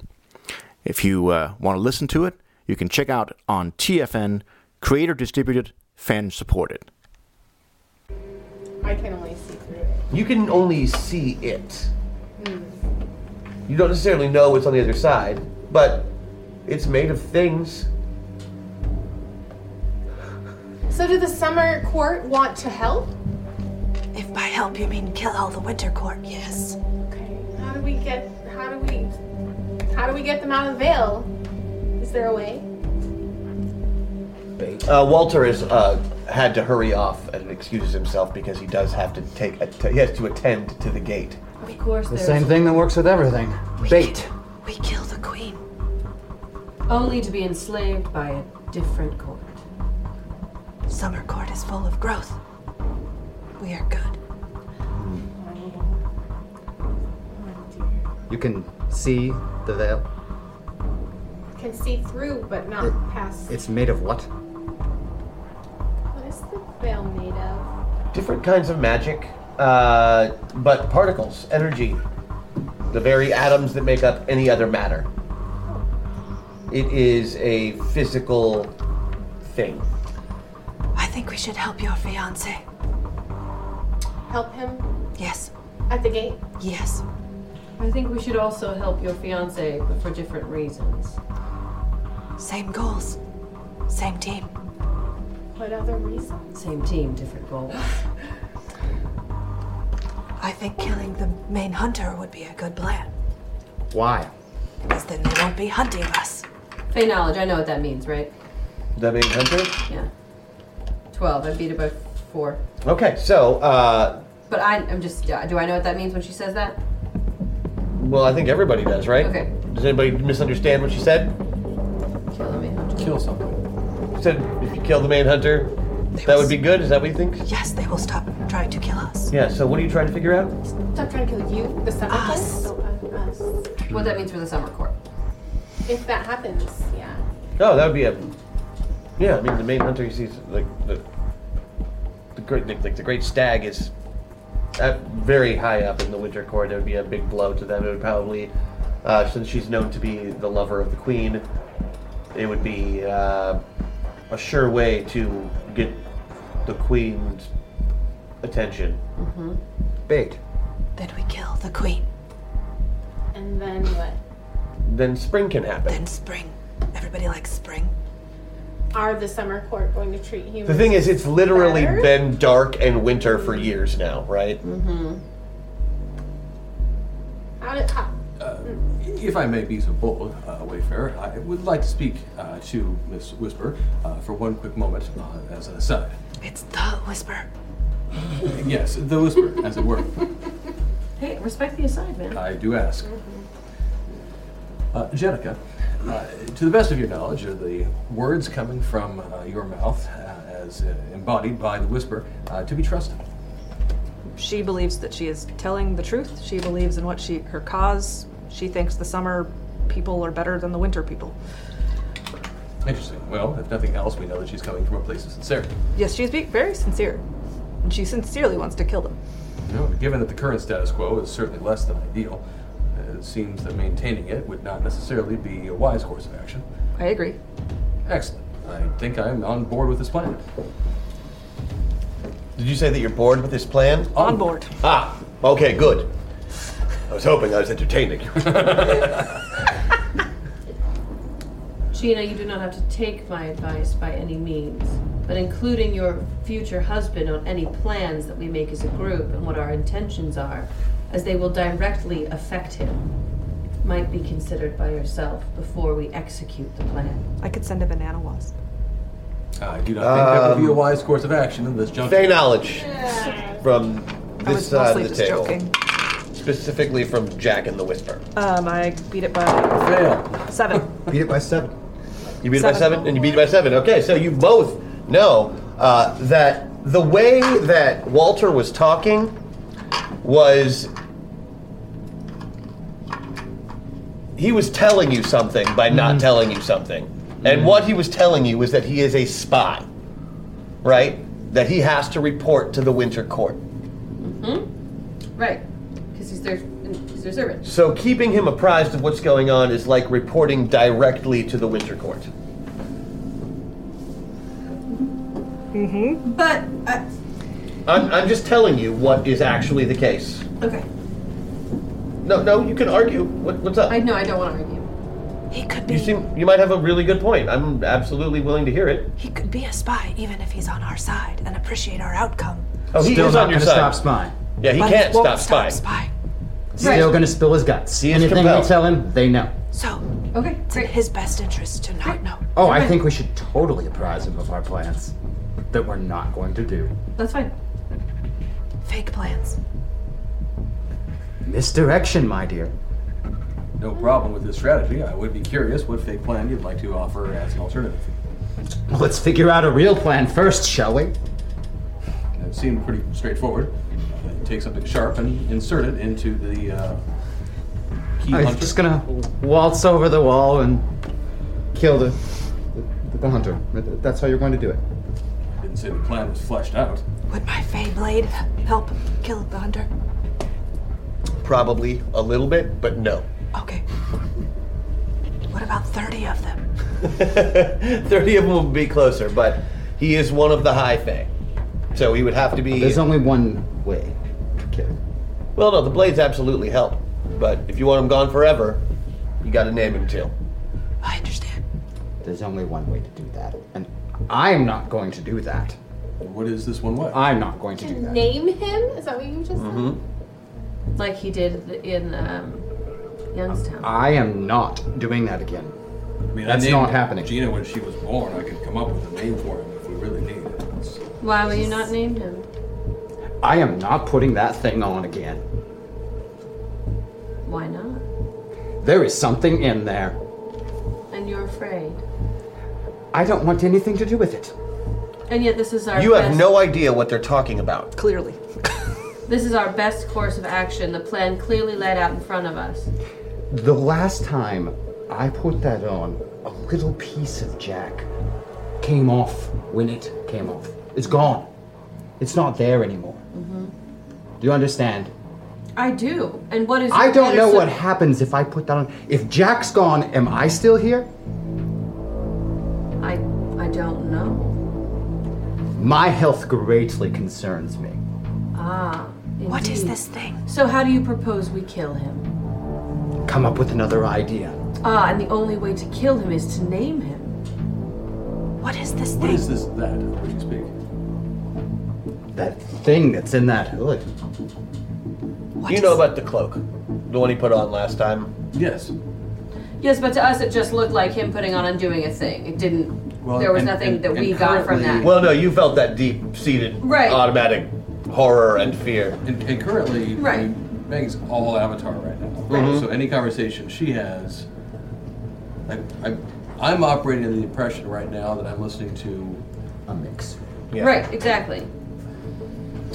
S11: If you uh, want to listen to it, you can check out on TFN, creator distributed, fan supported.
S8: I can only see through it. Hmm.
S3: You can only see it. You don't necessarily know what's on the other side, but it's made of things.
S8: So, do the summer court want to help?
S16: If by help you mean kill all the Winter Court, yes.
S8: How do we get? How do we? How do we get them out of the veil? Is there a way?
S3: Uh, Walter has uh, had to hurry off and excuses himself because he does have to take a he has to attend to the gate.
S4: Of course,
S10: The
S4: there's
S10: same thing that works with everything. Bait.
S4: We kill the queen. Only to be enslaved by a different court.
S16: Summer Court is full of growth. We are good.
S10: You can see the veil.
S8: Can see through, but not
S10: It-
S8: past.
S10: It's made of what?
S8: What is the veil made of?
S3: Different kinds of magic, uh, but particles, energy, the very atoms that make up any other matter. It is a physical thing.
S16: I think we should help your fiance.
S8: Help him
S16: Yes.
S8: at the gate.
S16: Yes.
S4: I think we should also help your fiance, but for different reasons.
S16: Same goals. Same team.
S8: What other reason?
S4: Same team, different goals.
S16: I think killing the main hunter would be a good plan,
S10: Why?
S16: because then they won't be hunting us.
S4: Fey knowledge, I know what that means, right?
S3: The main hunter.
S4: Yeah. 12. I beat it by 4.
S3: Okay, so uh,
S4: But I, I'm just. Do I know what that means when she says that?
S3: Well, I think everybody does, right?
S4: Okay.
S3: Does anybody misunderstand what she said?
S4: Kill the main hunter.
S3: Kill something. She said if you kill the manhunter, that would be good. Is that what you think?
S16: Yes, they will stop trying to kill us.
S3: Yeah. So what are you trying to figure out?
S8: Stop trying to kill you. The summer court. Oh, uh, us.
S4: What that means for the summer court.
S8: If that happens, yeah.
S3: No, Oh, that would be a. Yeah, I mean the main hunter he sees like the the great like the great stag is at very high up in the winter court. That would be a big blow to them. It would probably, uh, since she's known to be the lover of the queen, it would be uh, a sure way to get the queen's attention.
S16: Mm-hmm.
S3: Bait.
S16: Then we kill the queen.
S8: And then what?
S3: Then spring can happen.
S16: Then spring. Everybody likes spring.
S8: Are the summer court going to treat humans?
S3: The thing is, it's literally been dark and winter for years now, right?
S8: Mm-hmm. How did how,
S1: If I may be so bold, uh, Wayfarer, I would like to speak uh, to Miss Whisper uh, for one quick moment uh, as an aside.
S16: It's the whisper.
S1: yes, the Whisper, as it were. Uh,
S4: Hey, respect the aside, man.
S1: I do ask. Uh, Jenica, uh, to the best of your knowledge, are the words coming from uh, your mouth uh, as uh, embodied by the whisper uh, to be trusted?
S9: She believes that she is telling the truth. She believes in what she her cause. She thinks the summer people are better than the winter people.
S1: Interesting. Well, if nothing else, we know that she's coming from a place of sincerity.
S9: Yes, she's be- very sincere, and she sincerely wants to kill them.
S1: You know, given that the current status quo is certainly less than ideal, uh, it seems that maintaining it would not necessarily be a wise course of action.
S9: I agree.
S1: Excellent. I think I'm on board with this plan.
S3: Did you say that you're bored with this plan?
S9: On board.
S3: Ah, okay, good. I was hoping I was entertaining.
S4: Gina, you do not have to take my advice by any means, but including your future husband on any plans that we make as a group and what our intentions are, as they will directly affect him, might be considered by yourself before we execute the plan.
S9: I could send a banana wasp.
S1: Uh, I do not think that would be a
S3: Um,
S1: wise course of action in this juncture.
S3: Fair knowledge from
S9: I
S3: this
S9: was
S3: side
S9: mostly
S3: of the
S9: just
S3: table,
S9: joking.
S3: specifically from Jack and the Whisper.
S9: Um, I beat it by
S3: Fail.
S9: seven.
S3: Beat it by seven. You beat it by
S9: Seven.
S3: seven, and you beat it by seven. Okay, so you both know uh, that the way that Walter was talking was he was telling you something by not telling you something, and what he was telling you was that he is a spy, right? That he has to report to the Winter Court.
S4: Mm-hmm. Right, because he's their, he's their servant.
S3: So keeping him apprised of what's going on is like reporting directly to the Winter Court.
S9: Mm-hmm.
S4: But uh,
S3: I'm, I'm just telling you what is actually the case.
S4: okay,
S3: No, no, you can argue. What, what's up?
S4: I know I don't want to argue.
S16: He could be.
S3: You seem you might have a really good point. I'm absolutely willing to hear it.
S16: He could be a spy, even if he's on our side, and appreciate our outcome.
S3: Oh, he
S10: Still
S3: is
S10: not
S3: on your
S10: gonna stop
S3: side.
S10: spy.
S3: Yeah, he
S16: But
S3: can't
S16: won't
S3: stop, spy.
S10: Still gonna spill his guts.
S3: He is
S10: Anything
S3: compelled.
S10: we tell him, they know.
S16: So,
S4: okay,
S16: it's in his best interest to not know.
S10: Oh, I think we should totally apprise him of our plans that we're not going to do.
S4: That's fine.
S16: Fake plans.
S10: Misdirection, my dear.
S1: No problem with this strategy. I would be curious what fake plan you'd like to offer as an alternative.
S10: Let's figure out a real plan first, shall we?
S1: It seemed pretty straightforward. Uh, Take something sharp and insert it into the uh, key
S10: I'm
S1: hunter.
S10: just gonna waltz over the wall and kill the, the, the hunter. That's how you're going to do it.
S1: Didn't say the plan was fleshed out.
S16: Would my Fey blade help kill the hunter?
S3: Probably a little bit, but no.
S16: Okay. What about 30 of them?
S3: Thirty of them will be closer, but he is one of the high fae, so he would have to be.
S10: There's only one way.
S3: Well, no, the blades absolutely help, but if you want him gone forever, you got to name him too.
S10: There's only one way to do that, and I'm not going to do that.
S1: What is this one way?
S10: I'm not going to do that.
S8: Name him? Is that what you just
S10: Mm-hmm.
S8: said?
S4: Mm-hmm. Like he did in um, Youngstown.
S10: I am not doing that again.
S1: I mean, I
S10: That's
S1: named
S10: not happening.
S1: Gina when she was born. I could come up with a name for him if we really need it. It's-
S4: Why will you not name him?
S10: I am not putting that thing on again.
S4: Why not?
S10: There is something in there.
S4: And you're afraid.
S10: I don't want anything to do with it.
S4: And yet this is our
S3: You have
S4: best-
S3: no idea what they're talking about.
S9: Clearly.
S4: This is our best course of action. The plan clearly laid out in front of us.
S10: The last time
S13: I put that on. A little piece of Jack came off when it came off. It's gone. It's not there anymore.
S4: Mm-hmm.
S13: Do you understand?
S4: I do. And what is?
S13: I
S4: your
S13: don't
S4: better
S13: know
S4: sub-
S13: what happens if I put that on. If Jack's gone, am I still here?
S4: I I don't know.
S13: My health greatly concerns me.
S4: Ah.
S16: What is
S4: indeed.
S16: this thing?
S4: So how do you propose we kill him?
S13: Come up with another idea.
S4: Ah, and the only way to kill him is to name him.
S16: What is this
S1: What is this that when you speak?
S13: That thing that's in that hood.
S3: Do you know about the cloak? The one he put on last time?
S1: Yes.
S4: Yes, but to us it just looked like him putting on and doing a thing. It didn't. there was nothing that we got from that.
S3: Well, no, you felt that deep seated
S4: Right.
S3: automatic horror and fear.
S1: And, and currently, I
S4: Right.
S1: mean, Meg's all avatar right Mm-hmm. now.
S3: Mhm.
S1: So any conversation she has, I, I, I'm operating in the impression right now that I'm listening to a mix.
S4: Right, exactly.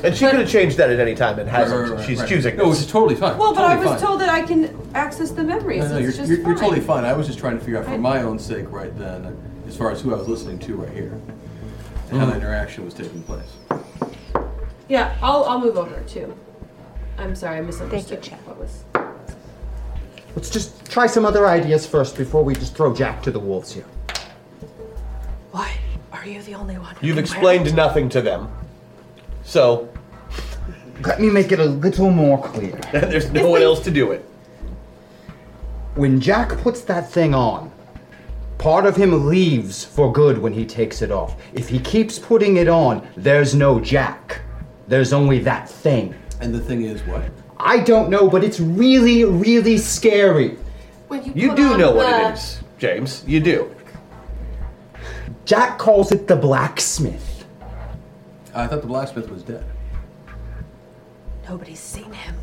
S3: And she could have changed that at any time and hasn't.
S1: Right, right, right,
S3: She's
S1: right.
S3: choosing.
S1: No, which is totally fine.
S4: Well, but I
S1: Totally
S4: was
S1: fine.
S4: told that I can access the memories.
S1: No, no, you're,
S4: it's just
S1: you're, you're
S4: fine.
S1: totally fine. I was just trying to figure out for
S4: I-
S1: my own sake right then, as far as who I was listening to right here, and how the
S3: Hmm.
S1: interaction was taking place.
S4: Yeah, I'll I'll move over too. I'm sorry, I misunderstood. Thank you, What was?
S13: Let's just try some other ideas first before we just throw Jack to the wolves here.
S16: Why are you the only one?
S3: You've explained nothing to them. So,
S13: Let me make it a little more clear.
S3: There's no one else to do it.
S13: When Jack puts that thing on, part of him leaves for good when he takes it off. If he keeps putting it on, there's no Jack. There's only that thing.
S1: And the thing is what?
S13: I don't know, but it's really, really scary.
S4: When you
S3: You
S13: put
S3: do
S13: on
S3: know what
S13: the-
S3: it is, James. You do.
S13: Jack calls it the blacksmith.
S1: I thought the blacksmith was dead.
S16: Nobody's seen him.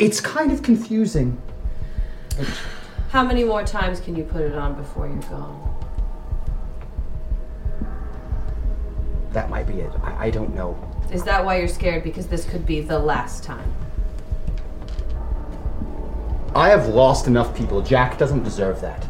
S13: It's kind of confusing.
S4: How many more times can you put it on before you're gone?
S13: That might be it. I, I don't know.
S4: Is that why you're scared? Because this could be the last time.
S13: I have lost enough people. Jack doesn't deserve that.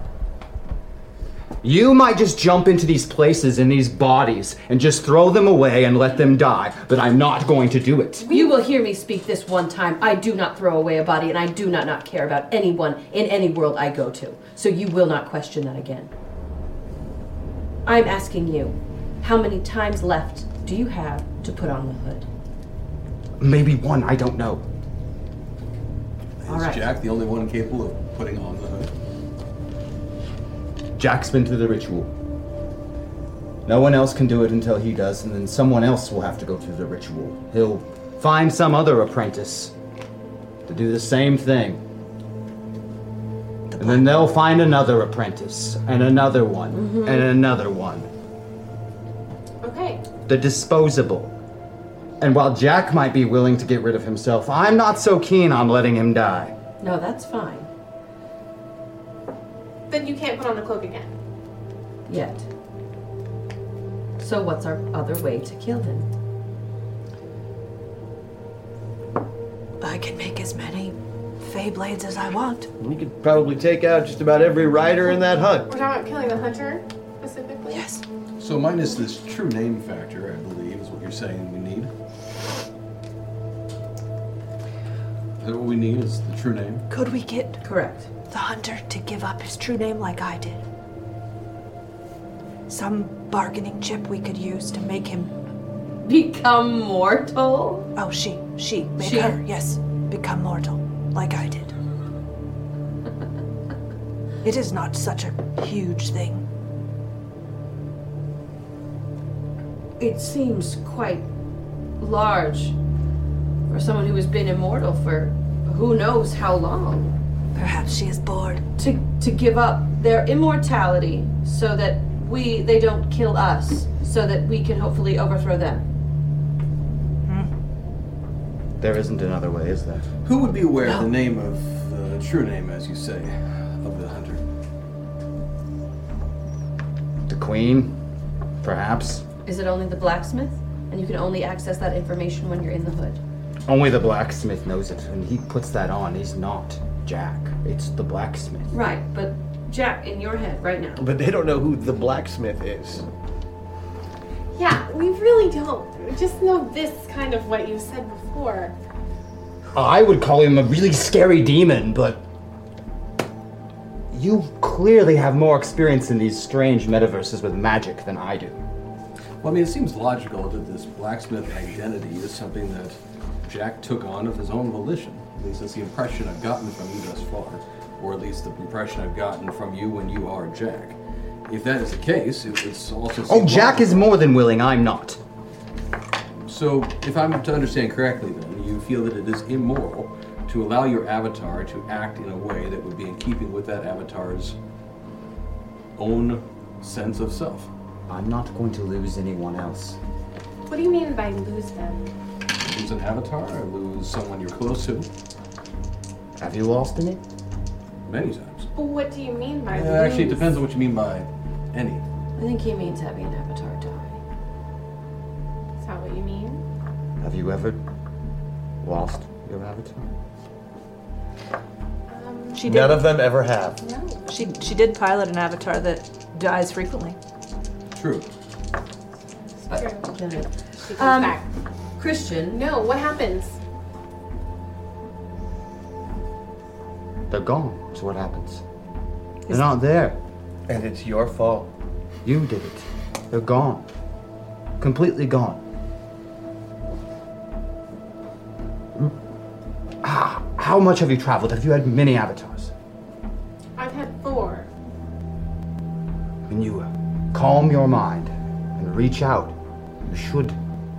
S13: You might just jump into these places and these bodies and just throw them away and let them die, but I'm not going to do it.
S4: You will hear me speak this one time. I do not throw away a body, and I do not not care about anyone in any world I go to. So you will not question that again. I'm asking you, how many times left do you have to put on the hood?
S13: Maybe one, I don't know.
S1: Is
S4: right.
S1: Jack the only one capable of putting on the hood?
S13: Jack's been through the ritual. No one else can do it until he does, and then someone else will have to go through the ritual. He'll find some other apprentice to do the same thing. And then they'll find another apprentice, and another one,
S4: Mhm.
S13: and another one.
S4: Okay.
S13: the disposable. And while Jack might be willing to get rid of himself, I'm not so keen on letting him die.
S4: No, that's fine.
S8: Then you can't put on the cloak again.
S4: Yet. So what's our other way to kill him?
S16: I can make as many Fey blades as I want.
S3: You could probably take out just about every rider in that hunt.
S8: We're talking about killing the hunter specifically? Yes.
S1: So minus this true name factor, I believe, is what you're saying we need. Is that what we need is the true name?
S16: Could we get
S4: correct
S16: the hunter to give up his true name like I did? Some bargaining chip we could use to make him
S4: become mortal.
S16: Oh, she, she, make
S4: She-
S16: her, yes, become mortal like I did. it is not such a huge thing.
S4: It seems quite large for someone who has been immortal for who knows how long.
S16: Perhaps she is bored.
S4: To to give up their immortality so that we they don't kill us, so that we can hopefully overthrow them. Hmm.
S13: There isn't another way, is there?
S1: Who would be aware of the name of the true name, as you say, of the hunter?
S13: The queen? Perhaps.
S4: Is it only the blacksmith? And you can only access that information when you're in the hood.
S13: Only the blacksmith knows it, and he puts that on. He's not Jack, it's the blacksmith.
S4: Right, but Jack, in your head right now.
S3: But they don't know who the blacksmith is.
S8: Yeah, we really don't. We just know this kind of what you said before.
S13: I would call him a really scary demon, but you clearly have more experience in these strange metaverses with magic than I do.
S1: Well, I mean, it seems logical that this blacksmith identity is something that Jack took on of his own volition. At least that's the impression I've gotten from you thus far, or at least the impression I've gotten from you when you are Jack. If that is the case, it would also.
S13: Oh,
S1: seem
S13: Jack is more than willing. I'm not.
S1: So, if I'm to understand correctly, then you feel that it is immoral to allow your avatar to act in a way that would be in keeping with that avatar's own sense of self.
S17: I'm not going to lose anyone else.
S8: What do you mean by lose them?
S1: Lose an avatar or lose someone you're close to
S17: Have you lost any?
S1: many times.
S8: But what do you mean by
S1: Uh,
S8: lose?
S1: actually, it depends on what you mean by any.
S4: I think he means having an avatar die.
S8: Is that what you mean?
S17: Have you ever lost your avatar?
S9: She did.
S3: None of them ever have.
S9: She she did pilot an avatar that dies frequently.
S1: True.
S3: Uh,
S8: She comes
S4: Um,
S8: back.
S4: Christian.
S8: No, what happens?
S13: They're gone. So what happens? They're not there.
S3: And it's your fault.
S13: You did it. They're gone. Completely gone. Ah, how much have you traveled? Have you had many avatars?
S8: I've had four.
S13: When you uh, calm your mind and reach out, you should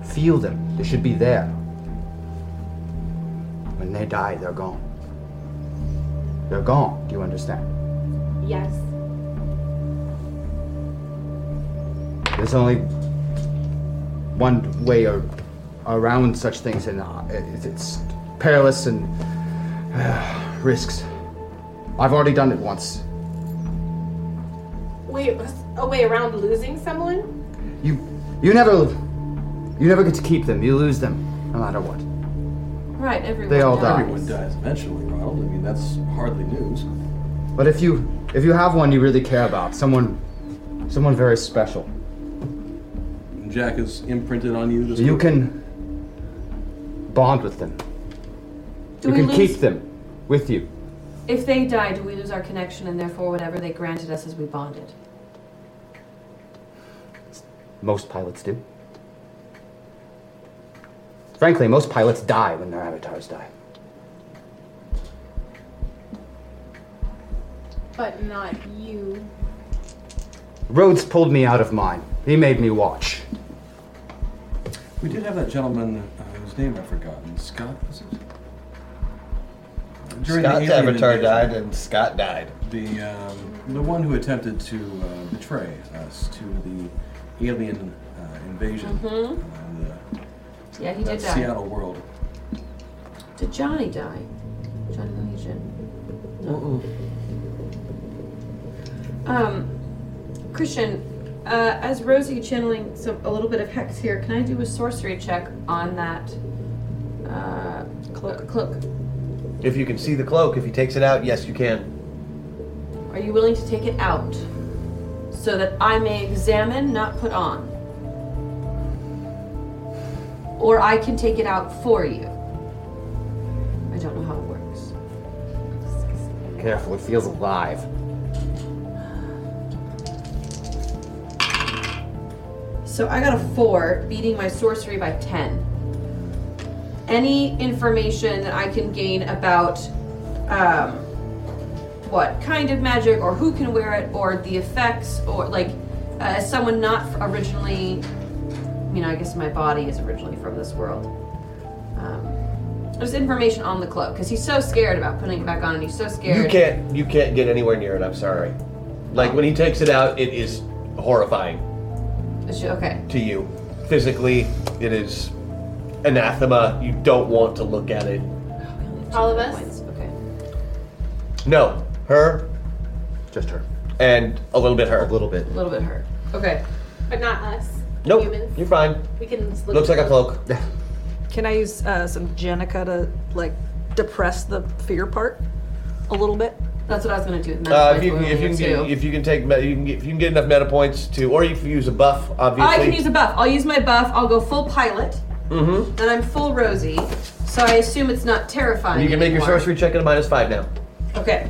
S13: feel them. They should be there. When they die, they're gone. They're gone. Do you understand?
S8: Yes.
S13: There's only one way or around such things, and uh, it- it's perilous and uh, risks. I've already done it once.
S8: Wait, a way around losing someone?
S13: You never, you never get to keep them. You lose them, no matter what.
S4: Right, everyone.
S13: They all die.
S1: Everyone dies eventually, Ronald. I mean, that's hardly news.
S13: But if you, if you have one you really care about, someone, someone very special,
S1: Jack is imprinted on you. This
S13: you can bond with them.
S4: Do
S13: you
S4: we
S13: can
S4: lose-
S13: keep them with you.
S4: If they die, do we lose our connection and therefore whatever they granted us as we bonded?
S13: Most pilots do. Frankly, most pilots die when their avatars die.
S8: But not you.
S13: Rhodes pulled me out of mine. He made me watch.
S1: We did have that gentleman uh, whose name I've forgotten. Scott, was it?
S3: Scott's
S1: alien
S3: avatar
S1: invasion,
S3: died, and Scott died.
S1: The um, the one who attempted to uh, betray us to the alien uh, invasion.
S4: Mm-hmm. Yeah, he
S1: that
S4: did die.
S1: Seattle world.
S4: Did Johnny die? Johnny Legion. Um, Christian, uh, as Rosie channeling some a little bit of hex here, can I do a sorcery check on that uh, cloak? Cloak.
S3: If you can see the cloak, if he takes it out, yes, you can.
S4: Are you willing to take it out so that I may examine, not put on? Or I can take it out for you. I don't know how it works.
S13: Careful, it feels alive.
S4: So I got a four, beating my sorcery by 10. Any information that I can gain about um, what kind of magic or who can wear it or the effects or like uh, as someone not f- originally, you know, I guess my body is originally from this world. Um, there's information on the cloak because he's so scared about putting it back on and he's so scared.
S3: You can't. You can't get anywhere near it. I'm sorry. Like when he takes it out, it is horrifying
S4: Is she- Okay.
S3: to you. Physically, it is anathema. You don't want to look at it.
S8: All of us?
S4: Okay.
S3: No, her,
S13: just her,
S3: and a little bit her. A
S13: little bit.
S4: A little bit her. Okay.
S8: But not us.
S3: Nope.
S8: Humans.
S3: You're fine.
S8: We can just look
S3: Looks like a cloak. Uh,
S9: Can I use uh, some Jenica to like depress the fear part a little bit?
S4: That's what I was gonna do with meta
S3: Uh,
S4: points
S3: if you
S4: when
S3: can,
S4: we
S3: if you can,
S4: were
S3: get,
S4: two.
S3: if you can take, me- you can get, if you can get enough meta points to, or you can use a buff, obviously.
S4: Oh, I can use a buff. I'll use my buff. I'll go full pilot,
S3: Mm-hmm.
S4: and I'm full Rosie, so I assume it's not terrifying.
S3: You can make your
S4: anymore.
S3: sorcery check at a minus five now.
S4: Okay.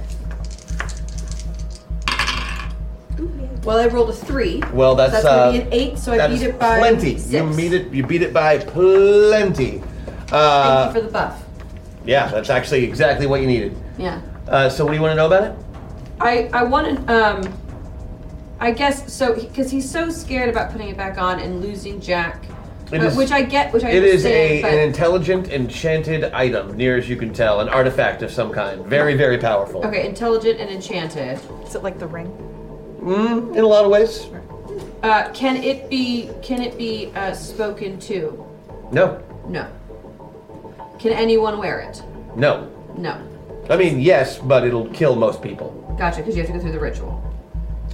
S4: Well, I rolled a three.
S3: Well, that's,
S4: so that's gonna
S3: uh,
S4: be an eight, so I
S3: That
S4: beat
S3: is
S4: it by
S3: plenty.
S4: Six.
S3: You beat it. You beat it by plenty. Uh,
S4: Thank you for the buff.
S3: yeah, that's actually exactly what you needed.
S4: Yeah.
S3: Uh, so, what do you want to know about it?
S4: I I want to um, I guess so because he's so scared about putting it back on and losing Jack,
S3: It
S4: but-
S3: is-
S4: Uh, which I get, which I
S3: It is a,
S4: understand.
S3: an intelligent enchanted item, near as you can tell, an artifact of some kind. Very, very
S4: but,
S3: powerful.
S4: okay, intelligent and enchanted. Is it like the ring?
S3: Mm, in a lot of ways.
S4: Uh, can it be? Can it be uh, spoken to?
S3: No,
S4: No. Can anyone wear it?
S3: no.
S4: No.
S3: I mean, yes, but it'll kill most people.
S4: Gotcha. Because you have to go through the ritual,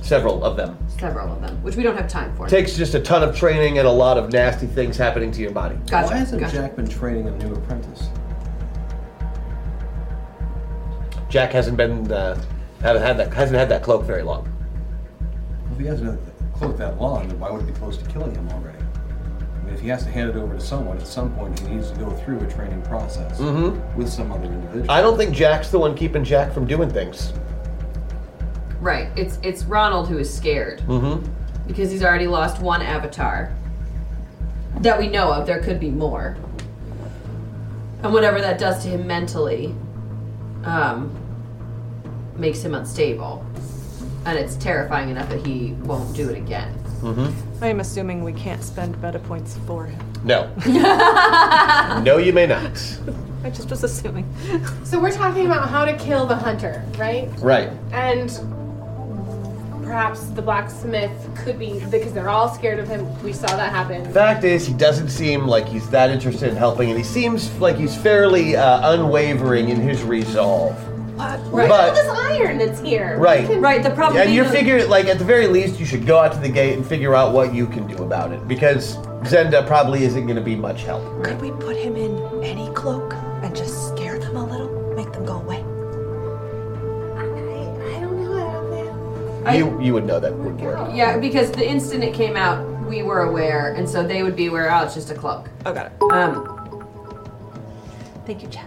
S3: Several of them.
S4: several of them, which we don't have time for.
S3: Takes just a ton of training and a lot of nasty things happening to your body.
S4: Gotcha.
S1: Why hasn't
S4: gotcha.
S1: Jack been training a new apprentice?
S3: Jack hasn't been uh, haven't had that hasn't had that cloak very long.
S1: Well, If he hasn't had the cloak that long, then why would it be close to killing him already? I mean, if he has to hand it over to someone, at some point he needs to go through a training process
S3: Mhm.
S1: with some other individual.
S3: I don't think Jack's the one keeping Jack from doing things.
S4: Right. It's it's Ronald who is scared
S3: Mm-hmm.
S4: because he's already lost one avatar that we know of. There could be more, and whatever that does to him mentally, um, makes him unstable, and it's terrifying enough that he won't do it again.
S3: Mm-hmm.
S9: I am assuming we can't spend meta points for him.
S3: No. no, you may not.
S9: I just was assuming.
S8: So we're talking about how to kill the hunter, right?
S3: Right.
S8: And perhaps the blacksmith could be because they're all scared of him. We saw that happen.
S3: Fact is, he doesn't seem like he's that interested in helping, and he seems like he's fairly uh, unwavering in his resolve.
S8: What?
S3: Right.
S8: Look at
S3: But-
S8: all this iron that's here. We
S3: Right.
S8: can-
S4: Right, the problem
S3: and you
S4: being-
S3: figure, like, at the very least, you should go out to the gate and figure out what you can do about it, because Zenda probably isn't going to be much help.
S16: Could we put him in any cloak and just scare them a little? Make them go away?
S4: I-
S3: you you would know that wouldn't work.
S4: Yeah, because the instant it came out, we were aware, and so they would be aware. Oh, it's just a cloak.
S9: Oh, got it.
S4: Um, thank you, Jack.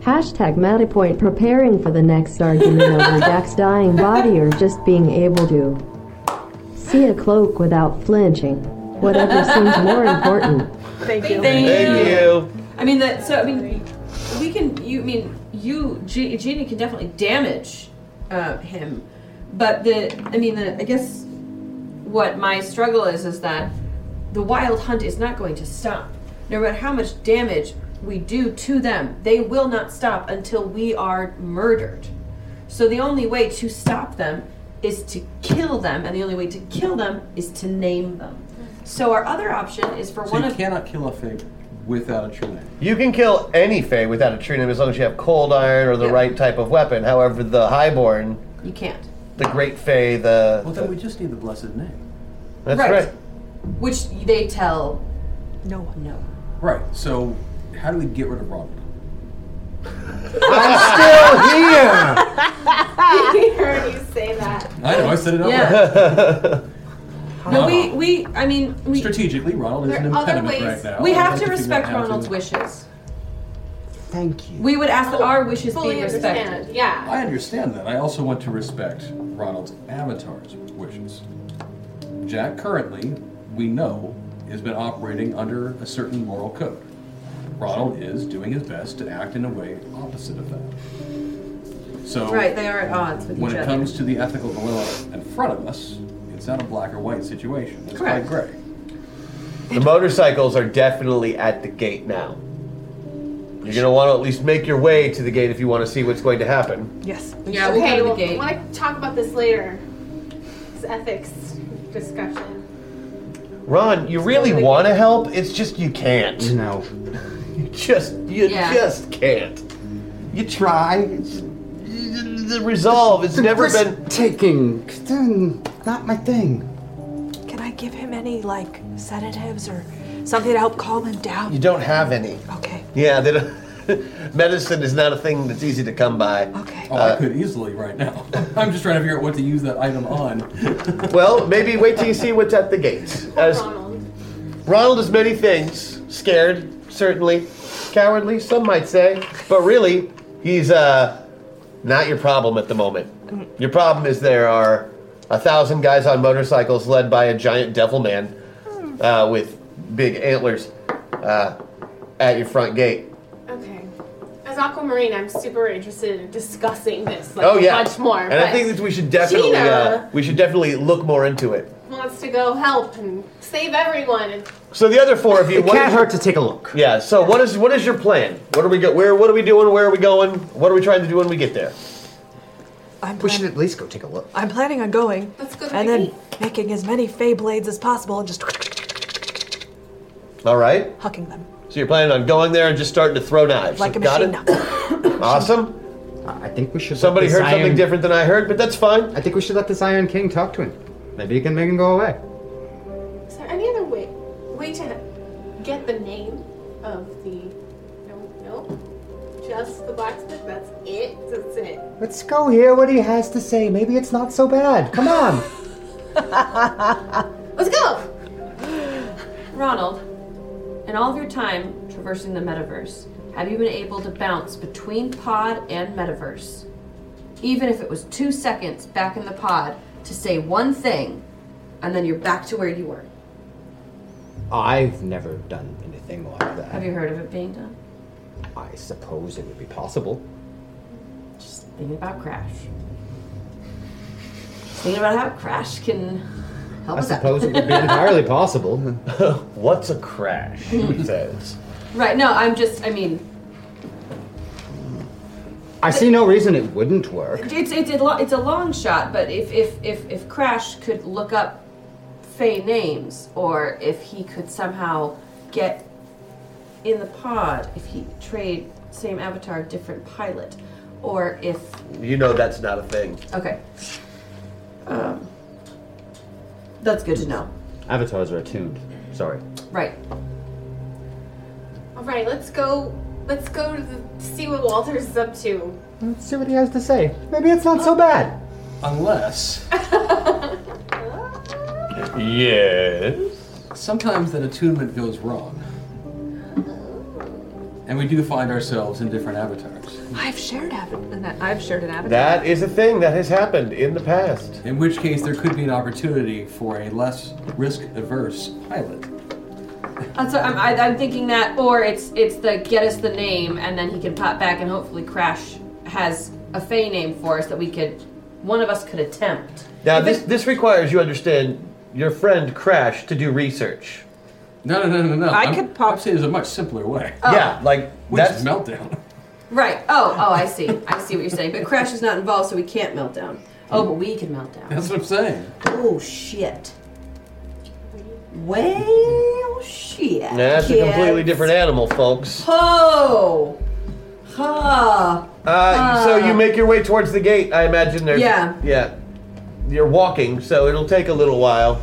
S7: Hashtag Matterpoint preparing for the next argument over Jack's dying body or just being able to see a cloak without flinching. Whatever seems more important.
S9: Thank you.
S4: Thank
S7: Thank
S4: you. I mean that. So I mean, we can. You I mean you? Ge- Genie can definitely damage uh, him, but the. I mean, the. I guess what my struggle is is that the wild hunt is not going to stop. No matter how much damage we do to them, they will not stop until we are murdered. So the only way to stop them is to kill them, and the only way to kill them is to name them. So our other option is for
S1: So
S4: one
S1: you
S4: of
S1: cannot kill a fig without a true name.
S3: You can kill any Fey without a true name as long as you have cold iron or the right type of weapon. However, the Highborn,
S4: You can't.
S3: the Great Fey, the.
S1: Well, then we just need the blessed name.
S3: That's
S4: Right.
S3: right.
S4: Which they tell no one. No.
S1: Right. So, how do we get rid of Ronald?
S8: I'm still here. we heard you say that.
S1: I know. I said it. Up
S3: Yeah.
S4: No, we, we I mean we
S1: Strategically, Ronald is
S4: there
S1: an
S4: are other
S1: impediment
S4: ways.
S1: right now.
S4: we
S1: I'd
S4: have
S1: like
S4: to
S1: figure out
S4: respect
S1: how to-
S4: Ronald's wishes.
S14: Thank you.
S4: We would ask that our wishes
S8: Fully
S4: be
S8: understand.
S4: respected.
S8: Yeah.
S1: I understand that. I also want to respect Ronald's avatar's wishes. Jack currently, we know, has been operating under a certain moral code. Ronald is doing his best to act in a way opposite of that. So
S4: Right, they are at odds with
S1: when
S4: each
S1: it
S4: other.
S1: comes to the ethical dilemma in front of us, it's not a black or white situation. It's quite
S4: Correct.
S1: gray.
S3: The motorcycles are definitely at the gate now. You're gonna want to at least make your way to the gate if you want to see what's going to happen.
S9: Yes.
S4: Yeah, we'll
S8: okay,
S4: go to the
S8: well,
S4: gate.
S8: I want to talk about this later. This ethics discussion.
S3: Ron, you really want to help. It's just you can't. No. You just you
S8: Yeah.
S3: just can't. You try. it's- The resolve. It's never been
S14: taking. Then not my thing.
S16: Can I give him any like sedatives or something to help calm him down?
S3: You don't have any.
S16: Okay.
S3: Yeah, they don't. medicine is not a thing that's easy to come by. Uh, Okay.
S1: Oh, I could easily right now. I'm just trying to figure out what to use that item on.
S3: well, maybe wait till you see what's at the gates. As Ronald. is many things. Scared, certainly. Cowardly, some might say. But really, he's uh, not your problem at the moment. Your problem is there are a thousand guys on motorcycles led by a giant devil man uh, with big antlers uh, at your front gate.
S8: Okay. As Aquamarine, I'm super interested in discussing this like
S3: oh yeah,
S8: much more.
S3: And I
S8: but
S3: think that we should definitely uh,
S8: Gina
S3: we should definitely look more into it.
S8: wants to go help and save everyone. And
S3: So the other four of you,
S8: It
S3: what
S8: can't
S3: hurt
S13: to take a look.
S3: Yeah. So what is what is your plan? What are we go? Where what are we doing? Where are we going? What are we trying to do when we get there?
S13: we should at least go take a look.
S16: I'm planning on going. and then making as many fey blades as possible and just
S3: All right.
S16: hucking them.
S3: So you're planning on going there and just starting to throw knives.
S16: Like a
S3: Got
S16: machine
S3: it? Awesome.
S13: I think we should. let
S3: Somebody
S13: this
S3: heard something
S13: iron-
S3: different than I heard, but that's fine.
S13: I think we should let this Iron King talk to him. Maybe he can make him go away.
S8: is there any other way way to get the name of the no no just the blacksmith? That's it. That's it.
S13: Let's go hear what he has to say. Maybe it's not so bad. Come on.
S8: Let's go!
S4: Ronald, in all of your time traversing the metaverse, have you been able to bounce between pod and metaverse? Even if it was two seconds back in the pod to say one thing, and then you're back to where you were.
S13: I've never done anything like that.
S4: Have you heard of it being done?
S13: I suppose it would be possible.
S4: Just thinking about Crash. Just thinking about how Crash can help
S13: I
S4: us out.
S13: suppose it would be entirely possible. Hmm.
S3: What's a crash? He says.
S4: Right, no, I'm just, I mean,
S13: I see no reason it wouldn't work.
S4: It's it's a, lo- it's a long shot, but if if if if Crash could look up Fey names, or if he could somehow get in the pod, if he trade same avatar, different pilot, or if
S3: You know that's not a thing.
S4: okay, um, that's good to know.
S13: Avatars are attuned. Sorry.
S4: Right.
S8: All right, let's go. Let's go to the, see what Walter's up to.
S13: Let's see what he has to say. Maybe it's not so bad.
S1: Unless.
S3: yes.
S1: Sometimes that attunement goes wrong. And we do find ourselves in different avatars.
S9: I've shared an I've shared an avatar.
S3: That is a thing that has happened in the past.
S1: In which case, there could be an opportunity for a less risk averse pilot.
S4: That's what I'm, I, I'm thinking that, or it's it's the get us the name, and then he can pop back, and hopefully Crash has a Fey name for us that we could, one of us could attempt.
S3: Now this this requires you understand your friend Crash to do research.
S1: No, no, no, no, no.
S4: I
S1: could pop. I'd say there's a much simpler way.
S4: Oh.
S3: Yeah, like
S1: that's meltdown.
S4: Right. Oh, oh, I see. I see what you're saying. But Crash is not involved, so we can't melt down. Oh, but we can melt down.
S1: That's what I'm saying.
S4: Oh shit. Well, shit.
S3: That's a
S4: kids.
S3: completely different animal, folks.
S4: Ho. Ha.
S3: Uh, so you make your way towards the gate. I imagine there's
S4: Yeah.
S3: yeah. You're walking, so it'll take a little while.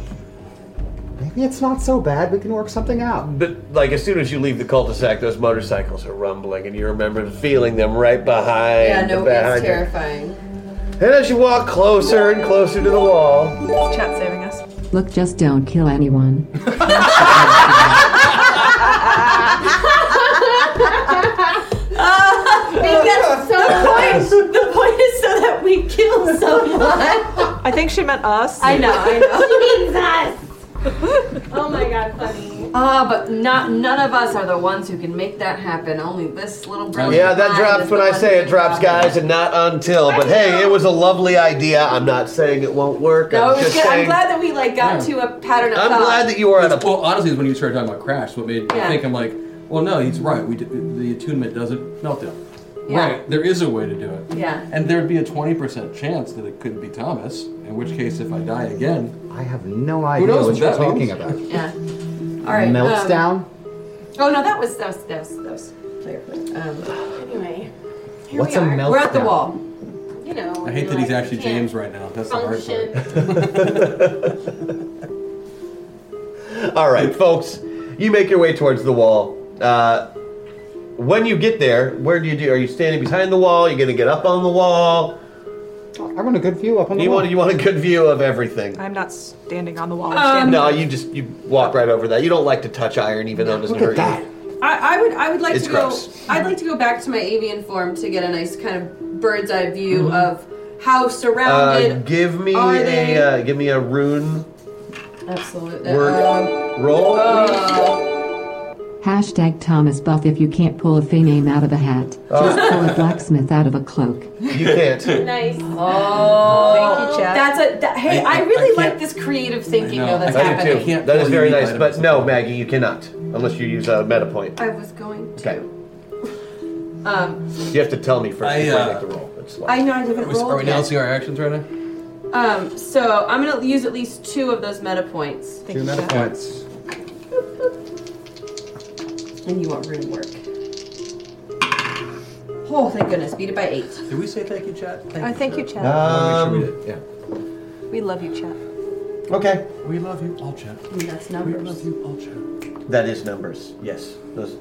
S13: Maybe it's not so bad. We can work something out.
S3: But like as soon as you leave the cul-de-sac, those motorcycles are rumbling, and you remember feeling them right behind.
S4: Yeah, no,
S3: behind
S4: it's
S3: you.
S4: terrifying.
S3: And as you walk closer and closer to the wall,
S9: Chat saving us.
S12: Look, just don't kill anyone.
S3: Oh,
S4: because
S9: the point,
S4: the point is so that we kill someone.
S9: I think she meant us.
S4: I know, I
S8: know. Oh my god, funny.
S4: Ah, but not none of us are the ones who can make that happen. Only this little brother.
S3: yeah, that drops when I say it drops, guys, and not until. But hey, it was a lovely idea. I'm not saying it won't work.
S4: No,
S3: I'm
S4: it was
S3: just
S4: good. I'm
S3: saying.
S4: glad that we like got to a pattern of thought.
S3: you are at a.
S1: Well, honestly, when you started talking about Crash, what made me
S4: Yeah.
S1: think I'm like, well, no, he's right. We d- the attunement doesn't meltdown.
S4: Yeah.
S1: Right, there is a way to do it.
S4: Yeah.
S1: And there'd be a 20% chance that it couldn't be Thomas, in which case, if I die again.
S13: I have no idea
S1: knows
S13: what
S1: what
S13: you're
S1: that
S13: talking
S1: means?
S13: about.
S4: Yeah. All right.
S13: Melts
S4: um,
S13: down.
S4: Oh no, that was that was that was, that was player. Um,
S8: anyway,
S1: here What's we a are.
S4: We're at the
S1: meltdown?
S4: wall.
S8: You know.
S1: I hate that he's actually James right now. That's the hard part.
S3: All right, folks, you make your way towards the wall. Uh, when you get there, where do you do? Are you standing behind the wall? You're going to get up on the wall.
S13: I want a good view up on the
S3: you
S13: wall.
S3: Want, you want a good view of everything.
S9: I'm not standing on the wall. I'm
S4: Um,
S9: standing
S3: no, you just you walk right over that. You don't like to touch iron, even though it doesn't hurt you.
S4: I, I would I would like
S3: It's
S4: to go
S3: gross.
S4: I'd like to go back to my avian form to get a nice kind of bird's eye view
S3: Mhm.
S4: of how
S3: Uh,
S4: surrounded
S3: give me
S4: are
S3: a
S4: they?
S3: uh, give me a rune
S4: Absolutely.
S3: word
S4: Um,
S3: roll.
S4: oh.
S12: Hashtag Thomas Buff if you can't pull a thing name out of a hat. Just pull a blacksmith out of a cloak.
S3: You can't.
S4: Nice. Oh,
S9: Thank you, Chad.
S4: That's a that, hey.
S3: I-
S4: I,
S3: I-
S4: really
S3: I
S4: like this creative thinking though. That's
S3: I do
S4: happening.
S3: too. That is very nice, but no, Maggie, you cannot unless you use a meta point.
S4: I was going.
S3: Okay,
S4: Um,
S3: you have to tell me first
S1: I,
S3: before
S1: uh,
S3: I make the roll. That's why.
S4: I know I haven't
S1: Are we, are we
S4: rolled yet.
S1: announcing our actions right now?
S4: Um, so I'm gonna use at least two of those meta points.
S1: Two meta points.
S4: And you want rune work. Oh, thank goodness. Beat it by eight.
S1: Did we say thank you, Chad?
S9: I thank you, Chad.
S1: Um, yeah.
S9: we love you, Chad.
S3: Okay.
S1: We love you, all Chad.
S3: Um,
S4: That's numbers.
S1: We love you, all Chad.
S3: That is numbers. Yes. Those,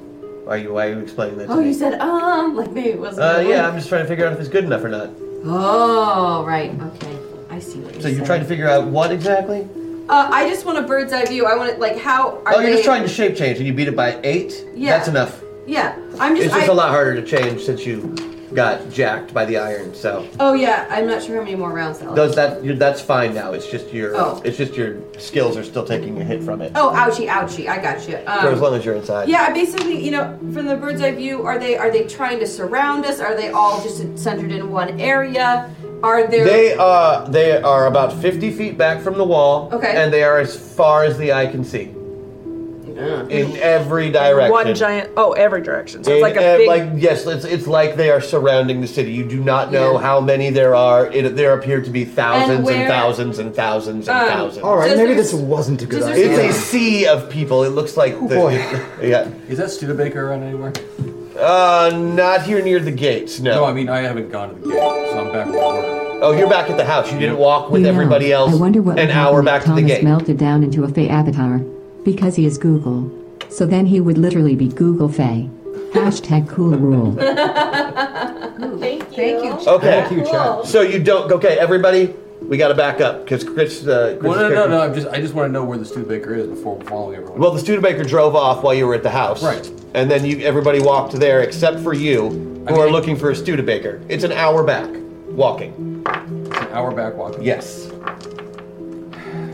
S3: are you? Why are you explaining that?
S4: Oh,
S3: to me?
S4: you said um, like maybe it wasn't.
S3: Uh,
S4: the
S3: yeah,
S4: word.
S3: I'm just trying to figure out if it's good enough or not.
S4: Oh, right. Okay. I see what you're
S3: So you're trying to figure out what exactly?
S4: Uh, I just want a bird's eye view. I want it like how are
S3: oh, you're
S4: they?
S3: just trying to shape change, and you beat it by eight.
S4: Yeah.
S3: that's enough.
S4: Yeah, I'm just.
S3: it's just
S4: I-
S3: a lot harder to change since you got jacked by the iron. So
S4: Oh yeah, I'm not sure how many more rounds that.
S3: those that you that's fine now. It's just your
S4: Oh.
S3: it's just your skills are still taking a hit from it.
S4: Oh, ouchie, ouchie. I got you.
S3: for as
S4: Um,
S3: long as you're inside.
S4: yeah, basically, you know, from the bird's eye view, are they are they trying to surround us? Are they all just centered in one area? Are there?
S3: They uh they are about fifty feet back from the wall.
S4: Okay.
S3: And they are as far as the eye can see. In every direction.
S9: One giant. Oh, every direction. So it's
S3: In
S9: like a
S3: ev-
S9: big.
S3: like yes, it's it's like they are surrounding the city. You do not know
S9: Yeah.
S3: how many there are. It, there appear to be thousands and,
S4: where-
S3: thousands and thousands and
S4: Um,
S3: thousands.
S4: All right, does maybe
S13: Maybe this wasn't a good
S4: Does
S13: idea. Oh,
S4: there
S3: It's a sea of people. It looks like the,
S13: boy.
S3: yeah.
S1: Is that Studebaker around anywhere?
S3: Uh, not here near the gates. No.
S1: No, I mean I haven't gone to the gate, so I'm back where I were.
S3: Oh, you're back at the house. You didn't walk with
S12: You know,
S3: everybody else.
S12: I wonder what
S3: an
S12: would
S3: hour
S12: happen if
S3: back to the
S12: Thomas
S3: gate.
S12: melted down into a Fey avatar because he is Google. So then he would literally be Google Fey. Hashtag cool rule.
S4: thank you. Thank you.
S3: Okay. So you don't. Okay, everybody, we got to back up because Chris. Uh, Chris
S1: Well, no,
S3: is
S1: no,
S3: character-
S1: no. I'm just I just want to know where the Studebaker is before following everyone.
S3: Well, the Studebaker drove off while you were at the house. Right. And then you, everybody walked there except for you, who are looking for a Studebaker. It's an hour back walking.
S1: An hour back walking.
S3: Yes.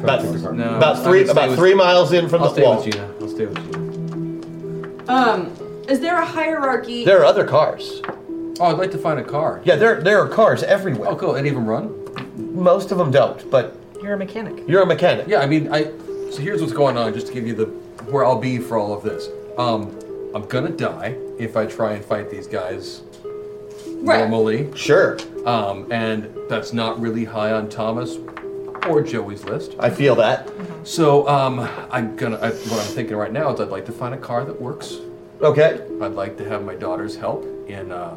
S3: About,
S1: No,
S3: about
S1: I'm
S3: three
S1: gonna stay
S3: about
S1: with-
S3: three miles in from
S1: I'll
S3: the
S1: stay
S3: wall.
S1: with Gina. I'll stay with Gina.
S4: Um, is there a hierarchy?
S3: There are other cars.
S1: Oh, I'd like to find a car.
S3: Yeah, there there are cars everywhere. Oh,
S1: cool. Any of them run?
S3: Most of them don't, but
S9: You're a mechanic.
S3: You're a mechanic.
S1: Yeah, I mean, I. So here's what's going on, just to give you the where I'll be for all of this. Um, I'm gonna die if I try and fight these guys
S4: Right.
S1: normally.
S3: Sure.
S1: Um, and that's not really high on Thomas or Joey's list.
S3: I feel that.
S1: So um, I'm gonna. I, what I'm thinking right now is I'd like to find a car that works.
S3: Okay.
S1: I'd like to have my daughter's help in uh,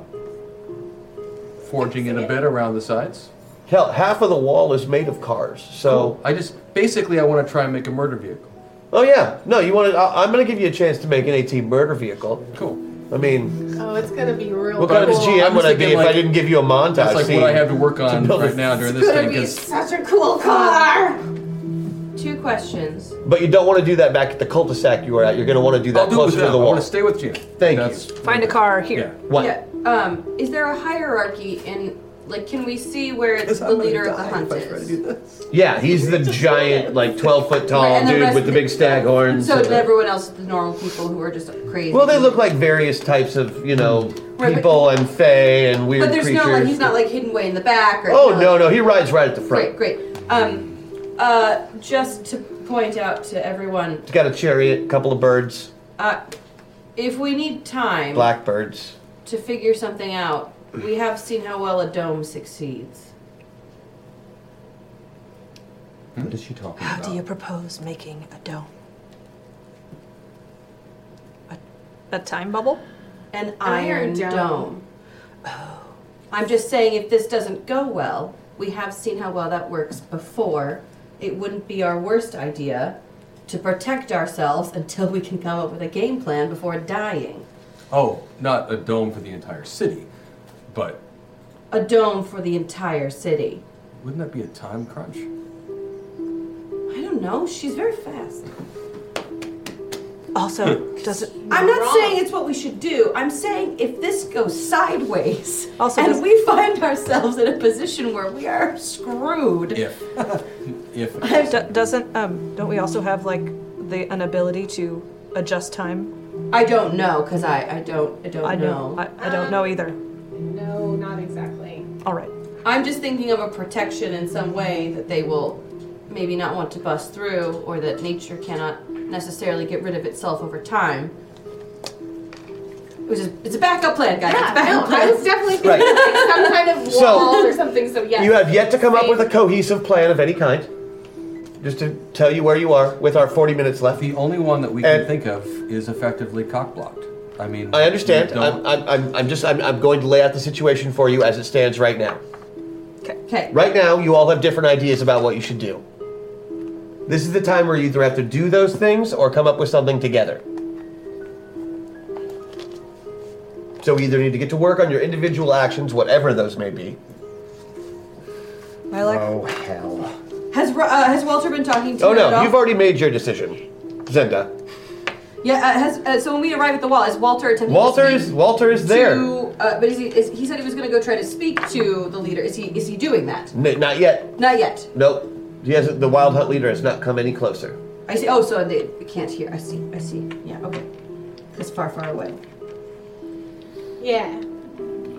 S1: forging in a bit around the sides.
S3: Hell, half of the wall is made of cars. So
S1: I just basically I want to try and make a murder vehicle.
S3: Oh yeah, no, you want to? I'm going to give you a chance to make an 18 murder vehicle.
S1: Cool.
S3: I mean,
S8: Oh, it's gonna be real.
S3: what kind of a
S8: cool.
S3: GM would I be
S1: thinking,
S3: if I
S1: like,
S3: didn't give you a montage?
S1: that's like what
S3: scene
S1: I have to work on
S3: build a-
S1: right now during
S4: It's
S1: this
S4: gonna
S1: thing.
S4: be
S1: 'cause-
S4: such a cool car. Two questions.
S3: But you don't want to do that back at the cul-de-sac you were at. You're going to want to do that
S1: I'll do it
S3: closer
S1: with
S3: to
S1: them.
S3: the
S1: I
S3: wall.
S1: want to stay with Gina.
S3: Thank
S1: you.
S9: Find a car here.
S3: What?
S4: Yeah. Um, is there a hierarchy in like can we see where it's the leader of the hunt is?
S3: Yeah, he's the giant, like 12 foot tall
S4: Right, and the
S3: dude
S4: rest
S3: with the
S4: of
S3: big stag horns.
S4: So
S3: and the-
S4: everyone else is the normal people who are just crazy.
S3: well, they look like various types of you know
S4: but-
S3: people and fae and weird
S4: But there's
S3: creatures.
S4: no like he's not like hidden away in the back or
S3: oh no, no, he rides right at the front.
S4: Great, great. Um uh just to point out to everyone,
S3: He's got a chariot, couple of birds,
S4: uh if we need time
S3: blackbirds.
S4: to figure something out, we have seen how well a dome succeeds.
S18: What is she talking
S16: How do you propose making a dome?
S9: A time bubble?
S4: An
S9: Iron
S4: iron
S9: dome.
S4: dome. I'm just saying, if this doesn't go well, we have seen how well that works before. It wouldn't be our worst idea to protect ourselves until we can come up with a game plan before dying.
S1: Oh, not a dome for the entire city, but
S4: A dome for the entire city.
S1: wouldn't that be a time crunch?
S4: I don't know. She's very fast.
S16: Also, does it?
S4: I'm not saying it's what we should do. I'm saying if this goes sideways
S16: Also,
S4: and
S16: does-
S4: we find ourselves in a position where we are screwed.
S1: If. If
S9: Do- doesn't um don't we also have like the an ability to adjust time?
S4: I don't know because I, I don't I don't
S9: I
S4: know.
S9: I, I don't know either.
S8: No, not exactly.
S9: All right.
S4: I'm just thinking of a protection in some way that they will maybe not want to bust through or that nature cannot necessarily get rid of itself over time. It was a, it's a backup plan, guys. it's a
S8: Yeah,
S4: backup
S8: no,
S4: plan.
S8: I was definitely thinking
S3: Right.
S8: like some kind of
S3: So-
S8: wall or something. So yeah,
S3: You have yet to come up with a cohesive plan of any kind. Just to tell you where you are with our 40 minutes left.
S1: The only one that we can think of is effectively cock blocked. I mean,
S3: I understand.
S1: we don't-
S3: I'm, I'm, I'm, I'm just I'm, I'm going to lay out the situation for you as it stands right now.
S4: Okay.
S3: Right now, you all have different ideas about what you should do. This is the time where you either have to do those things or come up with something together. So we either need to get to work on your individual actions, whatever those may be.
S4: I like.
S3: Oh hell.
S4: Has Ro- uh, has Walter been talking to
S3: Oh
S4: you at
S3: no,
S4: all?
S3: you've already made your decision. Zenda.
S4: Yeah, uh, has, uh, so when we arrive at the wall, is Walter attempting
S3: Walter
S4: to
S3: is
S4: speak
S3: Walter is there.
S4: To, uh, but is he, is, he said he was going to go try to speak to the leader. Is he is he doing that?
S3: N- not yet.
S4: Not yet.
S3: Nope. He has the Wild Hunt leader has not come any closer.
S4: I see. Oh, so they can't hear. I see. I see. Yeah. Okay. It's far, far away.
S8: yeah.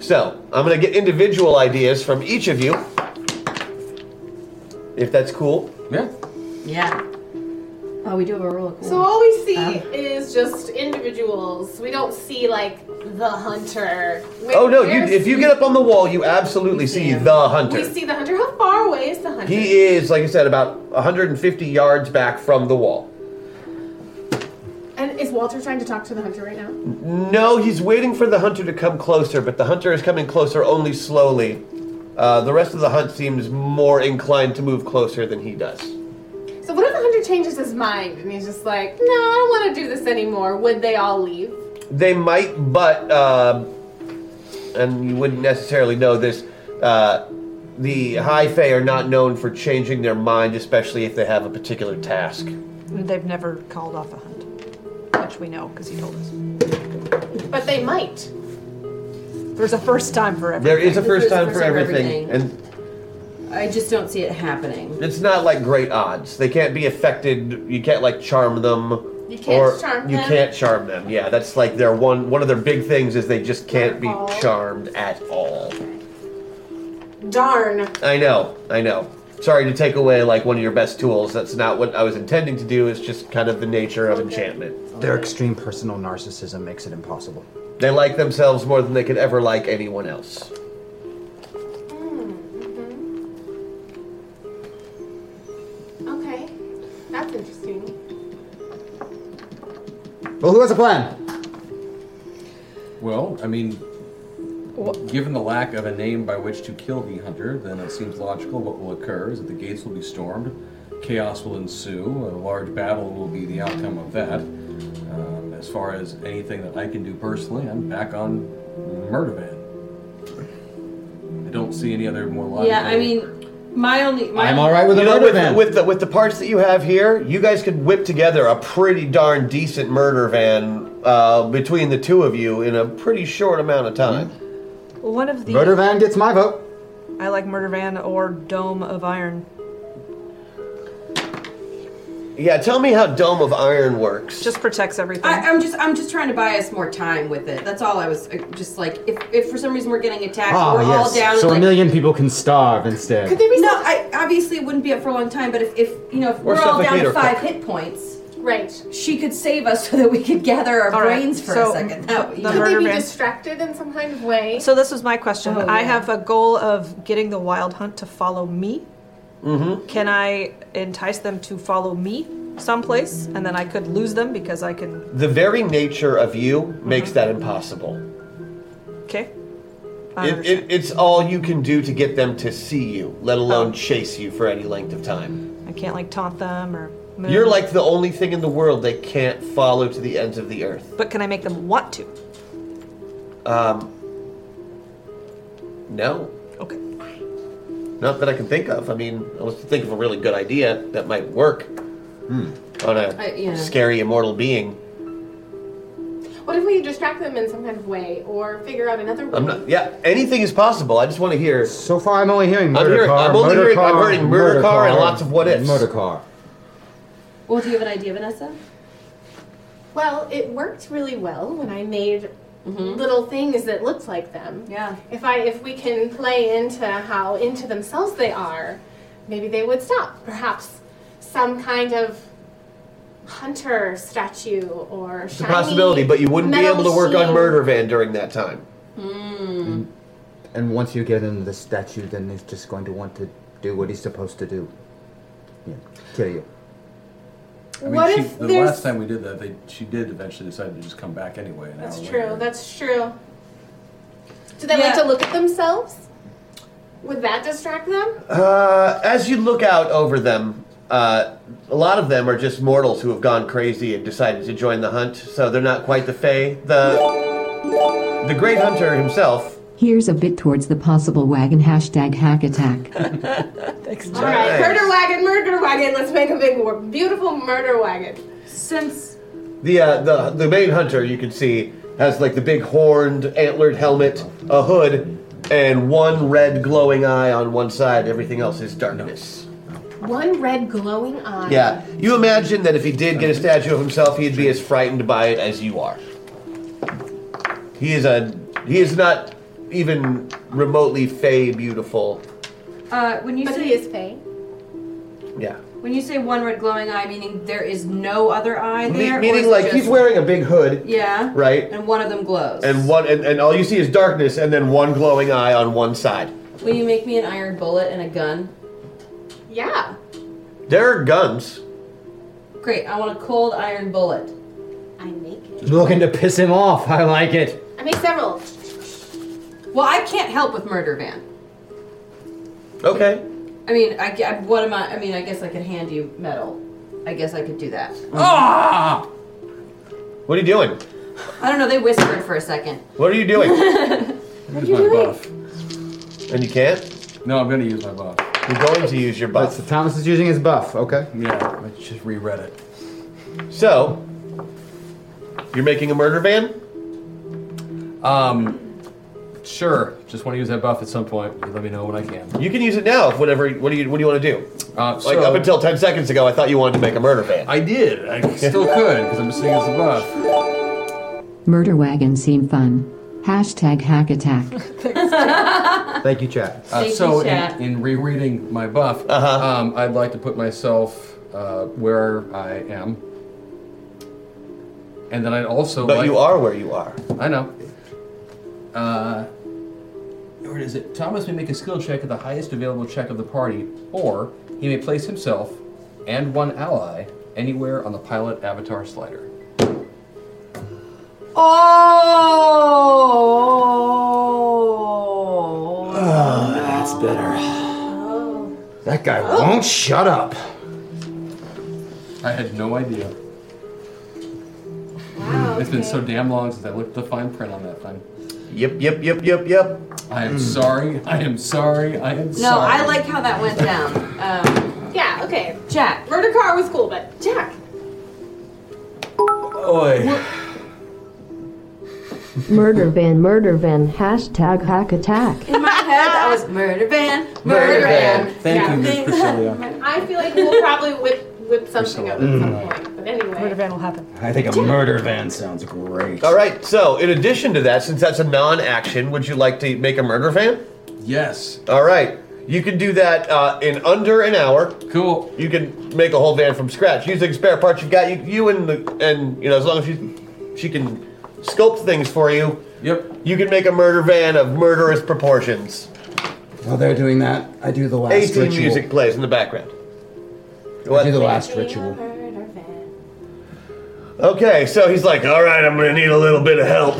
S3: So I'm gonna get individual ideas from each of you, if that's cool.
S1: Yeah.
S4: Yeah. Oh, we do have a roll.
S8: So all we see
S4: Um,
S8: is just individuals. We don't see like the hunter. Wait,
S3: Oh no! You,
S8: where's-
S3: if you get up on the wall, you absolutely see the hunter.
S8: we see the hunter. How far away is the hunter?
S3: He is, like I said, about 150 yards back from the wall.
S8: And is Walter trying to talk to the hunter right now?
S3: No, he's waiting for the hunter to come closer, but the hunter is coming closer only slowly. Uh, the rest of the hunt seems more inclined to move closer than he does.
S8: So what if the hunter changes his mind and he's just like, no, I don't want to do this anymore? Would they all leave?
S3: They might, but uh, and you wouldn't necessarily know this. Uh, the High Fae are not known for changing their mind, especially if they have a particular task.
S9: They've never called off a hunt, which we know because he told us.
S8: But they might.
S9: There's a first time for everything.
S3: There is a first time for everything, and
S4: I just don't see it happening.
S3: it's not like great odds. They can't be affected. You can't like charm them.
S8: You can't
S3: or
S8: charm
S3: you
S8: them.
S3: can't charm them. Yeah, that's like their one one of their big things is they just can't be
S8: all.
S3: charmed at all.
S8: Darn.
S3: I know, I know. Sorry to take away like one of your best tools. That's not what I was intending to do. It's just kind of the nature of enchantment.
S13: Their extreme personal narcissism makes it impossible.
S3: They like themselves more than they could ever like anyone else.
S8: Okay. That's interesting.
S13: Well, who has a plan?
S1: Well, I mean, given the lack of a name by which to kill the hunter, then it seems logical what will occur is that the gates will be stormed, chaos will ensue, a large battle will be the outcome of that. Um, as far as anything that I can do personally, I'm back on murder van. I don't see any other more logical.
S4: Yeah, I mean, my only. My only-
S3: You know, with, with the with the parts that you have here, you guys could whip together a pretty darn decent murder van uh, between the two of you in a pretty short amount of time.
S9: One of the
S13: Murder van gets my vote.
S9: I like murder van or dome of iron.
S3: Yeah, tell me how Dome of Iron works.
S9: Just protects everything.
S4: I, I'm just I'm just trying to buy us more time with it. That's all I was uh, just like if, if for some reason we're getting attacked,
S13: Ah,
S4: we're all
S13: yes.
S4: down.
S13: so
S4: like,
S13: a million people can starve instead.
S4: Could there be no? I obviously it wouldn't be up for a long time, but if, if you know if
S13: Or
S4: we're all down
S13: suffocate
S4: to
S13: or
S4: five
S13: cook.
S4: hit points,
S8: right?
S4: She could save us so that we could gather our
S9: All right,
S4: brains for
S9: so
S4: a second. That would be-
S9: the murder van.
S8: Distracted in some kind of way.
S9: So this was my question.
S8: Oh,
S9: I
S8: yeah.
S9: have a goal of getting the wild hunt to follow me.
S3: Mm-hmm.
S9: Can I entice them to follow me someplace, and then I could lose them because I can?
S3: The very nature of you makes that impossible.
S9: Okay. I
S3: It, it, it's all you can do to get them to see you, let alone chase you for any length of time.
S9: I can't like taunt them or. move.
S3: You're like the only thing in the world they can't follow to the ends of the earth.
S9: But can I make them want to?
S3: Um, no. Okay. Not that I can think of. I mean, I was to think of a really good idea that might work
S19: Hmm.
S3: on a
S8: I- yeah.
S3: scary immortal being.
S8: What if we distract them in some kind of way or figure out another way?
S3: I'm not. Yeah, anything is possible. I just want to hear. So
S19: far, I'm only hearing
S3: I'm
S19: murder
S3: hearing,
S19: car,
S3: I'm only
S19: murder
S3: hearing,
S19: car,
S3: I'm hearing murder,
S19: murder
S3: car, and
S19: car,
S3: lots of what ifs.
S19: murder car.
S4: Well, do you have an idea, Vanessa?
S8: Well, it worked really well when I made
S4: Mm-hmm.
S8: little things that looked like them. Yeah. If I if we can play into how into themselves they are, maybe they would stop. Perhaps some kind of hunter statue or
S3: It's a possibility, but you wouldn't be able to work on murder van during that time.
S4: Hmm.
S8: Mm.
S13: Mm-hmm. And once you get into the statue, then he's just going to want to do what he's supposed to do. Yeah, kill you.
S1: I mean,
S8: What
S1: she,
S8: if
S1: the
S8: there's-
S1: last time we did that, they, she did eventually decide to just come back anyway. An
S8: That's
S3: Oh,
S1: hour
S8: true.
S1: Later.
S8: That's true. Do they like to look at themselves? Would that distract them?
S3: Uh, as you look out over them, uh, a lot of them are just mortals who have gone crazy and decided to join the hunt, so they're not quite the Fae. The the Great Hunter himself.
S12: Here's a bit towards the possible wagon hashtag hack attack.
S8: Thanks, All right, murder wagon, murder wagon. Let's make a big, war- beautiful murder wagon. Since
S3: The uh, the the main hunter you can see has like the big horned, antlered helmet, a hood, and one red glowing eye on one side. Everything else is darkness.
S8: one red glowing eye.
S3: Yeah, you imagine that if he did get a statue of himself, he'd be as frightened by it as you are. He is a he is not even remotely fey beautiful.
S4: Uh, when you
S8: But
S4: say
S8: he is fey.
S3: Yeah,
S4: When you say one red glowing eye, meaning there is no other eye
S3: Me-
S4: there. or is
S3: meaning
S4: it
S3: like
S4: just-
S3: he's wearing a big hood,
S4: Yeah.
S3: Right.
S4: And one of them glows.
S3: and one and, and all you see is darkness, and then one glowing eye on one side.
S4: Will you make me an iron bullet and a gun?
S8: Yeah.
S3: There are guns.
S4: Great. I want a cold iron bullet.
S8: I make it.
S13: Looking to piss him off. I like it.
S8: I make several.
S4: Well, I can't help with murder van.
S3: Okay.
S4: I mean, I, I what am I? I mean, I guess I could hand you metal. I guess I could do that.
S3: Ah! What are you doing?
S4: I don't know. They whispered for a second.
S3: What are you doing?
S4: What are you doing?
S3: And you can't?
S1: No, I'm going to use my buff.
S3: You're going to use your buff.
S13: so Thomas is using his buff. Okay.
S1: Yeah, I just reread it.
S3: So, you're making a murder van?
S1: Um, sure. Just want to use that buff at some point. You let me know when I can.
S3: You can use it now. If whatever. What do you What do you want to do?
S1: Uh,
S3: like
S1: so-
S3: up until ten seconds ago, I thought you wanted to make a murder van.
S1: I did. I still could because I'm just saying it's a buff.
S12: Murder wagon seem fun. Hashtag hack attack.
S13: Thank you, chat.
S1: Uh,
S12: Thank you,
S1: so, in,
S12: chat.
S1: in rereading my buff,
S3: Uh-huh.
S1: um, I'd like to put myself uh, where I am, and then I'd also.
S3: But
S1: like-
S3: you are where you are.
S1: I know. Uh, or is it Thomas may make a skill check at the highest available check of the party, or he may place himself and one ally anywhere on the pilot avatar slider.
S4: Oh.
S13: that's better. That guy won't shut up.
S1: I had no idea. It's been so damn long since I looked at the fine print on that thing.
S3: Yep, yep, yep, yep, yep.
S1: I am sorry. I am sorry. I am
S4: No,
S1: sorry.
S4: I like how that went down. Um,
S8: Yeah. Okay.
S4: Jack.
S8: Murder car was cool, but Jack.
S1: Oi.
S7: Murder van, murder van, hashtag hack attack.
S4: In my head, that was murder van, murder, van.
S7: Thank you, Miss Priscilla.
S8: And I feel like we'll probably whip whip something up at some
S13: Mm.
S8: point. But anyway,
S20: Murder van will happen.
S13: I think a murder van sounds great.
S3: All right. So, in addition to that, since that's a non-action, would you like to make a murder van?
S1: Yes.
S3: All right. You can do that uh, in under an hour.
S1: Cool.
S3: You can make a whole van from scratch using spare parts you've got. You, you and the and you know as long as you, she can sculpt things for you.
S1: Yep.
S3: You can make a murder van of murderous proportions.
S13: While they're doing that, I do the last
S3: 18
S13: ritual.
S3: music plays in the background.
S13: I do the last ritual.
S3: Okay, so he's like, all right, I'm gonna need a little bit of help.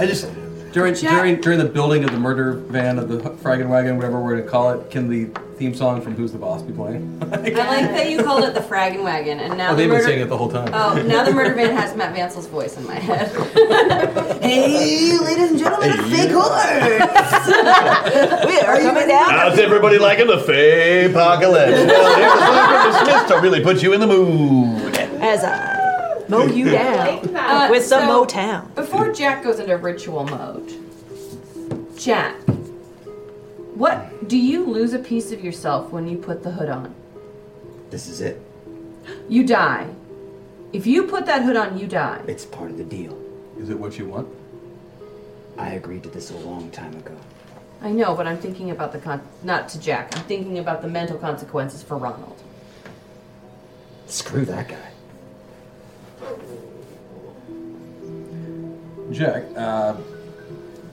S3: I just
S1: During
S4: Jack-
S1: during during the building of the murder van of the Fraggin Wagon, whatever we're gonna call it, can the theme song from Who's the Boss be playing?
S4: I like that you called it the frag and wagon, and now
S1: oh,
S4: the
S1: they've
S4: murder.
S1: been saying it the whole time.
S4: Oh, now the murder van has Matt Vansel's voice in my head. hey, ladies and gentlemen,
S3: Hey,
S4: we are coming down.
S3: How's everybody liking the Fay Apocalypse? Well, here's a song from the Smiths to really put you in the mood.
S9: As I mow you down
S4: that.
S9: with some
S4: Uh, so-
S9: Motown.
S4: Before Jack goes into ritual mode, Jack, what do you lose a piece of yourself when you put the hood on?
S21: This is it.
S4: You die. If you put that hood on, you die.
S21: It's part of the deal.
S1: Is it what you want?
S21: I agreed to this a long time ago.
S4: I know, but I'm thinking about the con. Not to Jack. I'm thinking about the mental consequences for Ronald.
S21: Screw that guy.
S1: Jack, uh,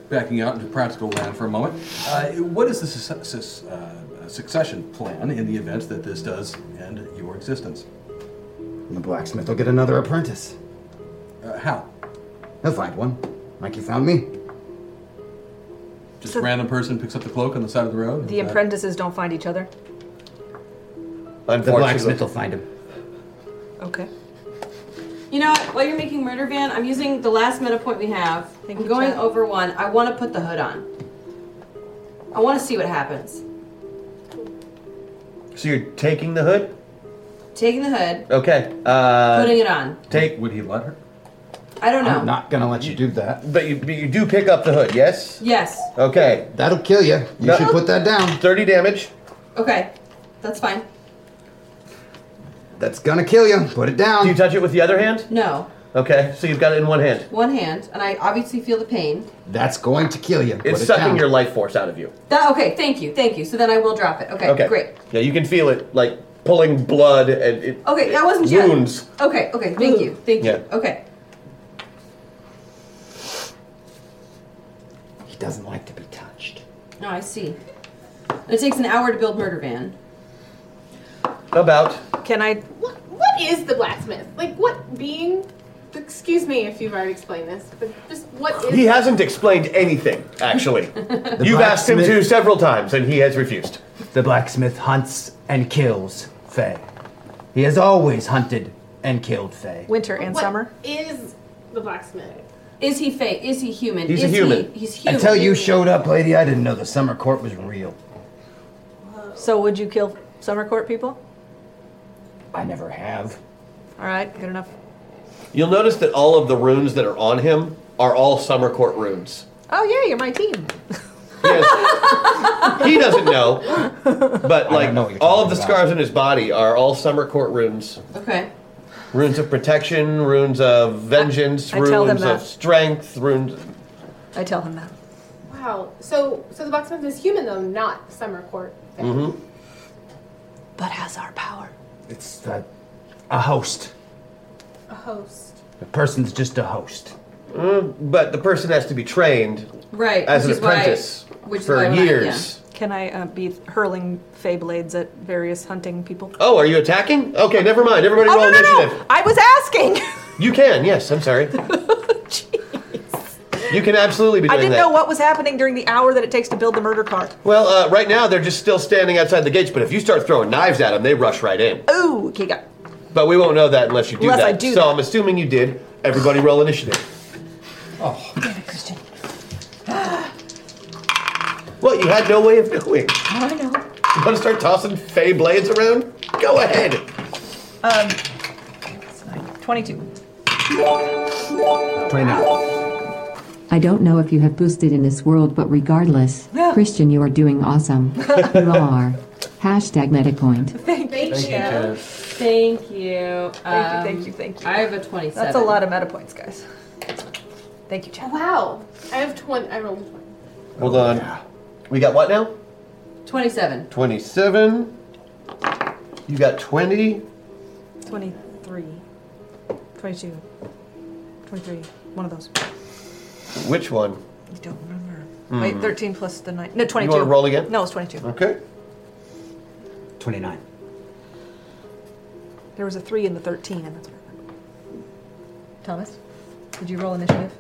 S1: backing out into practical land for a moment, uh, what is the suc- sus- uh, succession plan in the event that this does end your existence?
S13: And the blacksmith will get another apprentice.
S1: Uh, how?
S13: He'll find one, like he found me.
S1: Just a random person picks up the cloak on the side of the road? uh,
S9: The apprentices don't find each other.
S13: The
S3: Unfortunately.
S13: blacksmith will find him.
S9: Okay.
S4: You know what? While you're making Murder Van, I'm using the last meta point we have. I'm going over one. I want to put the hood on. I want to see what happens.
S3: So you're taking the hood?
S4: Taking the hood,
S3: Okay. Uh,
S4: putting it on.
S3: Take.
S1: Would he let her?
S4: I don't know.
S13: not gonna let you do that.
S3: But you, but you do pick up the hood, yes?
S4: Yes.
S3: Okay.
S13: That'll kill you. You
S3: No.
S13: should put that down.
S3: 30 damage.
S4: Okay. That's fine.
S13: That's gonna kill you. Put it down. Do you
S3: touch it with the other hand?
S4: No.
S3: Okay, so you've got it in one hand.
S4: One hand, and I obviously feel the pain.
S13: That's going to kill you.
S3: It's
S13: Put it
S3: sucking
S13: down.
S3: your life force out of you.
S4: That okay? Thank you, thank you. So then I will drop it. Okay, great.
S3: Yeah, you can feel it like pulling blood and it
S4: Okay, that wasn't Jack.
S3: wounds.
S4: Okay, okay. Thank you, thank
S3: Yeah.
S4: you. Okay.
S21: He doesn't like to be touched.
S4: No, Oh, I see. It takes an hour to build Murder Van.
S3: About.
S9: Can I?
S8: What is the blacksmith? Like, what being? Excuse me if you've already explained this, but just what is?
S3: He hasn't explained anything, actually. You've asked him to
S13: blacksmith-
S3: several times and he has refused.
S13: The blacksmith hunts and kills Faye. He has always hunted and killed Faye.
S9: Winter and summer.
S8: Is the blacksmith?
S4: Is he fake? Is he human?
S13: He's a
S4: is
S13: human.
S4: He, he's human.
S13: Until you showed up, lady, I didn't know the summer court was real.
S9: So would you kill summer court people?
S13: I never have.
S9: All right, good enough.
S3: You'll notice that all of the runes that are on him are all summer court runes.
S9: Oh yeah, you're my team.
S3: He doesn't know, but like all of the scars on his body are all summer court runes.
S4: Okay.
S3: Runes of protection, runes of vengeance,
S9: I tell them
S3: runes of
S9: that.
S3: strength, runes.
S9: I tell him that.
S8: Wow. So, so the blacksmith is human though, not summer court.
S3: Mm-hmm.
S8: But has our power.
S13: It's a, a host.
S8: A host.
S13: The person's just a host.
S3: Mm, but the person has to be trained
S9: Right,
S3: as an apprentice for years.
S9: Can I uh, be hurling fey blades at various hunting people?
S3: Oh, are you attacking? Okay, never mind. Everybody
S9: Oh,
S3: roll
S9: no, no,
S3: initiative.
S9: no! I was asking.
S3: You can, yes, I'm sorry. You can absolutely be
S9: I
S3: doing
S9: didn't
S3: that.
S9: know what was happening during the hour that it takes to build the murder cart.
S3: Well, uh, right now they're just still standing outside the gates, but if you start throwing knives at them, they rush right in.
S9: Oh, okay, got.
S3: But we won't know that unless you do
S9: Unless
S3: that.
S9: I do
S3: so
S9: that.
S3: I'm assuming you did. Everybody roll initiative. Well, you had no way of knowing.
S9: I know.
S3: You want to start tossing fey blades around? Go ahead.
S9: Um, twenty-two.
S13: 29.
S12: I don't know if you have boosted in this world, but regardless, Christian, you are doing awesome. you are. Hashtag MetaPoint.
S4: Thank,
S9: Thank you,
S4: you.
S9: Kev.
S4: Thank you.
S9: Thank you,
S4: Um,
S9: thank you, thank you.
S4: I have a 27.
S9: That's a lot of meta points, guys. Thank you, Chad.
S8: Wow. I have twenty. I rolled twenty.
S3: Hold on. We got what now?
S4: 27.
S3: 27. You got 20.
S9: 23, 22, 23, one of those.
S3: Which one?
S9: I don't remember.
S3: Hmm.
S9: Wait, 13 plus the 9. No, 22.
S3: wanna roll again?
S9: No, it's 22.
S3: Okay.
S13: 29.
S9: There was a 3 in the 13, and that's what I remember. Thomas, did you roll initiative?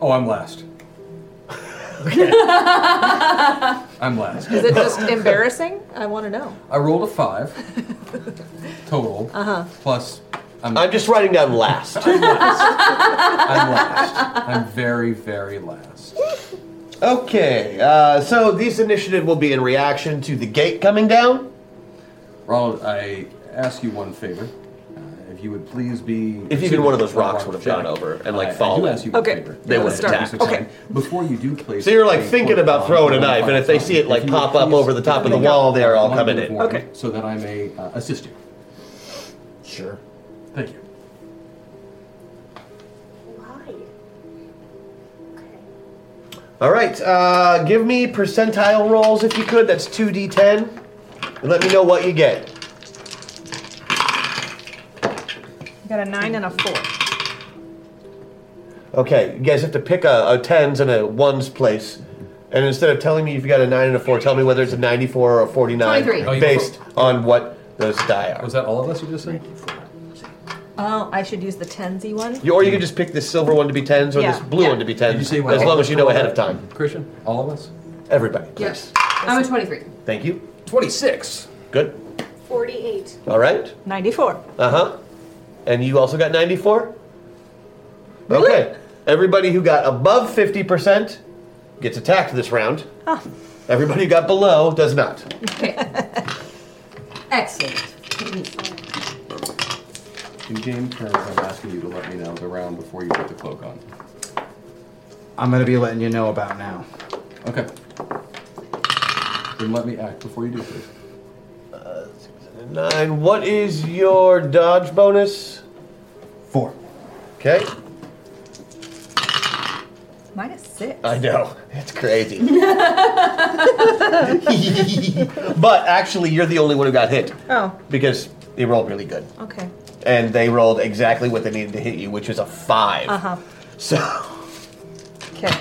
S1: Oh, I'm last. I'm last.
S9: Is it just embarrassing? I want to know.
S1: I rolled a five total,
S9: Uh
S1: plus. I'm, I'm just writing down last.
S9: huh.
S1: I'm very, very last.
S3: Okay, uh, so these initiative will be in reaction to the gate coming down.
S1: Ronald, I ask you one favor. Uh, if you would please be.
S3: If even one of those rocks would have gone over and, like,
S1: I- I do
S3: fallen,
S1: ask you one
S3: Okay,
S1: favor.
S3: they
S1: Yeah,
S3: would
S1: let's
S3: attack.
S1: start this
S3: Okay.
S1: again. Before you do place.
S3: So you're like
S1: a
S3: thinking about
S1: corresponding
S3: throwing a knife, and if they see it like
S1: If you would
S3: pop up
S1: please
S3: over the top of the
S1: pick up
S3: wall, they're all
S1: one
S3: coming
S1: bit
S3: in.
S1: of warning So that I may uh, assist you. Sure. Thank you.
S3: All right, uh, give me percentile rolls if you could. That's 2d10. And let me know what you get.
S9: Got a nine and a four.
S3: Okay, you guys have to pick a, a tens and a ones place. And instead of telling me if you got a nine and a four, tell me whether it's a 94 or a 49
S9: 23. Oh, you
S3: based on what those die are.
S1: Was that all of us you just said?
S9: Oh, I should use the tensy one.
S3: You, or you can just pick this silver one to be tens or this
S9: Yeah.
S3: blue one to be tens, as long as you know ahead of time.
S1: Christian, all of us?
S3: Everybody.
S4: Yes. I'm a 23.
S3: Thank you.
S1: 26.
S3: Good.
S22: 48.
S3: All right.
S9: 94.
S3: Uh huh. And you also got 94? Okay. Everybody who got above 50% gets attacked this round.
S9: Ah,
S4: Oh.
S3: Everybody who got below does not.
S4: Excellent.
S1: In game terms, I'm asking you to let me know the round before you put the cloak on.
S13: I'm gonna be letting you know about now.
S1: Okay. Then let me act before you do, please.
S3: Uh, Nine. What is your dodge bonus?
S13: Four.
S3: Okay.
S9: Mine is six.
S3: I know. It's
S9: Oh,
S3: crazy. but actually, you're the only one who got hit
S9: Oh,
S3: because they rolled really good.
S9: okay.
S3: And they rolled exactly what they needed to hit you, which is a five.
S9: Uh huh.
S3: So
S9: Okay.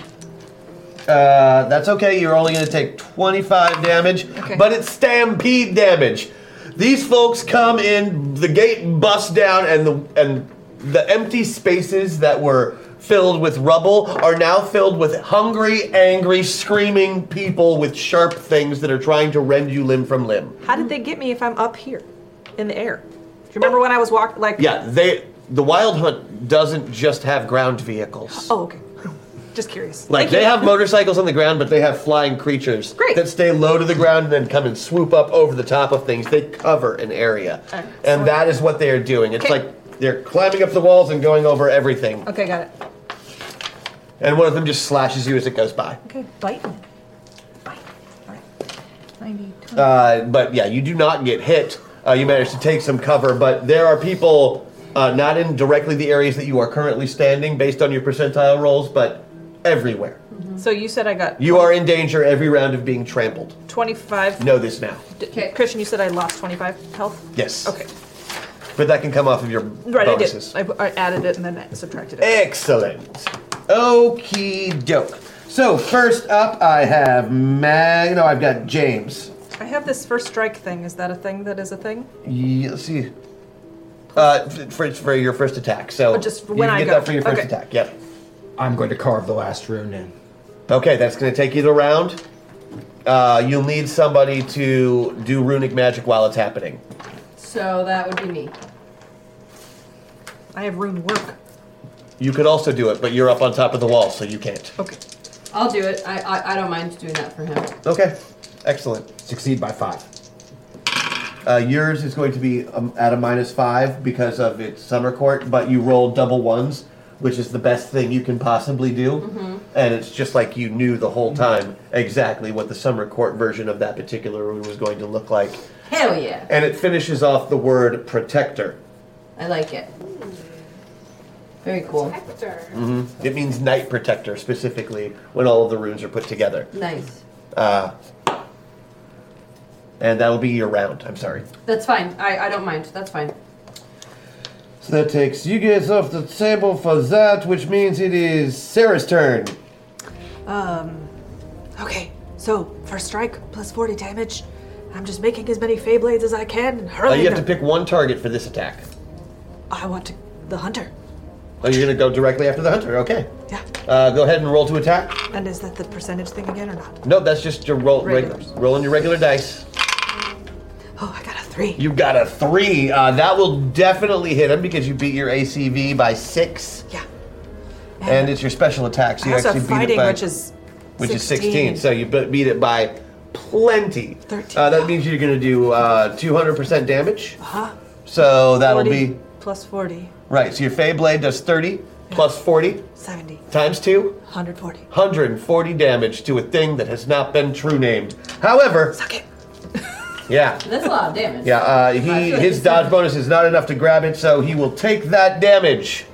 S3: uh, that's okay. You're only going to take 25 damage, but it's stampede damage. These folks come in, the gate busts down, and the and the empty spaces that were filled with rubble are now filled with hungry, angry, screaming people with sharp things that are trying to rend you limb from limb.
S9: How did they get me if I'm up here in the air? Do you remember when I was walking? Like,
S3: Yeah, they the wild hunt doesn't just have ground vehicles.
S9: oh, okay. Just curious.
S3: Like
S9: Thank
S3: they
S9: you.
S3: have motorcycles on the ground, but they have flying creatures
S9: Great.
S3: that stay low to the ground and then come and swoop up over the top of things. They cover an area, and that is what they are doing. It's
S9: Okay.
S3: like they're climbing up the walls and going over everything,
S9: Okay, got it.
S3: and one of them just slashes you as it goes by.
S9: Okay, bite. me. Bite. All right. 90.
S3: Uh, but yeah, you do not get hit. Uh, you manage to take some cover, but there are people uh, not in directly the areas that you are currently standing based on your percentile rolls, but everywhere.
S9: So you said I got
S3: You are in danger every round of being trampled.
S9: 25.
S3: Know this now.
S9: D- Christian, you said I lost 25 health?
S3: Yes.
S9: Okay.
S3: But that can come off of your
S9: Right,
S3: bonuses.
S9: I did. I, I added it and then I subtracted it.
S3: Excellent. Okie doke. So first up, I have Mag. No, I've got James.
S9: I have this first strike thing. Is that a thing that is a thing?
S3: Ye- Let's see. Uh, f- for, for your first attack. So
S9: Oh, just
S3: you
S9: when
S3: can
S9: I
S3: get
S9: go.
S3: that for your first
S9: Okay.
S3: attack. Yep.
S13: I'm going to carve the last rune in.
S3: Okay, that's going to take you the round. Uh, you'll need somebody to do runic magic while it's happening.
S4: So that would be me.
S9: I have rune work.
S3: You could also do it, but you're up on top of the wall, so you can't.
S9: Okay.
S4: I'll do it. I, I, I don't mind doing that for him.
S3: Okay. Excellent.
S13: Succeed by five.
S3: Uh, yours is going to be um, at a minus five because of its summer court, but you roll double ones, which is the best thing you can possibly do.
S4: Mhm.
S3: And it's just like you knew the whole time exactly what the summer court version of that particular rune was going to look like.
S4: Hell yeah.
S3: And it finishes off the word protector.
S4: I like it. Very cool.
S3: hmm It means night protector specifically when all of the runes are put together.
S4: Nice.
S3: Uh, and that'll be your round. I'm sorry.
S4: That's fine. I, I don't mind. That's fine.
S3: So that takes you guys off the table for that, which means it is Sarah's turn.
S16: Um, okay, so first strike plus 40 damage. I'm just making as many Fey blades as I can and
S3: Uh,
S16: hurling
S3: you have to
S16: them.
S3: pick one target for this attack.
S16: I want to, the hunter.
S3: Are you going to Oh, go directly after the hunter? Okay. Yeah. Uh, go ahead and roll to attack.
S16: And is that the percentage thing again or not?
S3: No, that's just your roll. Reg- rolling your regular dice.
S16: Oh, A three.
S3: You got a three. Uh, that will definitely hit him because you beat your ACV by six. Yeah. And, it's your special attack, so you
S16: Also
S3: actually beat it
S16: fighting,
S3: by
S16: which is
S3: which is
S16: 16.
S3: 16. So you be- beat it by plenty. 13. Uh, that means you're going to do uh, 200% damage.
S16: huh?
S3: So that'll
S16: 40
S3: be
S16: uh-huh. plus 40,
S3: right. So your Fey Blade does 30 plus 40
S16: 70,
S3: times two.
S16: 140.
S3: 140 damage to a thing that has not been true named. However, suck
S16: it.
S3: Yeah.
S4: That's a lot of damage.
S3: Yeah, uh, he his dodge bonus is not enough to grab it, so he will take that damage.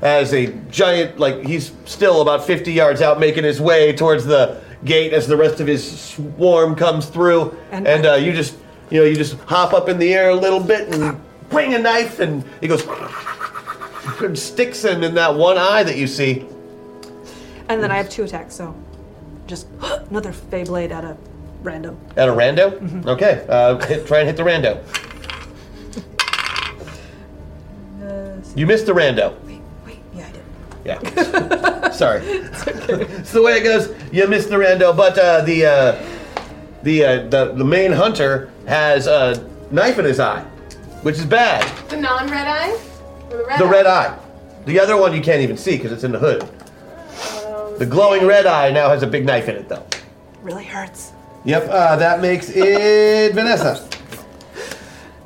S3: As a giant, like he's still about 50 yards out, making his way towards the gate as the rest of his swarm comes through, and, uh, you just, you know, you just hop up in the air a little bit and bring a knife, and he goes and sticks him in that one eye that you see.
S9: And then I have two attacks, so just another Fey Blade at a random.
S3: At a rando? Okay, uh, hit, try and hit the rando. You missed the rando. Wait, wait, yeah, I did. Yeah. Sorry. It's, the way it goes. You missed the rando, but uh, the, uh, the, uh, the the main hunter has a knife in his eye, which is bad.
S8: The non-red eye? Or The red
S3: the
S8: eye?
S3: red eye. The other one you can't even see because it's in the hood. The glowing red eye now has a big knife in it, though.
S16: Really hurts.
S3: Yep, uh, that makes it Vanessa.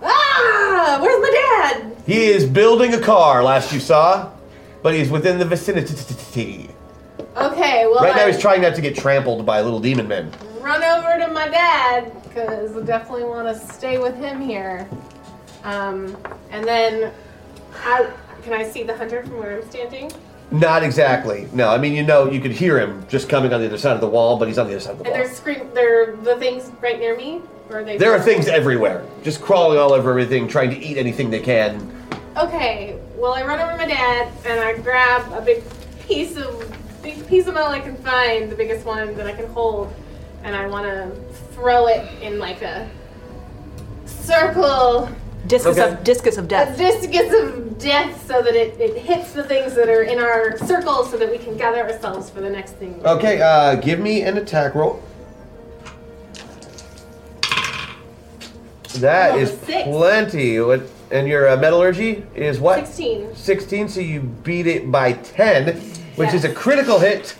S4: Ah! Where's my dad?
S3: He is building a car, last you saw, but he's within the vicinity.
S8: Okay, well,
S3: Right now,
S8: I
S3: he's trying not to get trampled by little demon men.
S8: run over to my dad because I definitely want to stay with him here. Um, and then, I, can I see the hunter from where I'm standing?
S3: Not exactly. No, I mean, you know, you could hear him just coming on the other side of the wall, but he's on the other side of the
S8: And
S3: wall.
S8: they're scream. They're the things right near me, or are they?
S3: There are things everywhere, just crawling all over everything, trying to eat anything they can.
S8: Okay. Well, I run over to my dad and I grab a big piece of big piece of metal I can find, the biggest one that I can hold, and I want to throw it in like a circle.
S9: Discus of discus of
S8: A
S9: death.
S8: discus of death, so that it, it hits the things that are in our circle, so that we can gather ourselves for the next thing.
S3: Okay, uh, give me an attack roll. That
S8: Oh,
S3: is
S8: six.
S3: plenty. What- And your uh, metallurgy is what?
S8: Sixteen.
S3: 16, so you beat it by 10, which is a critical hit.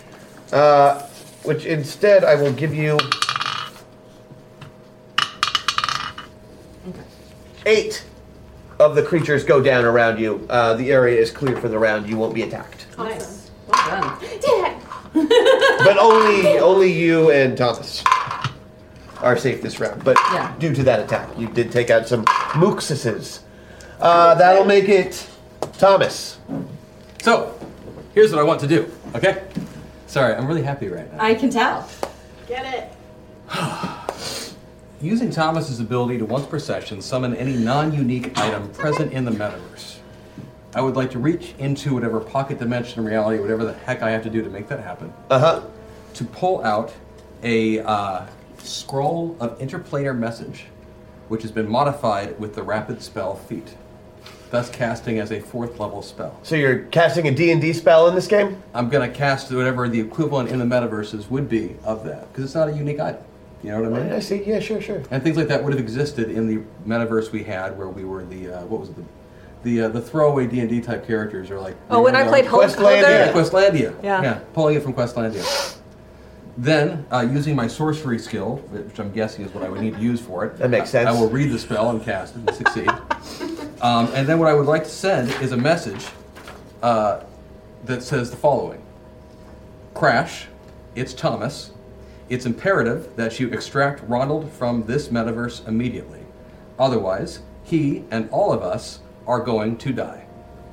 S3: Uh, which instead I will give you. Eight of the creatures go down around you. Uh, the area is clear for the round. You won't be attacked.
S4: Nice. Well done.
S8: Dad.
S3: But only only you and Thomas are safe this round. But due to that attack, you did take out some mooxuses. Uh, that'll make it Thomas.
S1: So, here's what I want to do, okay? Sorry, I'm really happy right now.
S4: I can tell.
S8: Get it.
S1: Using Thomas's ability to once per session summon any non-unique item present in the metaverse. I would like to reach into whatever pocket dimension reality, whatever the heck I have to do to make that happen.
S3: Uh-huh.
S1: To pull out a uh, scroll of interplanar message, which has been modified with the rapid spell feat, thus casting as a fourth level spell.
S3: So you're casting a D&D spell in this game?
S1: I'm gonna cast whatever the equivalent in the metaverses would be of that, because it's not a unique item. You know what I mean?
S3: I see. Yeah, sure, sure.
S1: And things like that would have existed in the metaverse we had, where we were the uh, what was it, the the, uh, the throwaway D and D type characters, or like
S9: Oh, when I played Hulk Questlandia. Hogan.
S1: yeah, Questlandia,
S9: Yeah.
S1: pulling it from Questlandia. Then, uh, using my sorcery skill, which I'm guessing is what I would need to use for it, that makes sense. I will read the spell and cast it and succeed. Um, and then, what I would like to send is a message uh, that says the following: Crash, it's Thomas. It's imperative that you extract Ronald from this metaverse immediately. Otherwise, he and all of us are going to die.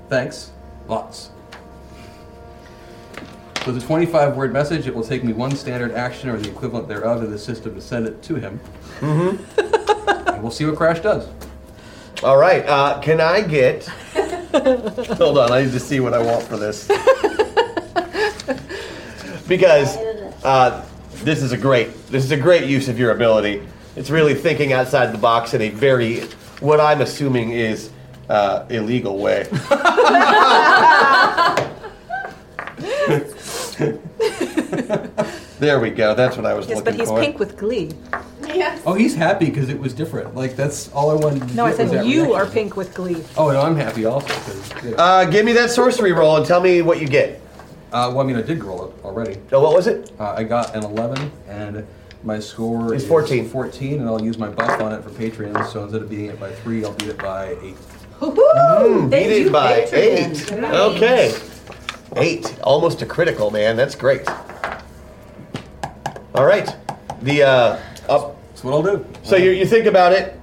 S1: Thanks, lots. So it's a 25 word message. It will take me one standard action or the equivalent thereof in the system to send it to him. Mm-hmm. and we'll see what Crash does.
S3: All right. Uh, can I get? Hold on. I need to see what I want for this because uh, this is a great this is a great use of your ability. It's really thinking outside the box in a very what I'm assuming is uh, illegal way. there we go. That's what I was
S9: Yes,
S3: looking
S9: but he's
S3: for.
S9: pink with glee. Yes.
S1: Oh, he's happy because it was different. Like that's all I wanted. To
S9: No, I
S1: get was
S9: said
S1: that
S9: you
S1: reaction.
S9: are pink with glee.
S1: Oh no, I'm happy also. 'cause, yeah.
S3: Uh, give me that sorcery roll and tell me what you get.
S1: Uh, well, I mean, I did roll it already.
S3: No, what was it?
S1: Uh, I got an 11, and my score
S3: It's
S1: is
S3: 14.
S1: 14, and I'll use my buff on it for Patreon. So instead of beating it by three, I'll beat it by eight.
S3: Mm,
S1: Thank
S3: beat
S1: you,
S3: it by
S1: Patreon.
S3: eight.
S1: Nice.
S3: Okay. Eight. Almost a critical, man. That's great. All right. The uh, up.
S1: That's what I'll do.
S3: So you, you think about it.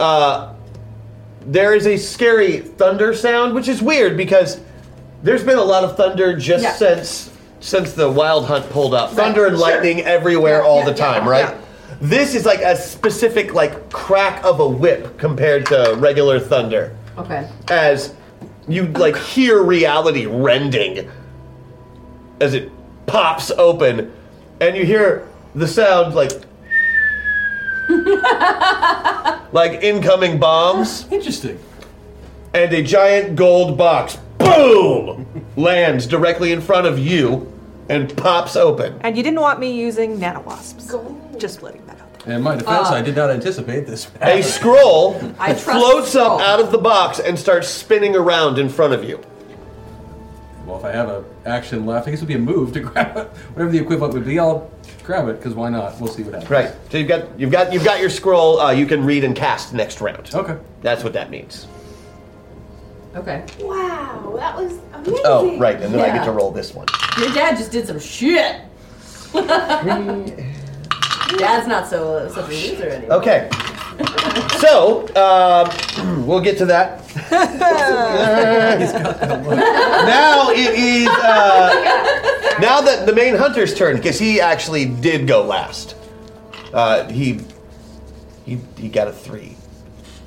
S3: Uh, there is a scary thunder sound, which is weird because there's been a lot of thunder just
S14: Yeah.
S3: since since the wild hunt pulled up. Thunder and
S14: sure.
S3: lightning everywhere all
S14: yeah,
S3: the
S14: yeah,
S3: time, right? This is like a specific like crack of a whip compared to regular thunder
S4: Okay.
S3: as you like hear reality rending as it pops open and you hear the sound like like incoming bombs
S1: interesting
S3: and a giant gold box boom lands directly in front of you and pops open
S9: And you didn't want me using nanowasps. Just letting that.
S1: And in my defense,
S9: Uh,
S1: I did not anticipate this.
S3: a scroll
S9: I trust
S3: floats up out of the box and starts spinning around in front of you
S1: Well, if I have a action left, I guess it would be a move to grab it. Whatever the equivalent would be, I'll grab it because why not? We'll see what happens.
S3: Right. So you've got you've got you've got your scroll. Uh, you can read and cast next round.
S1: Okay.
S3: That's what that means.
S4: Okay.
S8: Wow, that was amazing.
S3: Oh, right. And then I get
S4: Yeah.
S3: to roll this one.
S4: Your dad just did some shit. Dad's not so such a loser anymore.
S3: Okay. So um, we'll get to that. now it is uh, now that the main hunter's turn because he actually did go last. Uh, he he he got a three.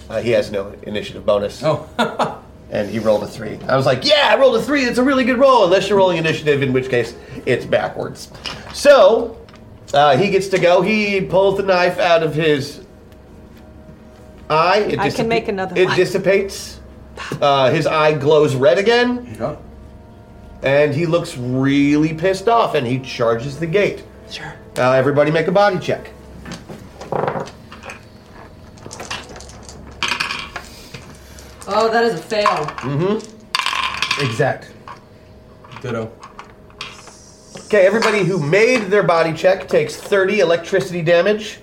S3: Uh, he has no initiative bonus.
S1: Oh.
S3: and he rolled a three. I was like, yeah, I rolled a three. It's a really good roll, unless you're rolling initiative, in which case it's backwards. So uh, he gets to go. He pulls the knife out of his eye. It
S9: I can
S3: dissipa-
S9: make another
S3: It
S9: one.
S3: dissipates. Uh, his eye glows red again. And he looks really pissed off, and he charges the gate.
S16: Sure.
S3: Uh, everybody, make a body check.
S4: Oh, that is a fail.
S3: Mm-hmm.
S23: Exact.
S1: Ditto.
S3: Okay, everybody who made their body check takes 30 electricity damage.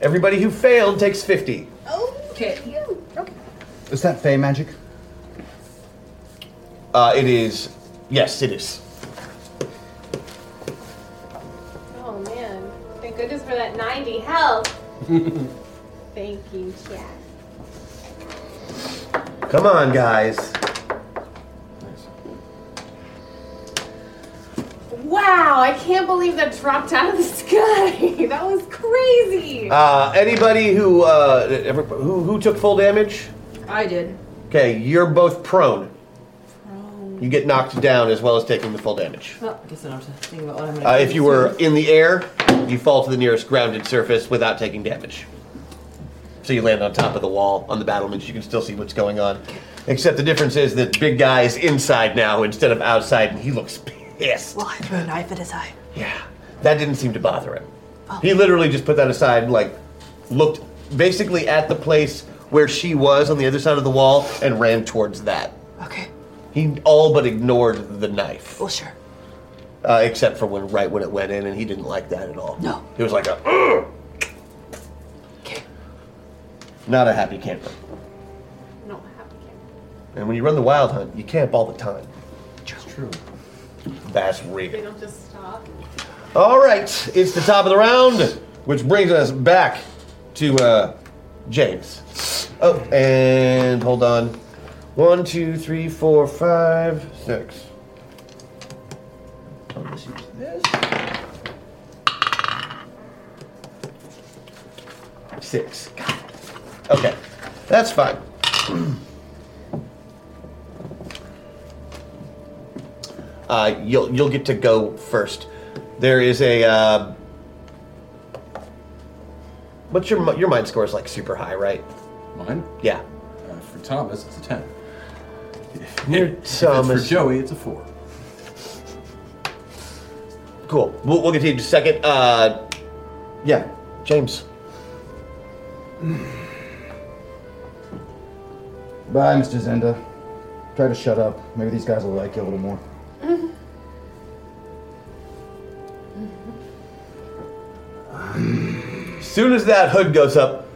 S3: Everybody who failed takes 50.
S4: Okay. Okay.
S23: Is that Fey magic?
S3: Uh, it is. Yes, it is.
S8: Oh man, thank goodness for that 90 health. Thank you, Jack.
S3: Come on, guys.
S8: Wow, I can't believe that dropped out of the sky. that was crazy.
S3: Uh, anybody who, uh, every- who who took full damage?
S4: I did.
S3: Okay, you're both prone. You get knocked down as well as taking the full damage.
S4: Well, I guess I don't have to think about what I'm gonna
S3: Uh,
S4: do
S3: if you were in the air, you fall to the nearest grounded surface without taking damage. So you land on top of the wall on the battlements. You can still see what's going on, except the difference is that big guy is inside now instead of outside, and he looks pissed.
S16: Well, I threw a knife at his eye.
S3: Yeah, that didn't seem to bother him. He literally just put that aside and, like, looked basically at the place where she was on the other side of the wall and ran towards that.
S16: Okay.
S3: He all but ignored the knife.
S16: Well, sure.
S3: Uh, except for when right when it went in, and he didn't like that at all. No. It was like a. "Ugh." Not a happy camper.
S8: No,
S3: And when you run the wild hunt, you camp all the time.
S1: It's true.
S3: That's real.
S8: they don't just stop.
S3: All right, it's the top of the round, which brings us back to uh, James. Oh, and hold on. One, two, three, four, five, six. I'll just use this. Six. God. Okay, that's fine. Uh, you'll you'll get to go first. There is a. Uh, what's your mi- your mind score is like super high, right?
S1: Mine?
S3: Yeah.
S1: I forget For Thomas, it's a 10.
S3: You're
S1: If it's
S3: Thomas.
S1: For Joey, it's a 4.
S3: Cool. We'll, we'll continue in just a second. Uh, yeah, James.
S13: Bye, Mr. Zenda. Try to shut up. Maybe these guys will like you a little more.
S3: Soon as that hood goes up,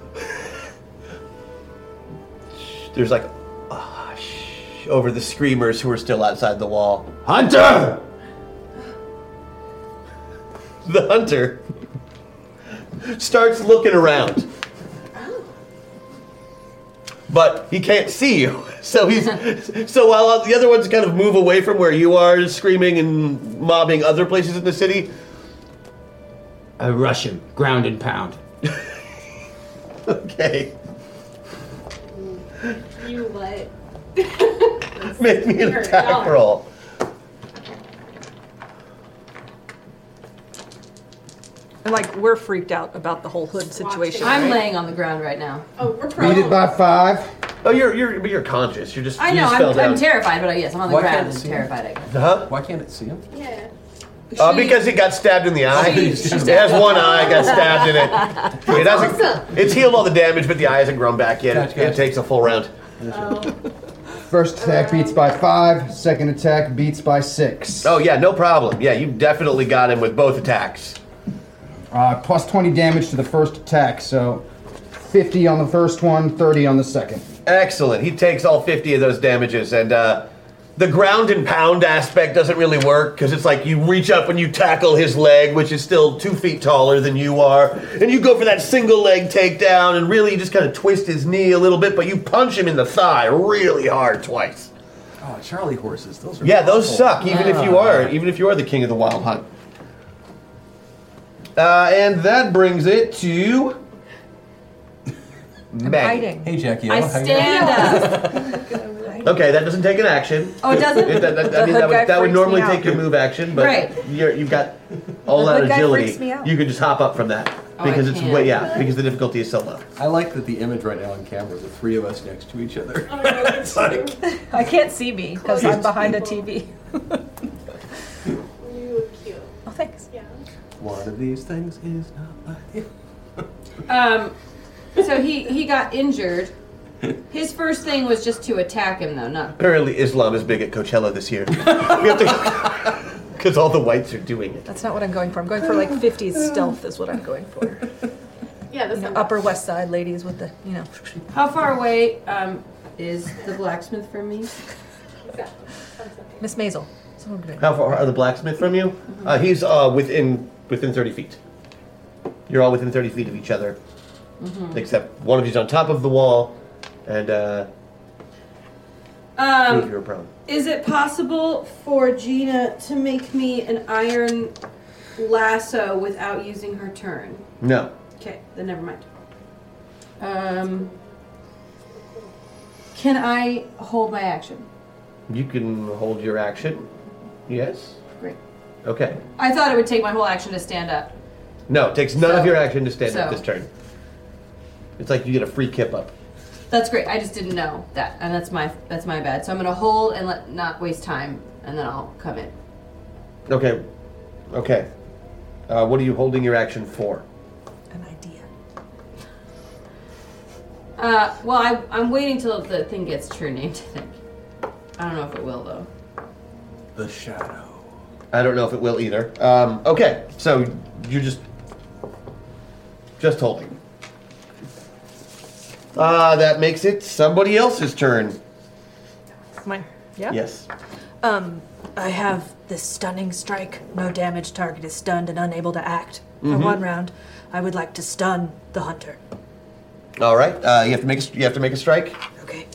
S3: there's like a hush over the screamers who are still outside the wall. Hunter! The hunter starts looking around. But he can't see you. So he's so while the other ones kind of move away from where you are screaming and mobbing other places in the city,
S24: I rush him, ground and pound.
S3: okay.
S16: Oh.
S9: You what?
S3: Make me an
S9: Sure,
S3: attack
S9: dollar.
S3: roll.
S16: And like we're freaked out about the whole hood situation.
S4: I'm
S16: right?
S4: laying on the ground right now.
S9: Oh, we're
S13: Beat it by five.
S3: Oh, you're you're but you're conscious. You're just
S4: I
S3: you
S4: know,
S3: just fell
S4: I'm,
S3: down.
S4: I'm terrified, but I, yes, I'm on the
S3: Why
S4: ground.
S3: can't
S4: I'm
S3: it see?
S4: terrified, I guess.
S3: Huh?
S1: Why can't it see him?
S9: Yeah.
S3: Uh, because it got stabbed in the eye.
S4: She's-
S3: it has one eye got stabbed in it. It hasn't. It's healed all the damage, but the eye hasn't grown back yet. It, it takes a full round.
S4: Oh.
S13: First attack beats by five. Second attack beats by six.
S3: Oh yeah, no problem. Yeah, you definitely got him with both attacks.
S13: Uh, plus 20 damage to the first attack, so 50 on the first one, 30 on the second.
S3: Excellent. He takes all 50 of those damages, and uh, the ground and pound aspect doesn't really work because it's like you reach up and you tackle his leg, which is still two feet taller than you are, and you go for that single leg takedown, and really you just kind of twist his knee a little bit, but you punch him in the thigh really hard twice.
S1: Oh, Charlie horses. Those are
S3: Yeah, those
S1: awful.
S3: suck. Even if you are, even if you are the king of the wild hunt. Uh, and that brings it to. Maggie.
S1: Hey, Jackie.
S4: I
S1: I'll hang out.
S4: stand up.
S3: Okay, that doesn't take an action.
S4: Oh, it doesn't?
S3: It- that, that-
S4: The
S3: I mean,
S4: hood
S3: that
S4: guy
S3: would, that would
S4: freaks
S3: normally
S4: me
S3: take
S4: out.
S3: your move action, but
S4: Right.
S3: you're, you've got all
S1: The
S3: that
S1: hood guy
S3: agility.
S1: freaks me out.
S3: You could just hop up from that
S1: Oh, I
S3: because it's
S1: can't.
S3: way yeah because the difficulty is so low.
S1: I like that the image right now on camera, the three of us next to each other. it's like,
S16: I can't see me because I'm behind a TV.
S9: You cute.
S16: Oh, thanks.
S9: Yeah.
S1: one of these things is not like you.
S4: Um, so he, he got injured. His first thing was just to attack him, though, not.
S3: Apparently, Islam is big at Coachella this year. we have to because all the whites are doing it.
S16: That's not what I'm going for. I'm going for like 50s stealth is what I'm going for.
S9: Yeah,
S16: you know, Upper West Side ladies with the you know.
S4: How far away um, is the blacksmith from me?
S16: Miss Maisel. that's what I'm doing.
S3: How far are the blacksmith from you? Uh, he's uh, within within thirty feet. You're all within thirty feet of each other,
S4: Mhm.
S3: except one of you's on top of the wall, and uh, two of you
S4: Um,
S3: are prone.
S4: is it possible for Gina to make me an iron lasso without using her turn?
S3: No.
S4: Okay, then never mind. Um, can I hold my action?
S3: You can hold your action. Yes.
S4: Great.
S3: Okay.
S4: I thought it would take my whole action to stand up.
S3: No, it takes none of your action to stand up
S4: so-
S3: this turn. It's like you get a free kip up.
S4: That's great. I just didn't know that, and that's my that's my bad. So I'm gonna hold and let not waste time, and then I'll come in.
S3: Okay. Okay. Uh, what are you holding your action for?
S4: Uh, well, I, I'm waiting till the thing gets true named. I think. I don't know if it will though.
S1: The shadow.
S3: I don't know if it will either. Um, okay, so you're just just holding. Ah, that makes it somebody else's turn.
S16: Mine. Yeah.
S3: Yes.
S16: Um, I have this stunning strike. No damage. Target is stunned and unable to act for
S3: Mhm.
S16: one round. I would like to stun the hunter.
S3: All right. Uh, you have to make a, you have to make a strike.
S16: Okay.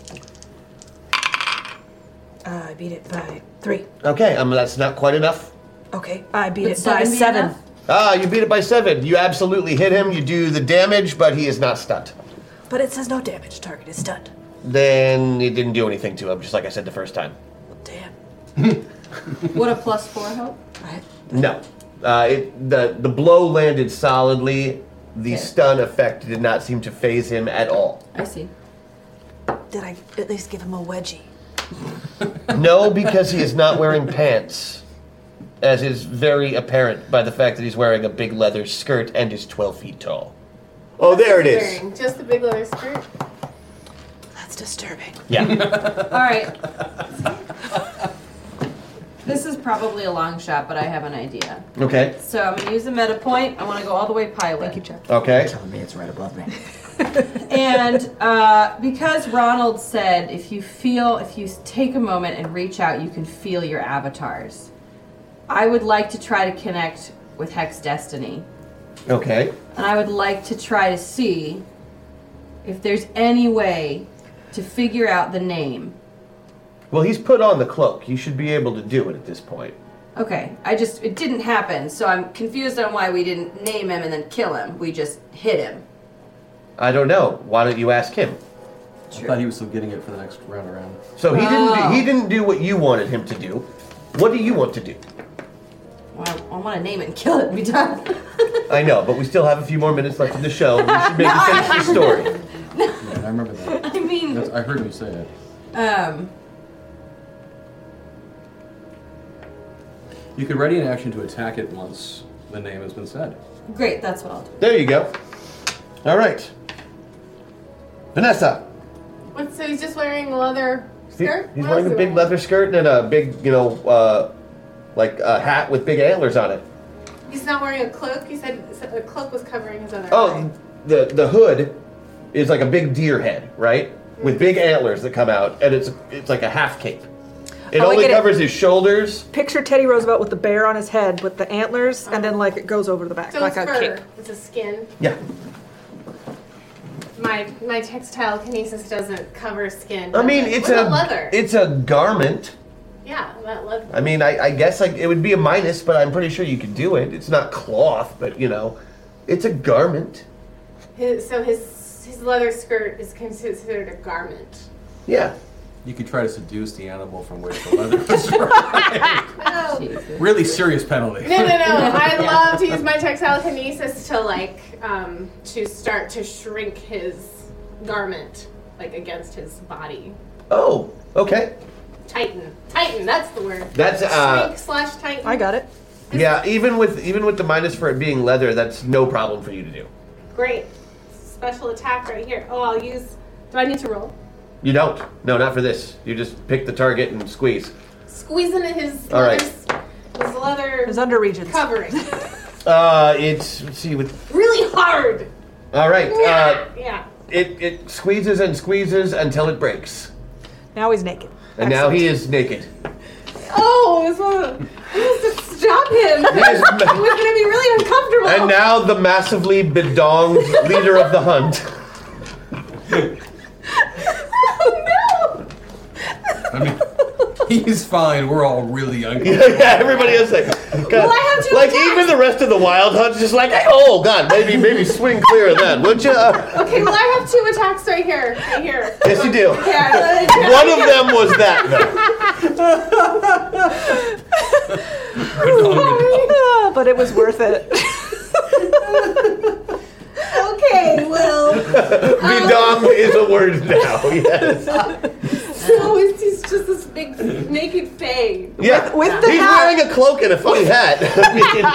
S16: Uh, I beat it by three.
S3: Okay. Um, that's not quite enough.
S16: Okay, I beat
S4: Would
S16: it by
S4: seven be
S16: seven.
S4: enough?
S3: Ah, you beat it by seven. You absolutely hit him. You do the damage, but he is not stunned.
S16: But it says no damage. Target is stunned.
S3: Then it didn't do anything to him, just like I said the first time.
S4: Would a plus four help?
S3: No, uh, it, the the blow landed solidly. The
S4: Okay.
S3: stun effect did not seem to phase him at all.
S4: I see.
S16: Did I at least give him a wedgie?
S3: No, because he is not wearing pants, as is very apparent by the fact that he's wearing a big leather skirt and is 12 feet tall. Oh, there it is.
S8: Just the big leather skirt.
S16: That's disturbing.
S3: Yeah.
S4: All right. This is probably a long shot, but I have an idea.
S3: Okay.
S4: So I'm gonna use a meta point. I want to go all the way pilot. Thank you, Jeff.
S3: Okay.
S25: telling me it's right above me.
S4: and uh, because Ronald said, if you feel, if you take a moment and reach out, you can feel your avatars. I would like to try to connect with Hex Destiny,
S3: Okay.
S4: and I would like to try to see if there's any way to figure out the name.
S3: Well, he's put on the cloak. He should be able to do it at this point.
S4: Okay, I just it didn't happen, so I'm confused on why we didn't name him and then kill him. We just hit him.
S3: I don't know. Why don't you ask him?
S1: I thought he was still getting it for the next round around.
S3: So he didn't.
S4: Oh.
S3: Do, he didn't do what you wanted him to do. What do you want to do?
S4: Well, I, want to name it and kill it and be done.
S3: I know, but we still have a few more minutes left in the show. Oh, We should make a finish the story.
S1: I remember that.
S4: I mean,
S1: That's, I heard you say it.
S4: um,
S1: You could ready an action to attack it once the name has been said.
S4: great, that's what I'll do.
S3: There you go. All right, Vanessa.
S8: What, so he's just wearing a leather
S3: He-
S8: skirt?
S3: he's
S8: What
S3: wearing
S8: else
S3: a
S8: is
S3: big leather skirt and a big, you know, uh, like a hat with big antlers on it.
S8: he- He's not wearing a cloak. He said said a cloak was covering his other. eye.
S3: Oh, the the hood is like a big deer head, right? With big antlers that come out, and it's it's like a half cape. It
S9: Oh, I
S3: only
S9: get it.
S3: covers his shoulders.
S9: Picture Teddy Roosevelt with the bear on his head with the antlers, and then like it goes over the back
S8: So
S9: like
S8: it's
S9: a
S8: fur.
S9: cape.
S8: It's a skin.
S3: Yeah.
S8: My my textile kinesis doesn't cover skin.
S3: I mean, it's
S8: What
S3: a
S8: about leather.
S3: it's a garment.
S8: yeah, that leather.
S3: I mean, I, I guess like it would be a minus, but I'm pretty sure you could do it. It's not cloth, but you know, it's a garment.
S8: His, so his his leather skirt is considered a garment.
S3: Yeah.
S1: You could try to seduce the animal from which the leather was.
S8: No, no,
S1: really serious penalty.
S8: no, no. I
S1: Yeah.
S8: love to use my textile kinesis to like um, to start to shrink his garment like against his body.
S3: Oh, okay.
S8: Tighten, tighten. That's the word.
S3: That's, uh,
S8: shrink slash tighten.
S9: I got it.
S3: Yeah, even with even with the minus for it being leather, that's no problem for you to do.
S8: Great. Special attack right here. Oh, I'll use. Do I need to roll?
S3: You don't. No, not for this. You just pick the target and squeeze.
S8: Squeezing at his
S3: All right.
S8: leather- his leather his
S9: under regions
S8: covering
S3: Uh, it's let's see with.
S8: really hard.
S3: All right. Uh,
S8: yeah.
S3: it it squeezes and squeezes until it breaks,
S9: Now he's naked.
S3: and now he is naked.
S8: Oh, this was, this was to stop him.
S3: Yes,
S8: it was
S3: ma-
S8: gonna be really uncomfortable.
S3: And now the massively bedonged leader of the hunt.
S1: I mean, he's fine. We're all really
S3: yeah,
S1: uncomfortable.
S3: everybody else like, God,
S1: I have two
S3: like even the rest of the wild hunt's just like, oh god, maybe maybe swing clear of that, would you?
S8: Okay, well I have two attacks right here, right here.
S3: Yes, you do.
S8: Yeah.
S3: One of them was that. though.
S9: but it was worth it.
S4: okay, well.
S1: Um,
S3: Bedonged is a word now. Yes. Uh-huh.
S8: So it's he's just this big naked fang.
S3: Yeah. he's wearing a cloak and a funny hat. I mean,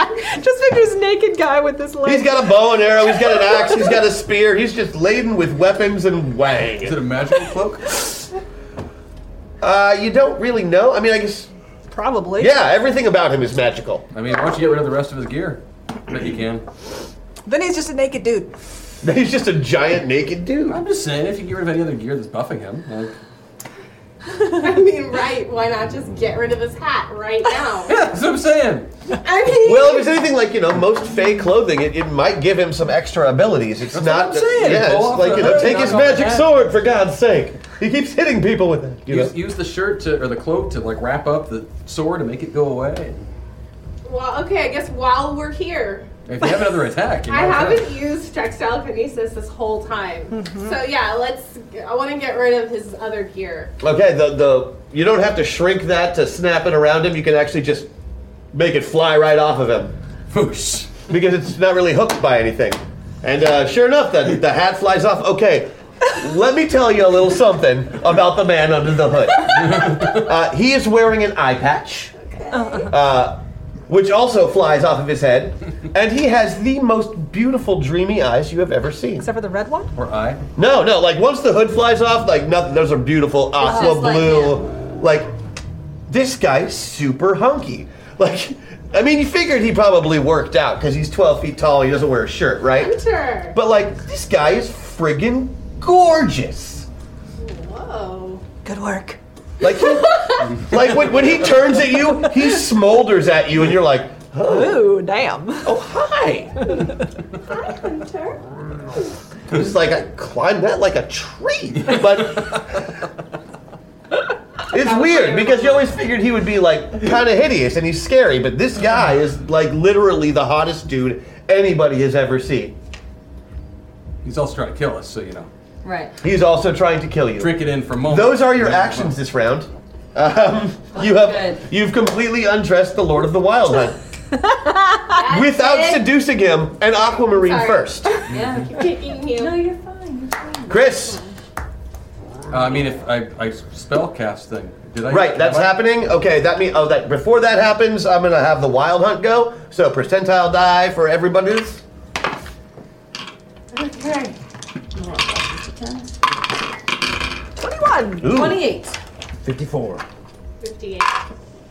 S9: Just picture this naked guy with this leg.
S3: he's got a bow and arrow. He's got an axe. He's got a spear. He's just laden with weapons and wang. Is it
S1: a magical cloak?
S3: Uh, you don't really know. I mean, I guess.
S9: Probably.
S3: Yeah, everything about him is magical.
S1: I mean, why don't you get rid of the rest of his gear? Bet you can.
S9: Then he's just a naked dude.
S3: He's just a giant naked dude. Uh,
S1: I'm just saying, if you get rid of any other gear that's buffing him, like,
S8: I mean, right? Why not just get rid of his hat right now?
S1: that's what I'm saying.
S8: I mean,
S3: Well, if it's anything like you know most fey clothing, it, it might give him some extra abilities. It's
S1: That's
S3: not
S1: what I'm saying.
S3: yeah,
S1: Pull
S3: it's
S1: off
S3: like
S1: the
S3: you know,
S1: hood,
S3: take his
S1: knock off the
S3: magic
S1: hat.
S3: sword for God's sake. He keeps hitting people with it. You know?
S1: Use, use the shirt to, or the cloak to like wrap up the sword and make it go away.
S8: well, okay. I guess while we're here,
S1: If you have another attack, you
S8: I
S1: might as well.
S8: haven't used textile kinesis this whole time.
S3: Mm-hmm.
S8: So yeah, let's. I want to get rid of his other gear.
S3: Okay, the the you don't have to shrink that to snap it around him. You can actually just make it fly right off of him.
S1: Whoosh.
S3: Because it's not really hooked by anything. And uh, sure enough, then the hat flies off. Okay, Let me tell you a little something about the man under the hood. Uh, he is wearing an eye patch, uh, which also flies off of his head, and he has the most beautiful dreamy eyes you have ever seen.
S9: Except for the red one?
S3: Or eye? No, no. Like once the hood flies off, like nothing. Those are beautiful aqua
S9: just like
S3: blue. Like this guy's super hunky. Like, I mean, you figured he probably worked out because he's 12 feet tall. He doesn't wear a shirt, right?
S8: Hunter.
S3: But like, this guy is friggin' gorgeous.
S8: Whoa.
S16: Good work.
S3: Like, he- like when, when he turns at you, he smolders at you, and you're like, oh.
S9: Ooh, damn.
S3: Oh, hi. It's like I climbed that like a tree. But it's weird because you always figured he would be like kind of hideous and he's scary, but this guy is like literally the hottest dude anybody has ever seen.
S1: He's also trying to kill us, so you know.
S4: Right.
S3: He's also trying to kill you.
S1: Drink it in for a moment.
S3: Those are your
S1: Yeah.
S3: actions this round. Um, you have you've completely undressed the Lord of the Wild Hunt without seducing him and Aquamarine
S8: Sorry.
S3: first.
S4: Yeah.
S8: Keep kicking you. No,
S4: you're fine. You're fine.
S3: Chris.
S1: Uh, I mean, if I, I spell cast thing, did I?
S3: Right, that's
S1: have I-
S3: happening. Okay, that means oh that before that happens, I'm gonna have the wild hunt go. So percentile die for everybody's.
S4: Okay.
S9: 21.
S3: Ooh.
S4: 28.
S3: 54.
S8: 58.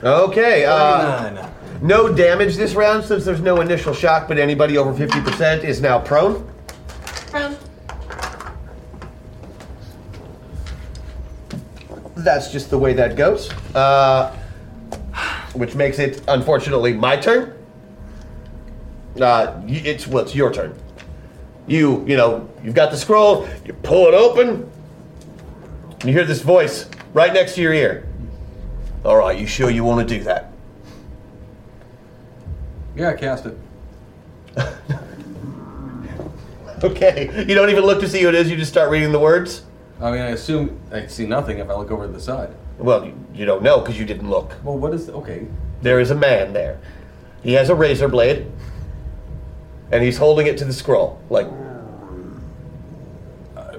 S3: Okay. Uh, no damage this round since there's no initial shock, but anybody over 50% is now prone.
S8: From
S3: That's just the way that goes. Uh, which makes it unfortunately my turn. Uh, y- it's well, it's your turn. You you know you've got the scroll. You pull it open. You hear this voice right next to your ear. All right, you sure you want to do that?
S1: Yeah, I cast it.
S3: Okay. You don't even look to see who it is. You just start reading the words.
S1: I mean, I assume I see nothing if I look over to the side.
S3: Well, you, you don't know because you didn't look.
S1: Well, what is okay?
S3: There is a man there. He has a razor blade, and he's holding it to the scroll. Like,
S1: Uh,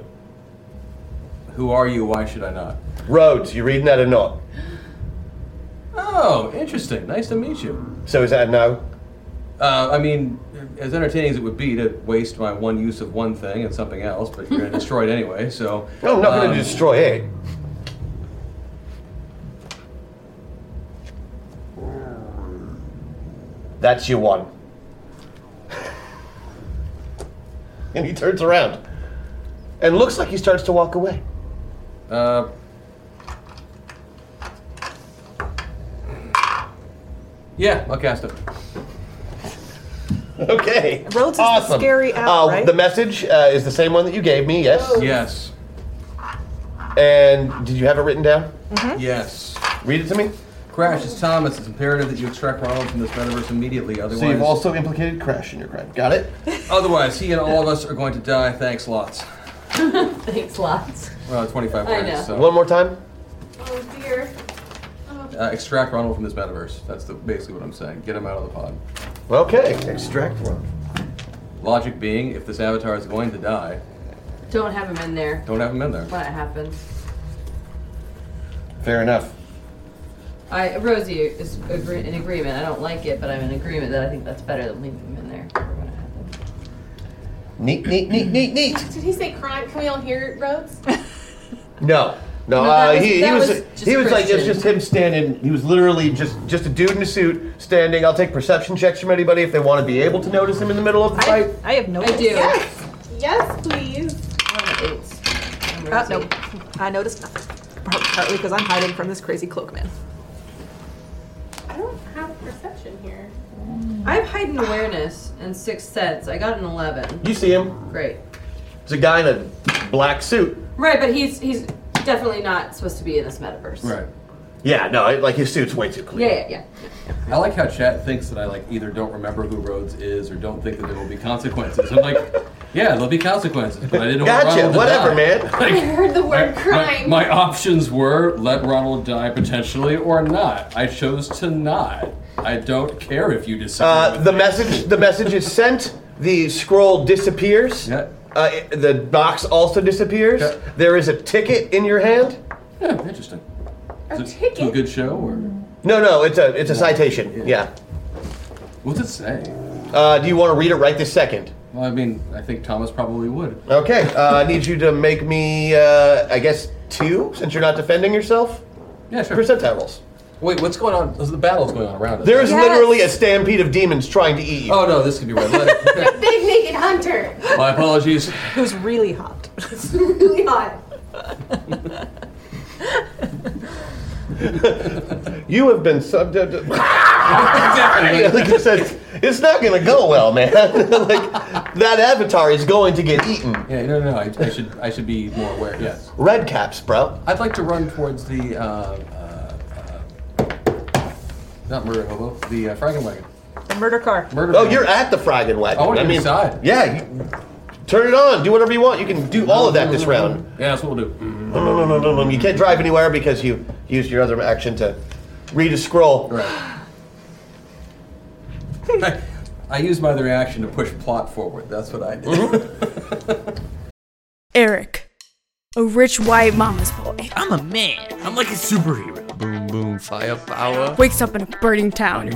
S1: Who are you? Why should I not?
S3: Rhodes, you reading that or not?
S1: Oh, interesting. Nice to meet you.
S3: So is that a no?
S1: Uh, I mean, as entertaining as it would be to waste my one use of one thing and something else, but you're going to destroy it anyway, so.
S3: No, I'm not going
S1: um,
S3: to destroy it. That's your one. and he turns around and looks like he starts to walk away.
S1: Uh, yeah, I'll cast it.
S3: Okay.
S9: Rhodes is the
S3: awesome.
S9: scary app,
S3: Uh,
S9: right?
S3: The message uh, is the same one that you gave me, yes?
S8: Oh.
S1: Yes.
S3: And did you have it written down?
S8: Mm-hmm.
S1: Yes.
S3: Read it to me.
S1: Crash, it's Thomas. It's imperative that you extract Ronald from this metaverse immediately. Otherwise,
S3: So you've also implicated Crash in your crime. Got it?
S1: otherwise he and all of us are going to die. Thanks lots.
S4: Thanks lots.
S1: Well, 25
S4: I
S1: words.
S4: know.
S1: So.
S3: One more time.
S8: Oh dear.
S1: Uh, extract Ronald from this metaverse. That's the, basically what I'm saying. Get him out of the pod.
S3: Okay. Extract Ronald.
S1: Logic being, if this avatar is going to die,
S4: Don't have him in there.
S1: don't have him in there.
S4: When it happens.
S3: Fair enough.
S4: I Rosie is agree- in agreement. I don't like it, but I'm in agreement that I think that's better than leaving him in there.
S3: Neat, neat, neat, neat, neat.
S8: Did he say crime? Can we all hear it, Rhodes?
S3: No, no.
S8: No,
S3: uh,
S8: that was-
S3: he, he
S8: that
S3: was,
S8: was just
S3: he was like it's
S8: Christian.
S3: just him standing. He was literally just just a dude in a suit standing. I'll take perception checks from anybody if they want to be able to notice him in the middle of the fight.
S9: I have no idea.
S4: do.
S8: Yes. Yes, please.
S9: Uh, no, I noticed nothing. Partly because I'm hiding from this crazy cloak man.
S8: I don't have perception here.
S4: I have heightened awareness and sixth sense. I got an eleven.
S3: You see him?
S4: Great.
S3: It's a guy in a black suit.
S4: Right, but he's he's definitely not supposed to be in this metaverse.
S1: Right.
S3: Yeah, no, it, like his suit's way too clean.
S4: Yeah, yeah, yeah.
S1: I like how chat thinks that I like either don't remember who Rhodes is or don't think that there will be consequences. I'm like, yeah, there'll be consequences, but I didn't want
S3: Gotcha,
S1: Ronald to
S3: whatever,
S1: die.
S3: man.
S8: I heard the word crime.
S1: My options were let Ronald die potentially or not. I chose to not. I don't care if you disagree.
S3: Uh, the message the message is sent. The scroll disappears.
S1: Yeah.
S3: Uh, it- the box also disappears. There is a ticket in your hand.
S1: Yeah, interesting.
S8: A
S1: To a
S8: ticket?
S1: good show, or
S3: No, no, it's a it's a citation. Yeah.
S1: What's it say?
S3: Uh, do you want to read it right this second?
S1: Well, I mean, I think Thomas probably would.
S3: Okay, uh, I need you to make me, uh, I guess, two, since you're not defending yourself.
S1: Yeah, sure.
S3: Percentile rolls.
S1: Wait, what's going on? The battle's going on around us.
S3: There is literally a stampede of demons trying to eat you.
S1: Oh no, this could be red letter.
S8: Big naked hunter.
S1: My apologies.
S14: Who's really hot?
S8: It's really hot.
S3: You have been subject. to- Yeah, like I said, it's not going to go well, man. like that avatar is going to get eaten.
S1: Yeah, no, no, I, I should, I should be more aware. Yes.
S3: Red caps, bro.
S1: I'd like to run towards the, uh, uh, uh, not murder hobo, the uh, fragging wagon.
S14: The murder car.
S1: Murder.
S3: Oh, you're at the fragging wagon.
S1: I wanna get inside.
S3: Yeah, you, turn it on. Do whatever you want. You can do all of that this round.
S1: Yeah, that's what we'll do.
S3: No, no, no, no, no, no. You can't drive anywhere because you used your other action to read a scroll.
S1: Right. I used my other action to push plot forward. That's what I did.
S7: Eric, a rich white mama's boy,
S11: I'm a Oh, man. I'm like a superhero. Boom, boom, firepower.
S7: wakes up in a burning town.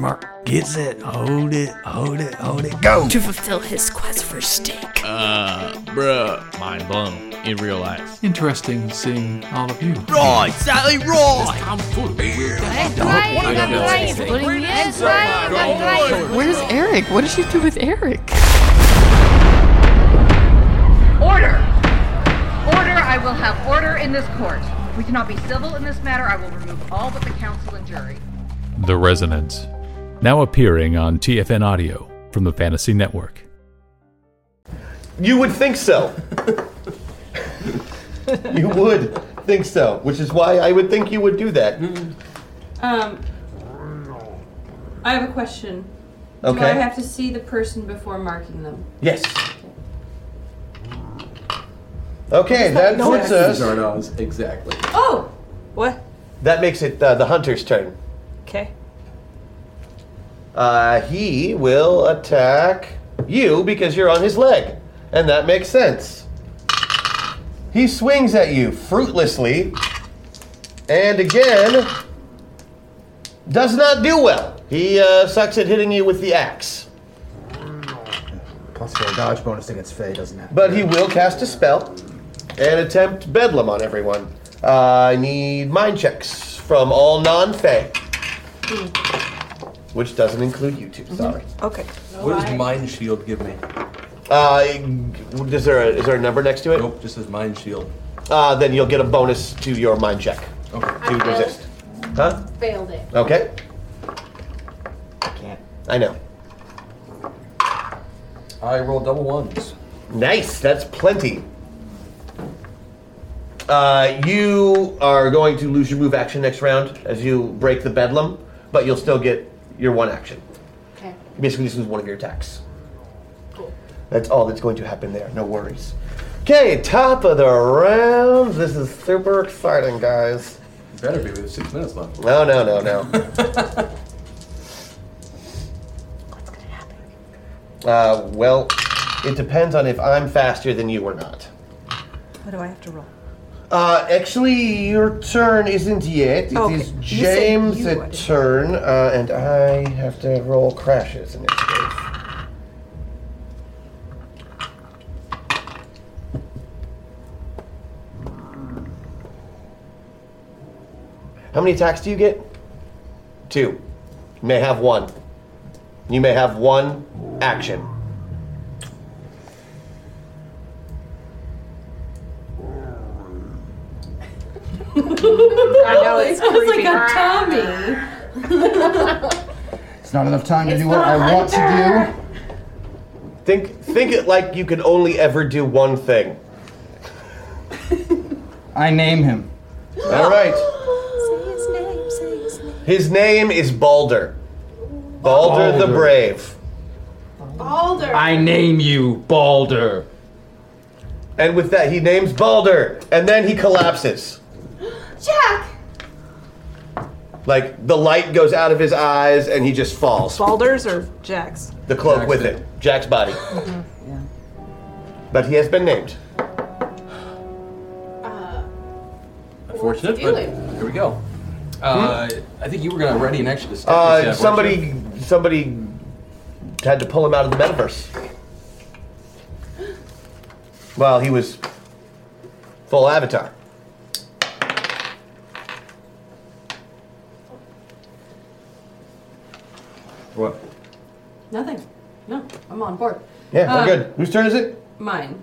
S11: Gets it, hold it, hold it, hold it, go!
S7: To fulfill his quest for steak.
S26: Uh, bruh. Mind blown in real life. Interesting seeing all of you.
S11: Right, Sally, right!
S16: Where's Eric? What did she do with Eric?
S9: Order! Order! I will have order in this court. We cannot be civil in this matter. I will remove all but the counsel and jury.
S27: The Resonance. Now appearing on TFN Audio from the Fantasy Network.
S3: You would think so. you would think so, which is why I would think you would do that.
S1: Mm-hmm.
S4: Um, I have a question. Do I
S3: Okay.
S4: have to see the person before marking them?
S3: Yes. Okay, that
S4: No,
S3: puts
S4: that's-
S3: us. Exactly.
S4: Oh, what?
S3: That makes it uh, the hunter's turn.
S14: Okay.
S3: Uh, he will attack you because you're on his leg, and that makes sense. He swings at you fruitlessly, and again, does not do well. He uh, sucks at hitting you with the axe,
S13: Plus for a dodge bonus against Faye, doesn't it?
S3: but he will cast a spell and attempt bedlam on everyone. Uh, I need mind checks from all non-fey, which doesn't include you two. Sorry.
S14: Okay.
S1: What does Mind Shield give me?
S3: Uh, is there a, is there a number next to it? Nope,
S1: just says mind shield.
S3: Uh, then you'll get a bonus to your mind check. Okay. To resist. Huh?
S8: Failed it.
S3: Okay. I can't. I know.
S1: I roll double ones.
S3: Nice. That's plenty. Uh, you are going to lose your move action next round as you break the bedlam, but you'll still get your one action.
S8: Okay.
S3: You basically just lose one of your attacks. That's all that's going to happen there. No worries. Okay, top of the round. This is super exciting, guys.
S1: Better be with six minutes left.
S3: No, no, no, no. What's gonna happen? Uh, well, it depends on if I'm faster than you or not.
S14: What do I have to roll?
S3: Uh, actually, your turn isn't yet. It is
S14: Okay. You said
S3: James'
S14: you, I didn't-
S3: turn, uh, and I have to roll crashes in this case. How many attacks do you get? Two. You may have one. You may have one action.
S14: I know it's
S4: Sounds like
S14: creepy.
S4: a Tommy.
S13: It's not enough time to do what I want to
S3: Think think it like you can only ever do one thing.
S13: do. I name him.
S3: All right.
S16: Say his name, say his name.
S3: His name is Balder. Balder, the
S13: Balder.
S3: Brave.
S8: Balder.
S13: I name you Balder.
S3: And with that, he names Balder, and then he collapses.
S8: Jack.
S3: Like the light goes out of his eyes, and he just falls.
S14: Balders or Jacks?
S3: The cloak with it, Jack's body. But he has been named.
S1: Unfortunate, but here we go. Uh, I think you were gonna ready an extra step.
S3: Hmm? Uh,
S1: step, weren't you?
S3: somebody, somebody had to pull him out of the metaverse. Well, he was full avatar.
S1: What?
S4: Nothing. No, I'm on board.
S3: Yeah, we're
S4: Um,
S3: good. Whose turn is it?
S4: Mine.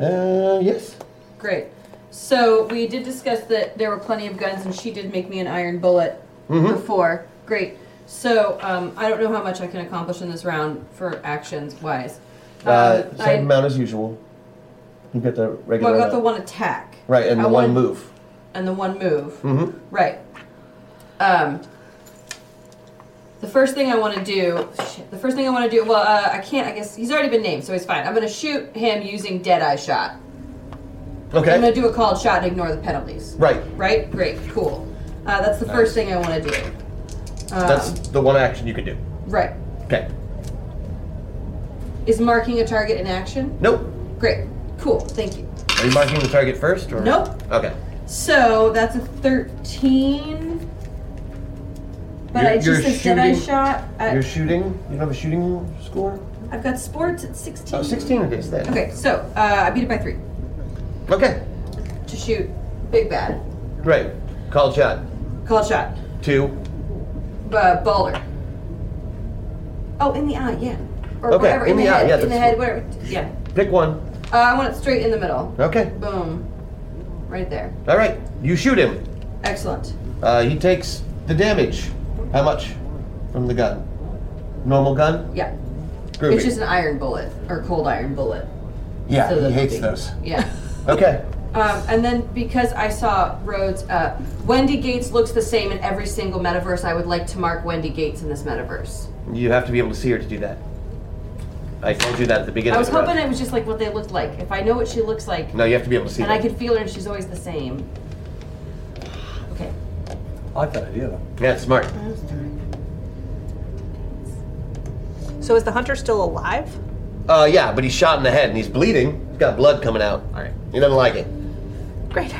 S3: Uh, yes.
S4: Great. So we did discuss that there were plenty of guns, and she did make me an iron bullet
S3: Mhm.
S4: before. Great. So um, I don't know how much I can accomplish in this round for actions wise.
S3: Uh,
S4: Um,
S3: same
S4: I-
S3: amount as usual. You get the
S4: well,
S3: regular.
S4: I got the one attack
S3: Right, and
S4: I
S3: the one
S4: want-
S3: move.
S4: and the one move.
S3: Mm-hmm.
S4: Right. Um, the first thing I want to do, shit, the first thing I want to do, well, uh, I can't, I guess, he's already been named, so he's fine. I'm going to shoot him using Deadeye Shot.
S3: Okay.
S4: I'm going to do a called shot and ignore the penalties.
S3: Right.
S4: Right? Great, cool. Uh, that's the
S3: Nice.
S4: first thing I want to do. Um,
S3: That's the one action you could do.
S4: right.
S3: Okay.
S4: Is marking a target in action?
S3: Nope.
S4: Great, cool, thank you.
S3: Are you marking the target first? Or?
S4: Nope.
S3: Okay.
S4: So that's a 13. But
S3: You're-
S4: I just
S3: you're
S4: said Deadeye
S3: shooting-
S4: Shot. I,
S3: You're shooting. You don't have a shooting score.
S4: I've got sports at 16.
S3: Oh, 16 it is then.
S4: Okay, so uh, I beat it by three
S3: Okay.
S4: to shoot Big Bad.
S3: Right. Call shot.
S4: Call shot.
S3: Two.
S4: Uh, Balder. Oh, in the eye, yeah. Or
S3: Okay,
S4: whatever, in,
S3: in
S4: the,
S3: the eye,
S4: head.
S3: yeah,
S4: in the
S3: that's-
S4: head, whatever. Yeah.
S3: Pick one.
S4: Uh, I want it straight in the middle.
S3: Okay.
S4: Boom. Right there.
S3: All right. You shoot him.
S4: Excellent.
S3: Uh, he takes the damage. How much from the gun? Normal gun.
S4: Yeah.
S3: Groovy.
S4: It's just an iron bullet or cold iron bullet.
S3: yeah,
S4: so
S3: he
S4: that's
S3: hates
S4: big.
S3: those.
S4: Yeah.
S3: Okay.
S4: Um, and then because I saw Rhodes, uh, Wendy Gates looks the same in every single metaverse. I would like to mark Wendy Gates in this metaverse.
S3: You have to be able to see her to do that. I told you that at the beginning.
S4: I was
S3: of the
S4: hoping
S3: round.
S4: it was just like what they looked like. If I know what she looks like,
S3: No, you have to be able to see
S4: and
S3: that.
S4: I could feel her, and she's always the same. Okay.
S14: I like that idea though.
S3: Yeah, it's smart.
S9: So is the hunter still alive?
S3: Uh, yeah, but he's shot in the head and he's bleeding. He's got blood coming out. All right. He doesn't like it.
S9: Great.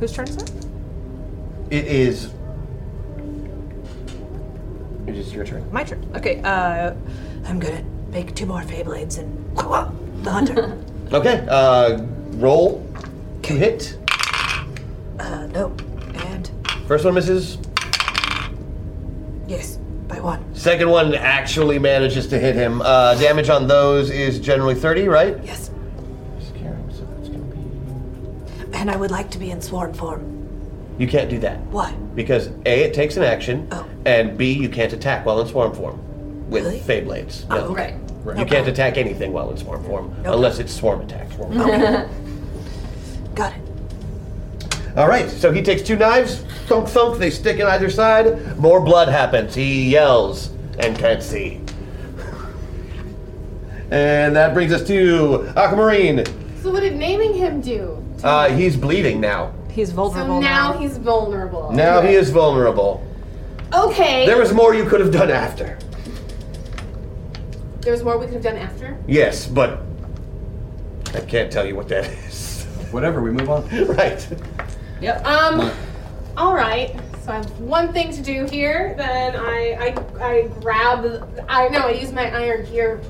S9: Whose turn is it?
S3: It is. It is your turn.
S9: My turn.
S16: Okay, uh, I'm gonna make two more Beyblades and the hunter.
S3: Okay. Uh, roll to hit.
S16: uh, no, and
S3: First one misses.
S16: yes, by one.
S3: Second one actually manages to hit him. Uh, damage on those is generally 30, right?
S16: Yes.
S3: so that's gonna
S16: be. And I would like to be in sworn form.
S3: You can't do that.
S16: Why?
S3: Because A, it takes an action, and B, you can't attack while in swarm form with
S16: Oh. Really?
S3: Fey Blades. No.
S16: Oh, right.
S3: You
S16: Right.
S3: can't attack anything while in swarm form
S16: No.
S3: unless it's swarm attack.
S16: Okay. Got it.
S3: All right, so he takes two knives, thunk thunk, they stick in either side. More blood happens. He yells and can't see. And that brings us to Aquamarine.
S8: So what did naming him do?
S3: Uh, he's bleeding now.
S9: He's vulnerable.
S8: So now he's vulnerable.
S3: Now he is vulnerable.
S8: Okay.
S3: There was more you could have done after.
S8: There was more we could have done after.
S3: Yes, but I can't tell you what that is.
S14: Whatever, we move on.
S3: right.
S8: Yep. Um. All right. So I have one thing to do here. Then I I, I grab. I no. I use my iron gear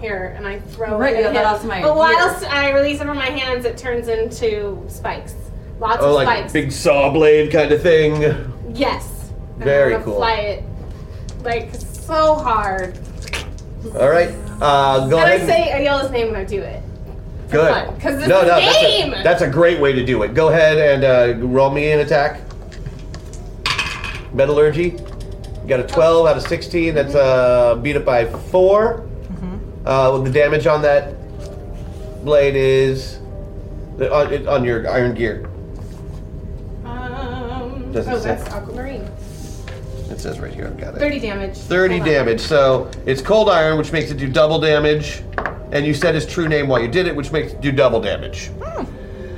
S8: here, and I throw
S4: Right,
S8: it.
S4: you have
S8: at
S4: that
S8: him.
S4: awesome iron
S8: But
S4: gear.
S8: whilst I release it from my hands, it turns into spikes. Lots
S3: Oh,
S8: of
S3: like
S8: spikes.
S3: big saw blade kind of thing.
S8: Yes.
S3: Very
S8: I'm gonna
S3: cool.
S8: Fly it like so hard.
S3: All right. Uh, go
S8: and
S3: ahead.
S8: I
S3: and-
S8: say I yell his name when I do it.
S3: Good.
S8: fun, 'cause it's
S3: no,
S8: his
S3: no, that's a-
S8: name!
S3: That's a, great way to do it. Go ahead and uh, roll me an attack. Metallurgy. You got a 12 out of 16. That's uh, beat up by 4. Uh, well, the damage on that blade is. the- On, it- on your iron gear.
S8: Um,
S3: Doesn't
S8: oh,
S3: say.
S8: that's aquamarine.
S3: It says right here. I've got it.
S8: Thirty damage.
S3: 30
S8: Hold on.
S3: damage. So it's cold iron, which makes it do double damage. And you said his true name while you did it, which makes it do double damage.
S8: Hmm.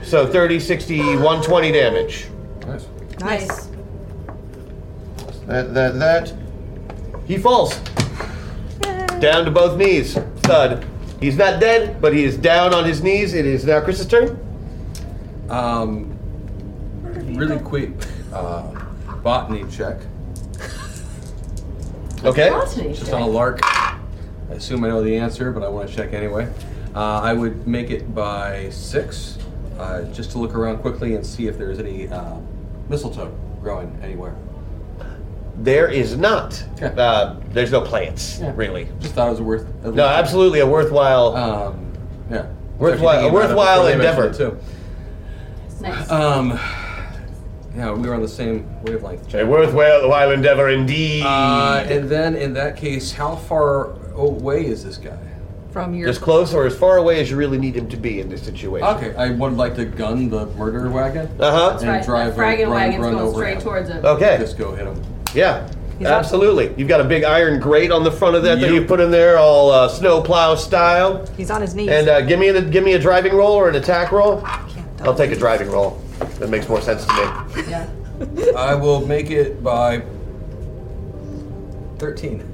S3: So 30, 60, 120 damage. Nice.
S4: Nice.
S3: That, that, that. He falls. Down to both knees. Thud. He's not dead, but he is down on his knees. It is now Chris's turn.
S1: Um, really quick uh, botany check.
S3: Okay.
S4: Botany
S1: Just
S4: check.
S1: on a lark. I assume I know the answer, but I want to check anyway. Uh, I would make it by six, uh, just to look around quickly and see if there's any uh, mistletoe growing anywhere.
S3: There is not. Uh, there's no plants,
S1: Yeah.
S3: really.
S1: Just thought it was worth. at least-
S3: No, absolutely a worthwhile.
S1: Um, yeah.
S3: Worthwhile, a
S1: Especially thinking
S3: worthwhile
S1: about it before they
S3: endeavor.
S1: mentioned it,
S4: Nice.
S1: too. Um, yeah, we were on the same wavelength.
S3: A worthwhile endeavor indeed.
S1: Uh, and then in that case, how far away is this guy?
S9: From your
S3: as close or as far away as you really need him to be in this situation.
S1: Okay, I would like to gun the murder wagon.
S3: Uh huh.
S4: That's right. That fragging wagon's going straight towards it.
S3: Okay.
S1: Just go hit him.
S3: Yeah.
S4: He's up.
S3: Absolutely. You've got a big iron grate on the front of that that you put in there, all uh, snowplow style.
S9: He's on his knees.
S3: And uh, give me a give me a driving roll or an attack roll. I'll take a driving roll. That makes more sense to me.
S4: Yeah.
S1: I will make it by 13.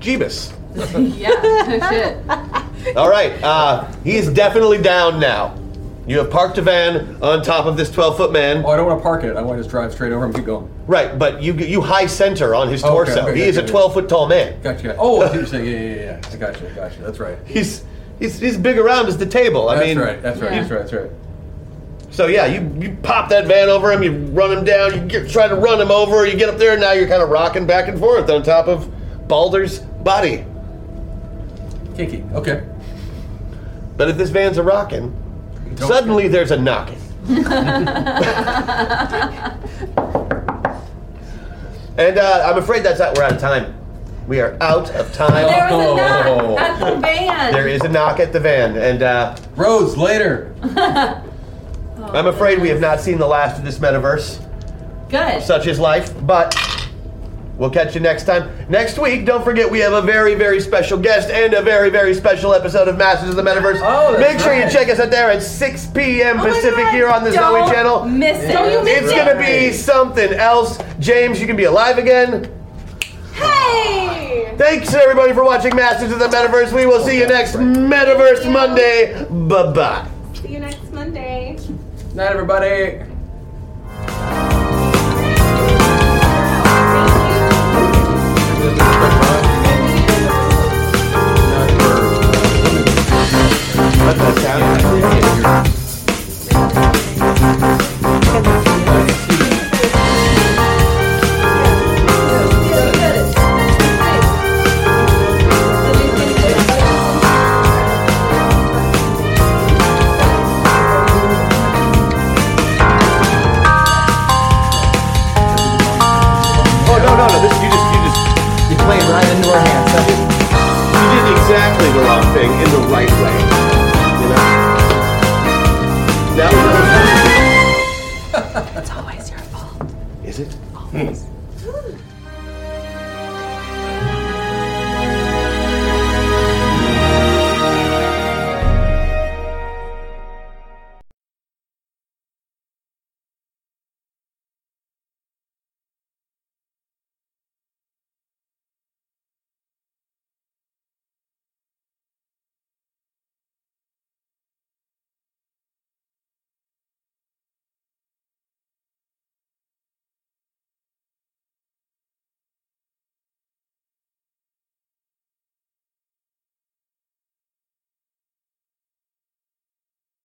S3: Jeebus.
S4: yeah. Shit.
S3: All right. Uh, he is definitely down now. You have parked a van on top of this 12 foot man. Oh,
S1: I don't want to park it. I want to just drive straight over him. Keep going.
S3: Right, but you you high center on his
S1: Okay,
S3: torso.
S1: okay,
S3: he is
S1: okay,
S3: a
S1: okay.
S3: 12 foot tall man.
S1: Gotcha. Oh, I see what you're saying. Yeah, yeah, yeah, yeah. I gotcha. I gotcha. That's right.
S3: He's he's, he's big around as the table. I
S1: that's
S3: mean,
S1: right. That's right. That's right. That's right.
S3: So yeah, you you pop that van over him, you run him down, you get, try to run him over, you get up there, and now you're kind of rocking back and forth on top of Balder's body.
S1: Kinky. Okay.
S3: But if this van's a rocking, suddenly there's a knocking, and uh, I'm afraid that's out. We're out of time. We are out of time.
S4: There was a
S1: Oh.
S4: knock at the van.
S3: There is a knock at the van, and uh,
S1: Rose later.
S3: I'm afraid we have not seen the last of this metaverse.
S4: Good.
S3: Such is life, but we'll catch you next time. Next week, don't forget we have a very, very special guest and a very, very special episode of Masters of the Metaverse.
S4: Oh, that's
S3: Make sure you
S4: right.
S3: check us out there at 6 p.m.
S4: Oh my
S3: Pacific
S4: God,
S3: here on the
S4: don't
S3: Zoe channel.
S4: miss it. Don't you miss
S3: it's
S4: it.
S3: gonna be something else. James, you can be alive again.
S4: Hey!
S3: Thanks everybody for watching Masters of the Metaverse. We will see you next Metaverse Monday. Bye bye.
S8: See you next Monday.
S1: Night, everybody.
S3: Oh no no no! This you just you just you play right into our hands. You did exactly the wrong thing in the right way. Hmm.